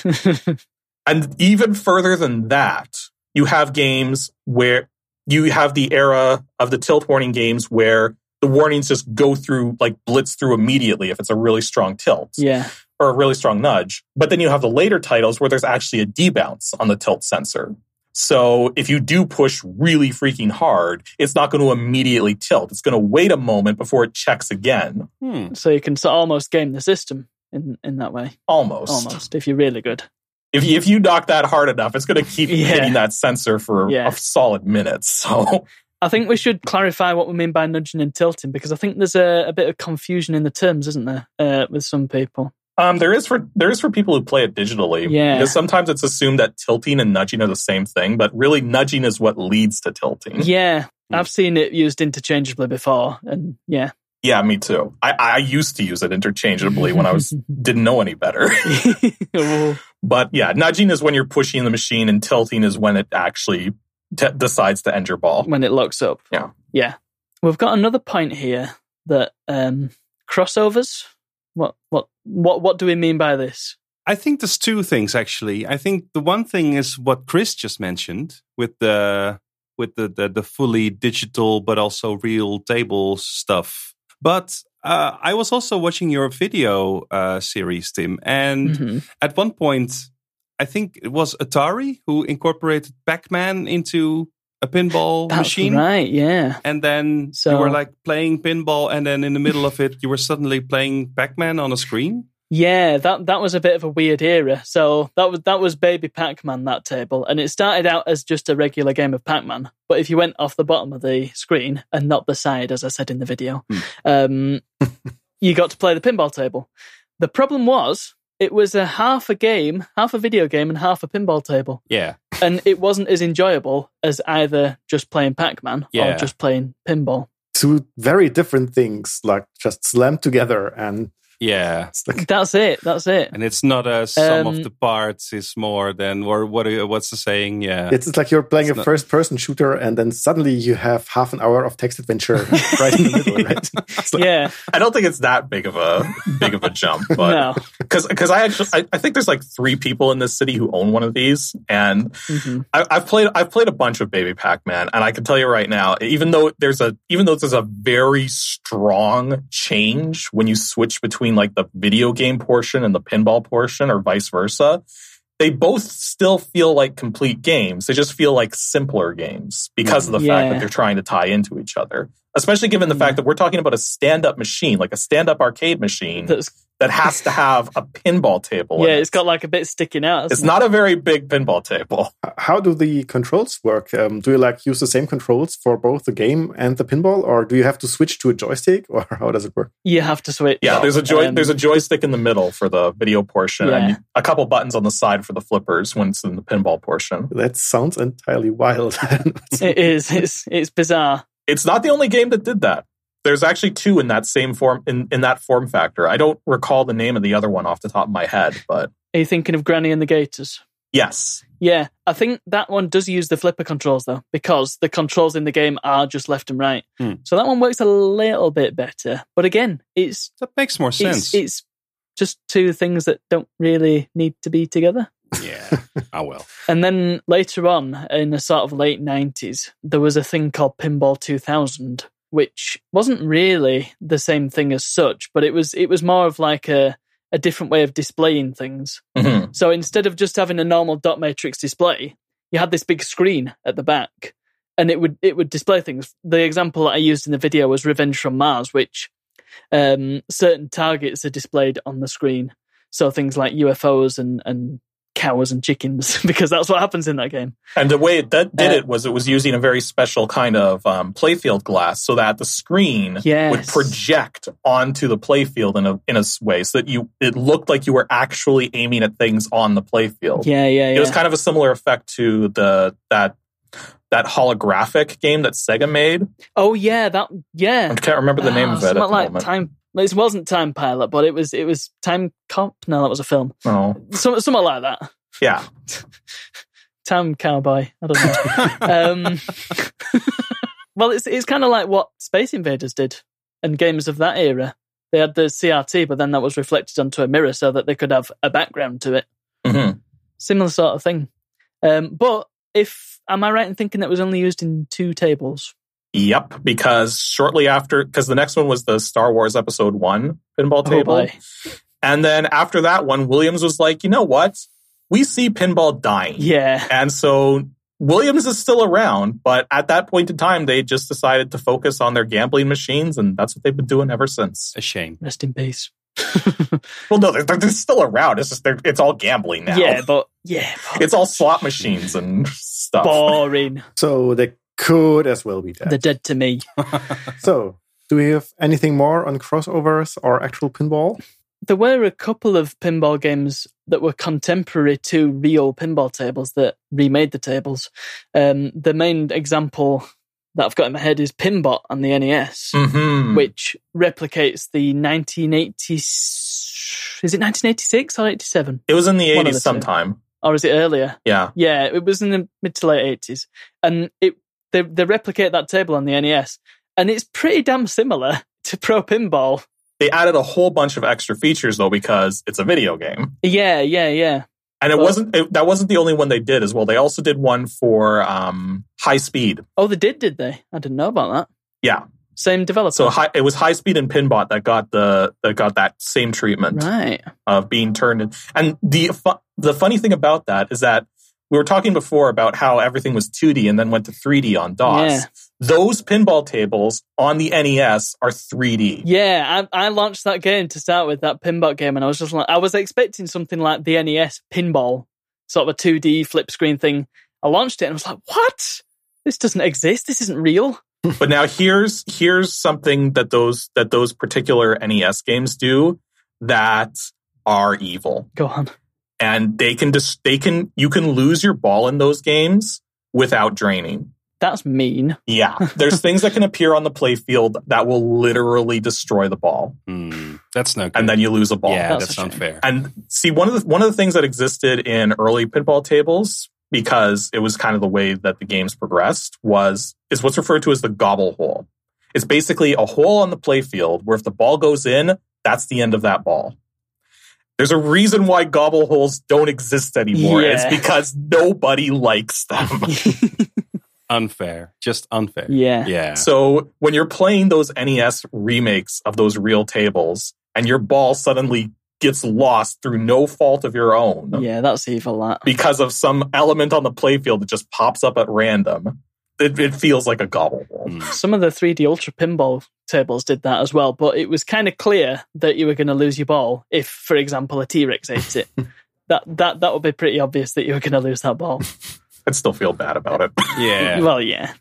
F: And even further than that, you have games where you have the era of the tilt warning games where the warnings just go through, like blitz through immediately if it's a really strong tilt
E: yeah.
F: or a really strong nudge. But then you have the later titles where there's actually a debounce on the tilt sensor. So if you do push really freaking hard, it's not going to immediately tilt. It's going to wait a moment before it checks again,
D: Hmm.
E: So you can sort of almost game the system in, in that way.
F: almost.
E: Almost, if you're really good.
F: If you, if you knock that hard enough, it's going to keep
E: Yeah.
F: hitting that sensor for
E: Yeah.
F: a solid minute. So
E: I think we should clarify what we mean by nudging and tilting because I think there's a, a bit of confusion in the terms, isn't there, uh, with some people?
F: um, there is for there is for people who play it digitally.
E: Yeah.
F: Because sometimes it's assumed that tilting and nudging are the same thing, but really nudging is what leads to tilting.
E: Yeah,
F: Mm.
E: I've seen it used interchangeably before, and yeah,
F: Yeah, me too. I, I used to use it interchangeably when I was didn't know any better.
E: Oh,
F: But yeah, nudging is when you're pushing the machine, and tilting is when it actually t- decides to end your ball.
E: when it locks up.
F: Yeah.
E: yeah. We've got another point here that um, crossovers. What what what what do we mean by this?
D: I think there's two things actually. I think the one thing is what Chris just mentioned with the with the the, the fully digital but also real table stuff. But uh, I was also watching your video uh, series, Tim, and
F: Mm-hmm.
E: Mhm.
D: at one point, I think it was Atari who incorporated Pac-Man into a pinball
E: That's
D: machine.
E: right? Yeah,
D: And then you
E: So-
D: were like playing pinball, and then in the middle of it, you were suddenly playing Pac-Man on a screen.
E: Yeah, that that was a bit of a weird era. So that was that was Baby Pac-Man that table, and it started out as just a regular game of Pac-Man. But if you went off the bottom of the screen and not the side, as I said in the video,
F: Hmm.
E: um, you got to play the pinball table. The problem was it was a half a game, half a video game, and half a pinball table,
D: Yeah,
E: and it wasn't as enjoyable as either just playing Pac-Man
D: Yeah.
E: or just playing pinball.
C: Two very different things, like just slammed together and
D: Yeah.
C: It's like,
E: That's it. That's it.
D: And it's not a sum
E: Um,
D: of the parts is more than or what are you- what's the saying? Yeah.
C: it's, it's like you're playing
D: It's
C: a
D: not-
C: first person shooter and then suddenly you have half an hour of text adventure right in the middle, right? It's like,
E: Yeah.
F: I don't think it's that big of a big of a jump, but
E: no.
F: because I actually I, I think there's like three people in this city who own one of these, and
E: Mhm.
F: I, I've played I've played a bunch of Baby Pac Man, and I can tell you right now, even though there's a even though there's a very strong change when you switch between like the video game portion and the pinball portion, or vice versa, they both still feel like complete games. They just feel like simpler games because of the fact
E: Yeah. Mm.
F: that they're trying to tie into each other. Especially given the fact that we're talking about a stand-up machine, like a stand-up arcade machine
E: That's
F: that has to have a pinball table. in
E: yeah.
F: it.
E: It's got like a bit sticking out.
F: It's
E: hasn't
F: not a very big pinball table.
C: How do the controls work? Um, do you like use the same controls for both the game and the pinball, or do you have to switch to a joystick, or how does it work?
E: it? You have to switch.
F: Yeah, there's a joy.
E: Um,
F: there's a joystick in the middle for the video portion,
E: Yeah.
F: and a couple buttons on the side for the flippers when it's in the pinball portion.
C: That sounds entirely wild.
E: It is. It's it's bizarre.
F: It's not the only game that did that. There's actually two in that same form in, in that form factor. I don't recall the name of the other one off the top of my head, but
E: Are you thinking of Granny and the Gators?
F: yes,
E: Yeah, I think that one does use the flipper controls though, because the controls in the game are just left and right.
D: Hmm.
E: So that one works a little bit better. But again, it's
D: that makes more
E: it's,
D: sense.
E: it's just two things that don't really need to be together.
D: yeah. Oh well.
E: And then later on, in the sort of late 90s, there was a thing called Pinball 2000, which wasn't really the same thing as such, but it was it was more of like a, a different way of displaying things.
F: Mhm.
E: So instead of just having a normal dot matrix display, you had this big screen at the back and it would it would display things. The example that I used in the video was Revenge from Mars, which um, certain targets are displayed on the screen. So things like UFOs and, and cows and chickens, because that's what happens in that game.
F: And the way it that did
E: Uh,
F: it was it was using a very special kind of um, playfield glass so that the screen would
E: Yes.
F: project onto the playfield in a in a s- way so that you it looked like you were actually aiming at things on the playfield.
E: Yeah, yeah, yeah.
F: It was kind of a similar effect to the that that holographic game that Sega made.
E: oh yeah, that yeah.
F: I can't remember the name
E: Ah,
F: of it at the
E: something like
F: moment.
E: time. It wasn't Time Pilot, but it was it was Time Cop. No, that was a film.
F: Oh,
E: Some, something like that.
F: yeah.
E: Time Cowboy. I don't know. um, well, it's it's kind of like what Space Invaders did and games of that era. They had the CRT, but then that was reflected onto a mirror so that they could have a background to it.
F: Mhm.
E: Similar sort of thing. Um, but if am I right in thinking that was only used in two tables?
F: Yep, because shortly after, because the next one was the Star Wars Episode One pinball table,
E: Oh, boy.
F: And then after that one, Williams was like, you know what? We see pinball dying.
E: Yeah.
F: And so Williams is still around, but at that point in time, they just decided to focus on their gambling machines, and that's what they've been doing ever since.
D: A shame.
E: Rest in peace.
F: Well, no, they're, they're still around. It's just they're, it's all gambling now.
E: Yeah, but yeah, but
F: It's all slot machines and stuff.
E: boring.
C: so they could as well be
E: They're
C: dead.
E: dead to me.
C: So, do we have anything more on crossovers or actual pinball?
E: There were a couple of pinball games that were contemporary to real pinball tables that remade the tables. Um, the main example that I've got in my head is Pinbot on the NES,
F: hmm
E: which replicates the 1980. Is it 1986 or 87?
F: it was in the
E: One of the
F: 80s
E: two.
F: sometime.
E: Or is it earlier?
F: Yeah.
E: Yeah, it was in the mid to late eighties, and it they they replicate that table on the NES, and it's pretty damn similar to Pro Pinball.
F: They added a whole bunch of extra features, though, because it's a video game.
E: Yeah, yeah, yeah.
F: And it
E: Well-
F: wasn't it, that wasn't the only one they did as well. They also did one for um, high speed.
E: Oh, they did, did they? I didn't know about that.
F: Yeah,
E: Same developer,
F: so high, it was high speed and pinbot that got the that got that same treatment
E: right?
F: of being turned. In. And the fu- the funny thing about that is that we were talking before about how everything was 2D and then went to 3D on DOS.
E: Yeah.
F: Those pinball tables on the NES are 3D.
E: Yeah, I, I launched that game to start with that pinbot game, and I was just like, I was expecting something like the NES pinball, sort of a two D flip screen thing. I launched it and I was like, what? This doesn't exist. This isn't real.
F: But now here's here's something that those that those particular NES games do that are evil.
E: Go on.
F: and they can just they can you can lose your ball in those games without draining
E: That's mean.
F: Yeah, there's things that can appear on the play field that will literally destroy the ball,
D: Hmm, that's no good.
F: and then you lose a ball.
D: yeah,
E: That's
D: that's
E: a shame.
D: unfair.
F: And see, one of the one of the things that existed in early pinball tables, because it was kind of the way that the games progressed, was is what's referred to as the gobble hole. It's basically a hole on the play field where if the ball goes in, that's the end of that ball. There's a reason why gobble holes don't exist anymore.
E: Yeah.
F: It's because nobody likes them.
D: unfair. Just unfair.
E: Yeah.
D: Yeah.
F: So when you're playing those NES remakes of those real tables and your ball suddenly gets lost through no fault of your own
E: Yeah, that's evil. That.
F: because of some element on the playfield that just pops up at random, it, it feels like a gobble hole.
D: Mm.
E: Some of the 3D Ultra Pinball tables did that as well, but it was kind of clear that you were going to lose your ball if, for example, a T Rex ate it. that that that would be pretty obvious that you were going to lose that ball.
F: I'd still feel bad about it.
D: Yeah.
E: Well, yeah,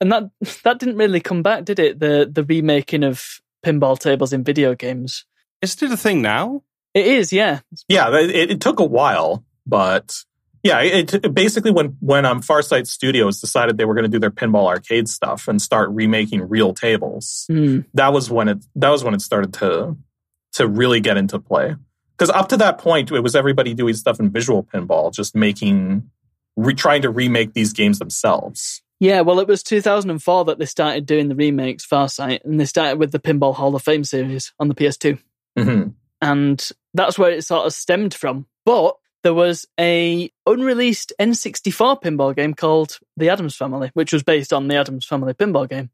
E: and that that didn't really come back, did it? The the remaking of pinball tables in video games.
D: Is it a thing now?
E: It is, yeah.
F: yeah, it, it took a while, but yeah, it, it basically when when um, Farsight Studios decided they were going to do their pinball arcade stuff and start remaking real tables,
E: Hmm.
F: that was when it that was when it started to to really get into play because up to that point it was everybody doing stuff in visual pinball just making re, trying to remake these games themselves
E: Yeah, well, it was 2004 that they started doing the remakes, Farsight, and they started with the Pinball Hall of Fame series on the PS2.
F: Mhm.
E: And that's where it sort of stemmed from. But there was a unreleased N64 pinball game called The Adams Family, which was based on the Adams Family pinball game.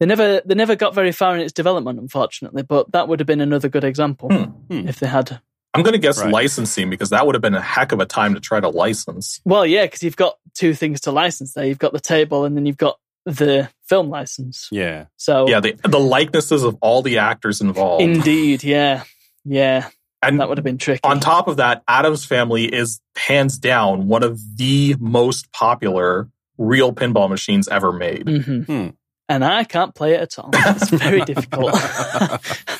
E: They never they never got very far in its development, unfortunately, but that would have been another good example
F: Hmm.
D: Hmm.
E: if they had.
F: i'm going to guess
D: Right.
F: licensing because that would have been a heck of a time to try to license
E: Well, yeah, because you've got two things to license there. You've got the table and then you've got the film license.
D: Yeah.
C: Oh.
E: So
F: yeah the, the likenesses of all the actors involved
E: Indeed, yeah. Yeah,
F: and
E: that would have been tricky.
F: on top of that adam's family is hands down one of the most popular real pinball machines ever made
E: hmm
D: Hmm.
E: And I can't play it at all. It's very difficult.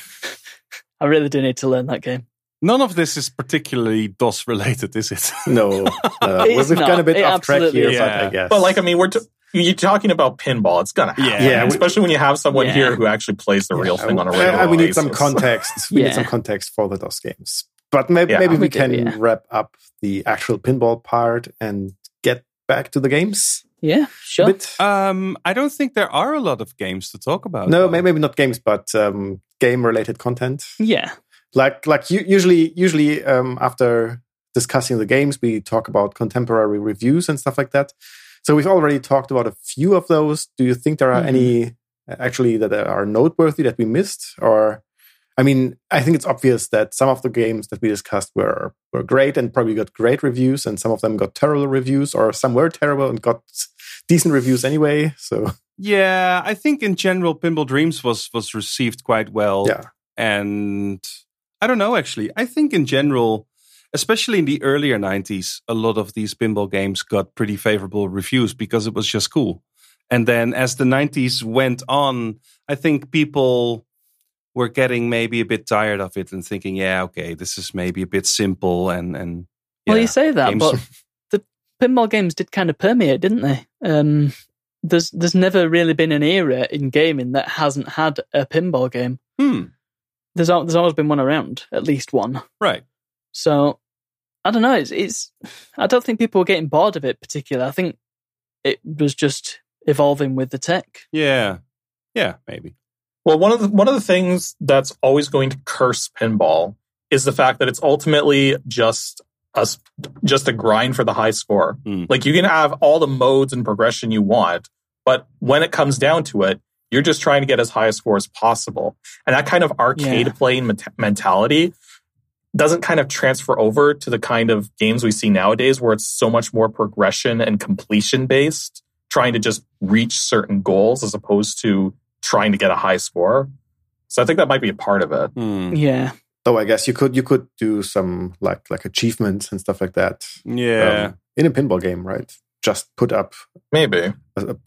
E: I really do need to learn that game.
D: None of this is particularly DOS related, is it?
C: No, uh,
E: It's
C: we've gone a
E: not.
C: bit
E: It
C: off track
E: absolutely
C: here,
D: is.
C: but
D: Yeah.
C: I guess.
F: But like, I mean, we're t- you're talking about pinball. It's gonna happen,
D: Yeah.
C: Yeah, we-
F: especially when you have someone
E: Yeah.
F: here who actually plays the real
C: Yeah,
F: thing on a
C: uh,
F: regular.
C: we need some
F: basis.
C: context. We
E: Yeah.
C: need some context for the DOS games. But may-
F: Yeah.
C: maybe
E: We
C: we
E: do,
C: can
E: yeah.
C: wrap up the actual pinball part and get back to the games
E: Yeah,
C: a
E: sure.
C: bit.
D: Um, I don't think there are a lot of games to talk
F: Uh,
D: about.
C: no,
D: though.
C: may- maybe not games, but um, game-related content.
E: Yeah,
C: Like, like u- usually, usually um, after discussing the games, we talk about contemporary reviews and stuff like that. So we've already talked about a few of those. Do you think there are
E: Mhm.
C: any uh, actually that are noteworthy that we missed? Or, I mean, I think it's obvious that some of the games that we discussed were were great and probably got great reviews, and some of them got terrible reviews, or some were terrible and got decent reviews anyway. So
D: Yeah, I think in general, Pinball Dreams was was received quite well.
C: yeah,
D: and I don't know actually. I think in general, especially in the earlier '90s, a lot of these pinball games got pretty favorable reviews because it was just cool. And then as the '90s went on, I think people were getting maybe a bit tired of it and thinking, "Yeah, okay, this is maybe a bit simple." And and
E: Well,
D: yeah.
E: you say that,
D: Games-
E: but the pinball games did kind of permeate, didn't they? Um, there's there's never really been an era in gaming that hasn't had a pinball game.
D: hmm,
E: There's al- there's always been one around, at least one.
D: right.
E: So I don't know. It's, it's I don't think people were getting bored of it particularly. I think it was just evolving with the tech.
D: Yeah. Yeah, maybe.
F: Well, one of the, one of the things that's always going to curse pinball is the fact that it's ultimately just us just a grind for the high score.
D: Mm.
F: Like you can have all the modes and progression you want, but when it comes down to it, you're just trying to get as high a score as possible. And that kind of arcade
E: Yeah.
F: playing ment- mentality doesn't kind of transfer over to the kind of games we see nowadays where it's so much more progression and completion based, trying to just reach certain goals as opposed to trying to get a high score. So I think that might be a part of it.
D: Hmm.
E: Yeah.
C: though I guess you could you could do some like like achievements and stuff like that.
D: Yeah.
C: um, in a pinball game, right? Just put up
F: Maybe.
C: a, a-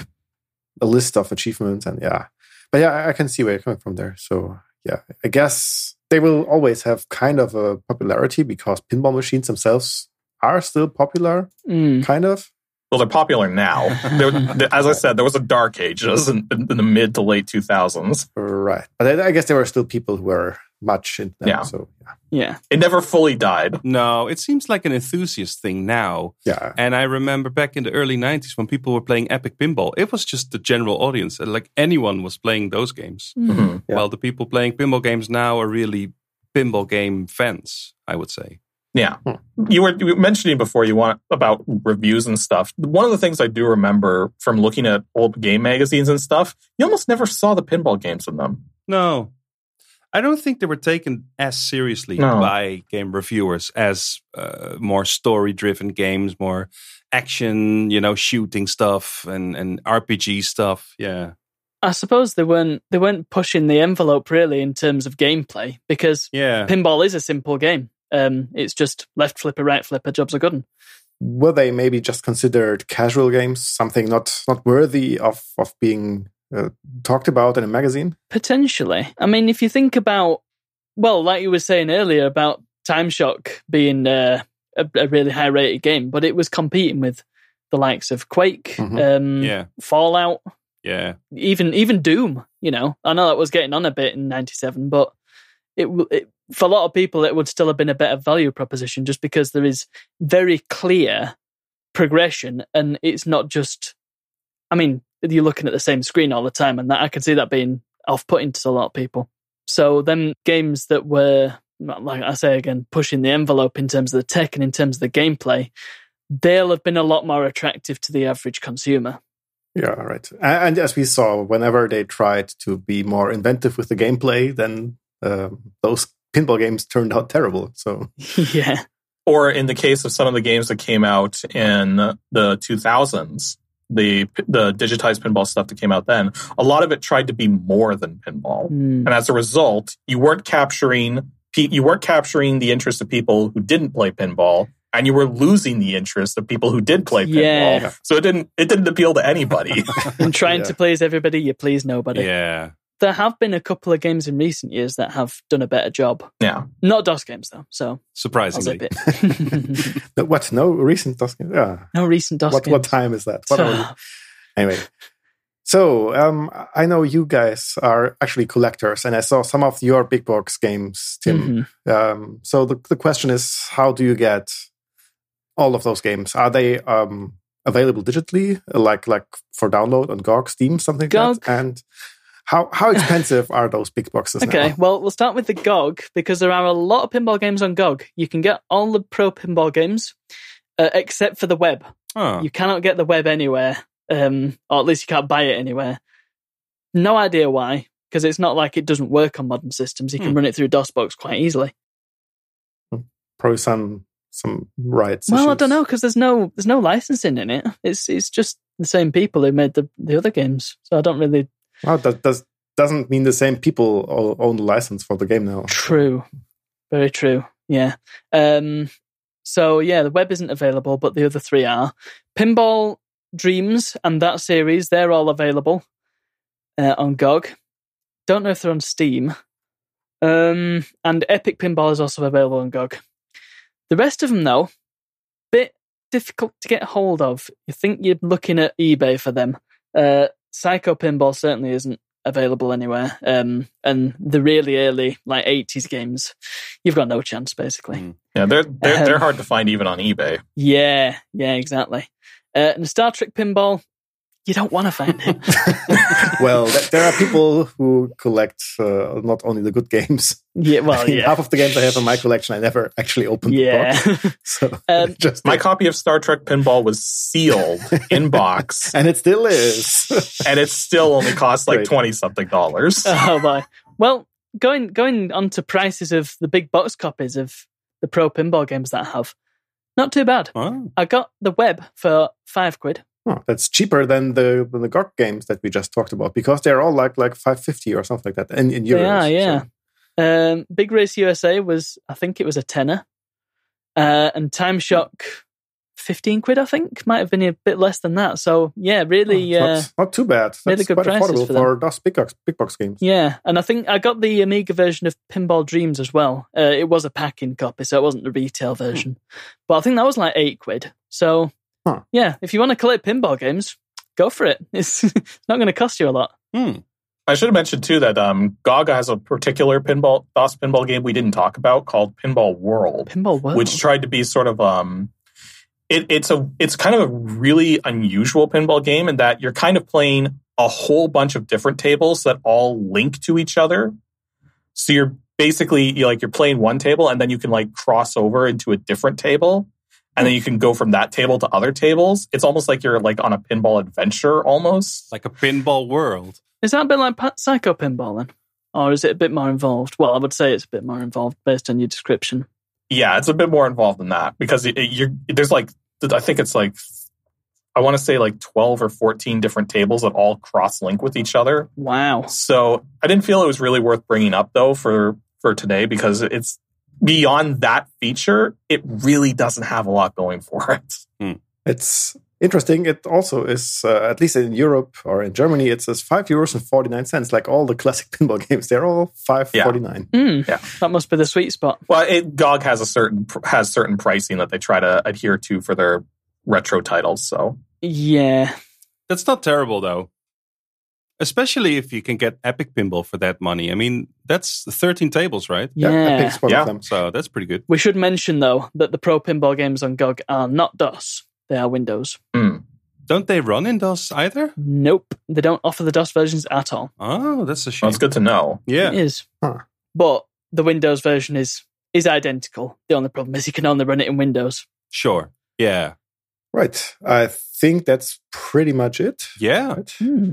C: a list of achievements and yeah. But yeah, I, I can see where you're coming from there. So yeah, I guess they will always have kind of a popularity because pinball machines themselves are still popular,
E: Mm.
C: kind of.
F: Well, they're popular now. There- there- as I said, there was a dark ages in, in the mid to late 2000s.
C: Right. But I, I guess there were still people who were much into them.
F: Yeah.
C: So
E: Yeah.
F: It never fully died.
D: No, it seems like an enthusiast thing now.
C: yeah.
D: And I remember back in the early 90s when people were playing Epic Pinball, it was just the general audience. Uh, Like anyone was playing those games.
F: Mhm.
C: Yeah.
D: While the people playing pinball games now are really pinball game fans, I would say.
F: Yeah. You were, you were mentioning before you want about reviews and stuff. One of the things I do remember from looking at old game magazines and stuff, you almost never saw the pinball games in them.
D: No. I don't think they were taken as seriously
F: No.
D: by game reviewers as uh, more story driven games, more action, you know, shooting stuff and, and RPG stuff. Yeah.
E: I suppose they weren't they weren't pushing the envelope really in terms of gameplay because
D: Yeah.
E: pinball is a simple game. Um, it's just left flipper, right flipper, jobs are good. 'un.
C: Were they maybe just considered casual games, something not not worthy of of being uh, talked about in a magazine?
E: Potentially. I mean, if you think about, well, like you were saying earlier about Time Shock being uh, a, a really high rated game, but it was competing with the likes of Quake,
C: Mhm.
E: um,
D: Mm-hmm. Yeah.
E: Fallout,
D: Yeah.
E: even even Doom. You know, I know that was getting on a bit in '97, but it, w- it for a lot of people it would still have been a better value proposition just because there is very clear progression, and it's not just. I mean, you're looking at the same screen all the time, and that I can see that being off-putting to a lot of people. So them games that were like I say again, pushing the envelope in terms of the tech and in terms of the gameplay, they'll have been a lot more attractive to the average consumer.
C: Yeah, right. A- And as we saw, whenever they tried to be more inventive with the gameplay, then um, those pinball games turned out terrible. So
E: yeah.
F: or in the case of some of the games that came out in the 2000s the the digitized pinball stuff that came out then a lot of it tried to be more than pinball
E: Mm.
F: and as a result you weren't capturing pe- you weren't capturing the interest of people who didn't play pinball and you were losing the interest of people who did play pinball
E: Yeah.
F: so it didn't it didn't appeal to anybody
E: and trying
C: Yeah.
E: to please everybody, you please nobody.
D: Yeah.
E: There have been a couple of games in recent years that have done a better job.
F: yeah
E: Not DOS games though, so I'll
D: Surprisingly.
E: zip it.
C: But what? No recent DOS game? Yeah.
E: no recent DOS
C: What
E: games.
C: what time is that? What are we-
E: So,
C: anyway so um, i know you guys are actually collectors and i saw some of your big box games tim
E: mhm.
C: um, so the, the question is how do you get all of those games are they um, available digitally like like for download on gog steam something like
E: GOG.
C: that and how how expensive are those big boxes
E: Okay,
C: now?
E: well, we'll start with the GOG because there are a lot of pinball games on GOG. You can get all the pro pinball games uh, except for the web.
D: Huh.
E: You cannot get the web anywhere, um, or at least you can't buy it anywhere. No idea why, because it's not like it doesn't work on modern systems. You can
D: Hmm.
E: run it through DOSBox quite easily.
C: probably some some rights
E: Well, I
C: issues.
E: don't know because there's no there's no licensing in it. It's it's just the same people who made the the other games, so I don't really
C: well, that does, doesn't mean the same people all own the license for the game now
E: true, very true. Yeah. Um. So yeah, the web isn't available, but the other three are Pinball Dreams and that series. They're all available uh, on GOG. Don't know if they're on Steam. Um. And Epic Pinball is also available on GOG. The rest of them though, bit difficult to get hold of. You think you're looking at eBay for them. Uh, Psycho Pinball certainly isn't available anywhere. Um, and the really early, like 80s games, you've got no chance, basically.
D: Mm.
F: yeah they're they're, they're
E: Um,
F: hard to find even on ebay
E: Yeah, yeah, exactly. Uh, and Star Trek Pinball, you don't want to find it.
C: well, th- there are people who collect uh, not only the good games.
E: yeah, well, yeah.
C: Half of the games I have in my collection, I never actually opened.
E: Yeah.
C: The box. So
E: Um,
C: just
F: my copy of star trek pinball was sealed in box
C: and it still is.
F: and it still only costs like
C: Right.
F: 20 something dollars.
E: oh my. Well, going going on to prices of the big box copies of the pro pinball games that I have, not too bad.
D: Oh.
E: I got the web for five quid.
C: Oh, that's cheaper than the than the GOG games that we just talked about because they're all like like five fifty or something like that. In, in euros,
E: They are, yeah.
C: So,
E: Um, Big Race USA was, I think it was a tenner. Uh, and Time Shock, 15 quid, I think. Might have been a bit less than that. So, yeah, really.
C: it's
E: uh,
C: not, not too bad.
E: really
C: That's
E: good
C: quite
E: prices
C: affordable
E: for them.
C: for DOS big box, big box games.
E: yeah, and I think I got the Amiga version of Pinball Dreams as well. Uh, it was a packing copy, so it wasn't the retail version. But I think that was like eight quid. So
C: Huh.
E: Yeah, if you want to collect pinball games, go for it. It's, it's not going to cost you a lot.
D: Hmm.
F: I should have mentioned too that um, Gaga has a particular pinball DOS pinball game we didn't talk about called Pinball World,
E: Pinball World.
F: which tried to be sort of um, it, it's a it's kind of a really unusual pinball game in that you're kind of playing a whole bunch of different tables that all link to each other. So you're basically you like you're playing one table and then you can like cross over into a different table. And then you can go from that table to other tables. It's almost like you're like on a pinball adventure almost.
D: Like a pinball world.
E: Is that a bit like pa- Psycho Pinball then? Or is it a bit more involved? Well, I would say it's a bit more involved based on your description.
F: Yeah, it's a bit more involved than that because it, it- you're there's like I think it's like I want to say like twelve or fourteen different tables that all cross link with each other.
E: Wow.
F: So I didn't feel it was really worth bringing up though for for today because it's beyond that feature. It really doesn't have a lot going for it.
C: It's interesting. It also is, uh, at least in Europe or in Germany, it says five euros and forty nine cents. Like all the classic pinball games, they're all five
F: Yeah.
C: forty nine.
E: Mm,
F: Yeah.
E: That must be the sweet spot.
F: Well, it, GOG has a certain has certain pricing that they try to adhere to for their retro titles. So
E: Yeah.
D: That's not terrible though. Especially if you can get Epic Pinball for that money. I mean, that's 13 tables, right?
E: Yeah.
C: Epic's one
F: Yeah.
C: of them.
D: So that's pretty good.
E: We should mention, though, that the pro pinball games on GOG are not DOS. They are Windows.
F: mm,
D: Don't they run in DOS either?
E: Nope. They don't offer the DOS versions at all.
D: Oh, that's a shame.
F: that's good to know.
D: Yeah.
E: It is.
C: Huh.
E: But the Windows version is is identical. The only problem is you can only run it in Windows.
D: Sure. Yeah.
C: Right. I think that's pretty much it.
D: Yeah.
C: Right.
E: Hmm.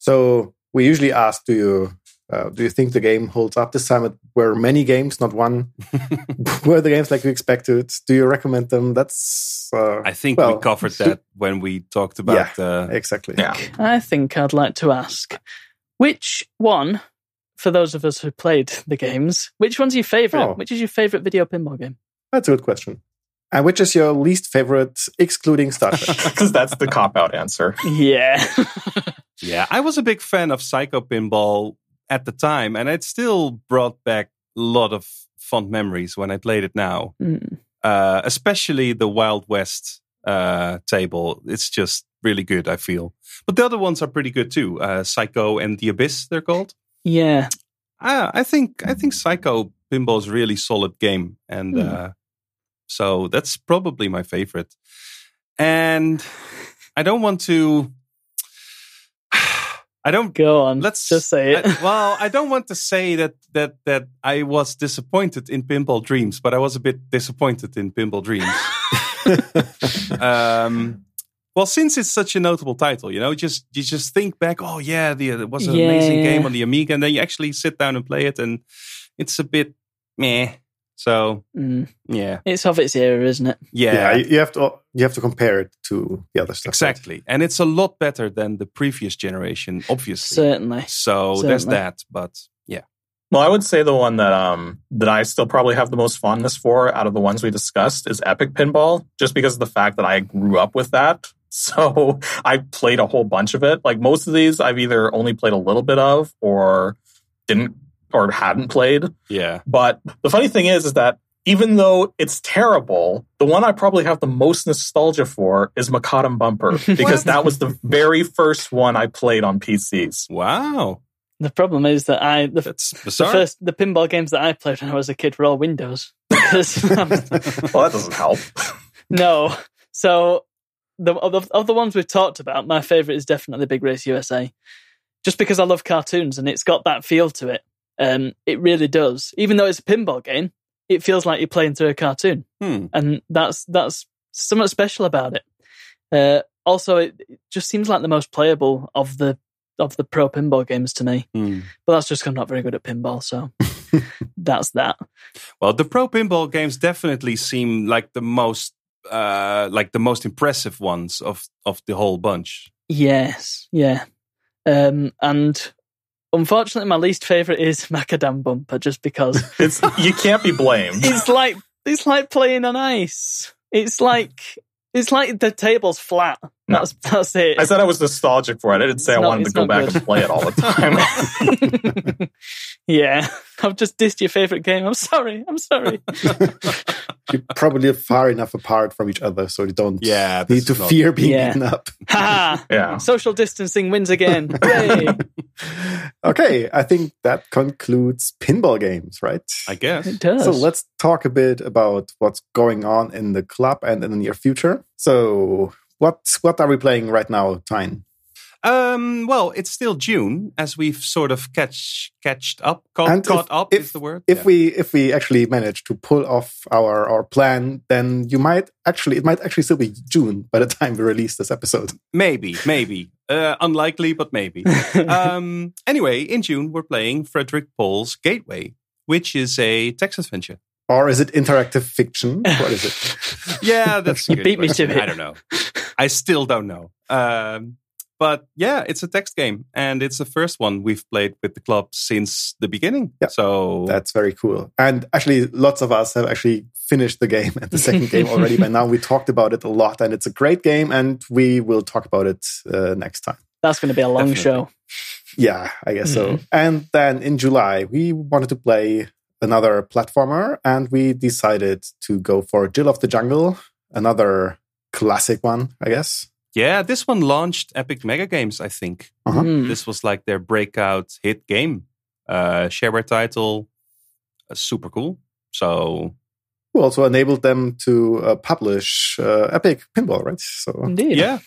C: So we usually ask, do you uh, do you think the game holds up? This time it were many games, not one. were the games like you expected? Do you recommend them? That's uh,
D: I think
C: Well,
D: we covered that when we talked about uh,
C: exactly.
F: Yeah.
E: I think I'd like to ask which one, for those of us who played the games, which one's your favourite?
C: Oh.
E: Which is your favourite video pinball game?
C: That's a good question. And which is your least favorite, excluding Star Trek?
F: Because that's the cop out answer.
E: Yeah.
D: Yeah, I was a big fan of Psycho Pinball at the time, and it still brought back a lot of fond memories when I played it now.
E: Mm.
D: Uh, especially the Wild West uh, table. It's just really good, I feel. But the other ones are pretty good too. Uh, Psycho and the Abyss, they're called.
E: yeah.
D: Ah, I think I think Psycho Pinball is a really solid game, and
E: Hmm.
D: uh, so that's probably my favorite. And I don't want to. I don't
E: Go on.
D: Let's-
E: Let's just say it.
D: I- well, I don't want to say that that that I was disappointed in Pinball Dreams, but I was a bit disappointed in Pinball Dreams. um, well, since it's such a notable title, you know, just you just think back. Oh yeah, the, it was an amazing
E: Yeah.
D: game on the Amiga, and then you actually sit down and play it, and it's a bit meh. So
E: Mm.
D: yeah,
E: It's of its era, isn't it?
D: yeah,
C: yeah, you you have to you have to compare it to the other stuff.
D: exactly. And it's a lot better than the previous generation, obviously.
E: Certainly.
D: so there's
E: Certainly.
D: that, but yeah.
F: Well, I would say the one that um that I still probably have the most fondness for out of the ones we discussed is Epic Pinball, just because of the fact that I grew up with that. So I played a whole bunch of it. Like most of these, I've either only played a little bit of, or didn't, or hadn't played.
D: Yeah.
F: But the funny thing is, is that even though it's terrible, the one I probably have the most nostalgia for is Macadam Bumper
D: What?
F: because that was the very first one I played on PCs.
D: Wow.
E: The problem is that I the,
D: That's
E: the
D: bizarre.
E: first the pinball games that I played when I was a kid were all Windows. Because I'm-
F: Well, that doesn't help.
E: no, so the of, the of the ones we've talked about, my favorite is definitely Big Race USA, just because I love cartoons and it's got that feel to it. Um, it really does. Even though it's a pinball game, it feels like you're playing through a cartoon,
D: Hmm.
E: and that's that's something special about it. Uh, also, it, it just seems like the most playable of the of the pro pinball games to me.
D: Hmm.
E: But that's just 'cause I'm not very good at pinball, so that's that.
D: Well, the pro pinball games definitely seem like the most uh like the most impressive ones of of the whole bunch.
E: Yes, yeah. Um, and unfortunately, my least favorite is Macadam Bumper, just because
F: It's you can't be blamed.
E: it's like it's like playing on ice. It's like it's like the table's flat
F: No.
E: That's that's it.
F: I said I was nostalgic for it. I didn't say
E: It's
F: I
E: not-
F: wanted to
E: it's
F: go
E: not
F: back
E: good.
F: and play it all the time.
E: yeah, I've just dissed your favorite game. I'm sorry. I'm sorry.
C: You're probably far enough apart from each other so you don't
D: Yeah, this
C: need to
D: is not-
C: fear being
E: Yeah.
C: eaten up.
E: Ha
F: yeah.
E: ha. Social distancing wins again. Yay.
C: okay, I think that concludes pinball games, right?
D: I guess.
E: It does.
C: So let's talk a bit about what's going on in the club and in the near future. So what what are we playing right now, Tyne?
D: Um, well, it's still June, as we've sort of catch catched up, caught,
C: And if-
D: caught up
C: if-
D: is the word.
C: If
D: Yeah.
C: we if we actually manage to pull off our our plan, then you might actually it might actually still be June by the time we release this episode.
D: maybe, maybe, uh, unlikely, but maybe. um, anyway, in June we're playing Frederick Paul's Gateway, which is a text adventure.
C: Or is it interactive fiction? What is it?
D: Yeah, that's a
E: You
D: good
E: beat me to
D: question.
E: it.
D: I don't know. I still don't know. Um, but yeah, it's a text game, and it's the first one we've played with the club since the beginning.
C: Yeah.
D: so
C: That's very cool. And actually, lots of us have actually finished the game and the second game already by now. We talked about it a lot, and it's a great game, and we will talk about it uh, next time.
E: That's going to be a long
D: Definitely.
E: show.
C: Yeah, I guess so. And then in July, we wanted to play another platformer, and we decided to go for Jill of the Jungle, another classic one, I guess.
D: yeah, this one launched Epic Mega Games, I think.
C: Uh-huh.
E: Hmm.
D: This was like their breakout hit game, uh, shareware title, uh, super cool. So
C: Who also enabled them to uh, publish uh, Epic Pinball, right? So,
E: Indeed.
D: yeah,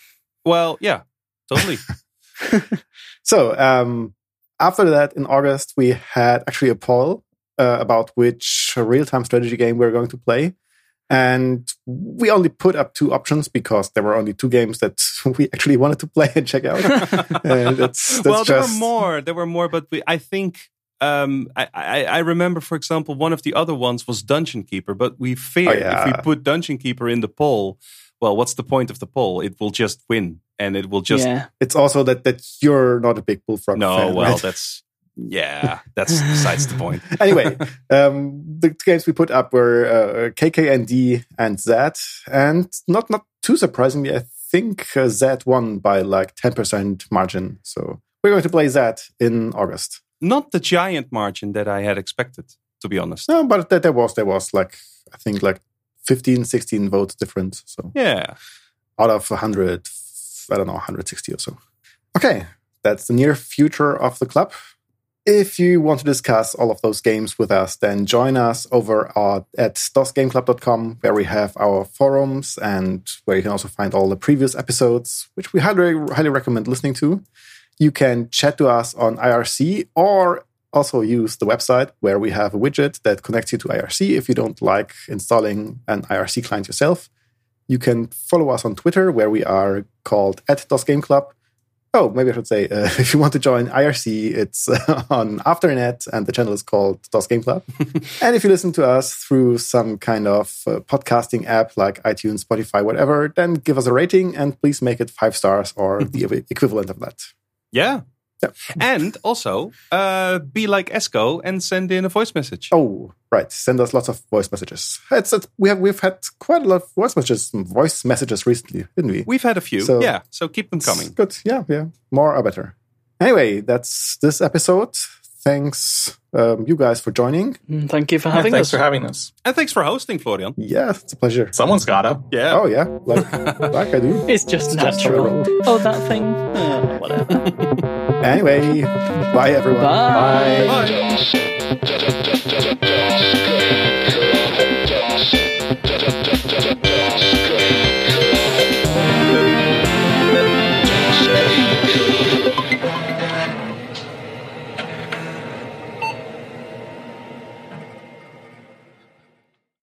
D: well, yeah, totally.
C: so um, after that, in August, we had actually a poll uh, about which real-time strategy game we are going to play. And we only put up two options because there were only two games that we actually wanted to play and check out. Uh, that's- that's
D: well, there
C: just-
D: were more. There were more, but we, I think um, I, I, I remember, for example, one of the other ones was Dungeon Keeper, but we feared
C: Oh, yeah.
D: if we put Dungeon Keeper in the poll, well, what's the point of the poll? It will just win, and it will just
E: yeah.
C: It's also that that you're not a big bullfrog
D: no.
C: fan.
D: well,
C: right?
D: that's yeah, that's besides the point.
C: anyway, um, the games we put up were uh, KKND and Z, and not not too surprisingly, I think uh, Z won by like ten percent margin. So we're going to play Z in August.
D: Not the giant margin that I had expected, to be honest.
C: No, but there, there was there was like I think like 15, 16 votes difference. So
D: Yeah.
C: out of hundred, I don't know, hundred sixty or so. Okay, that's the near future of the club. If you want to discuss all of those games with us, then join us over our, at dosgameclub.com, where we have our forums and where you can also find all the previous episodes, which we highly, highly recommend listening to. You can chat to us on IRC or also use the website where we have a widget that connects you to IRC if you don't like installing an IRC client yourself. You can follow us on Twitter, where we are called at DOS Game Club. Oh, maybe I should say, uh, if you want to join IRC, it's uh, on Afternet, and the channel is called DOS Game Club. and if you listen to us through some kind of uh, podcasting app like iTunes, Spotify, whatever, then give us a rating and please make it five stars or the ev- equivalent of that.
D: Yeah.
C: Yeah.
D: And also, uh, be like Esco and send in a voice message.
C: Oh, right. Send us lots of voice messages. It's, it's, we have, we've had quite a lot of voice messages, voice messages recently, didn't we?
D: We've had a few.
C: So-
D: yeah. So keep them
C: It's
D: coming.
C: Good. Yeah, yeah. More are better. Anyway, that's this episode. Thanks, um, you guys, for joining.
E: Mm, Thank you for
F: Yeah,
E: having
F: thanks
E: us.
F: for having us.
D: And thanks for hosting, Florian.
C: Yeah, it's a pleasure.
F: Someone's gotta.
D: Yeah.
C: Oh, yeah. Like, like I do.
E: it's just natural. oh, that thing. Oh, whatever.
C: Anyway,
E: Oh,
C: bye, everyone.
E: Bye.
D: Bye.
B: Dusk.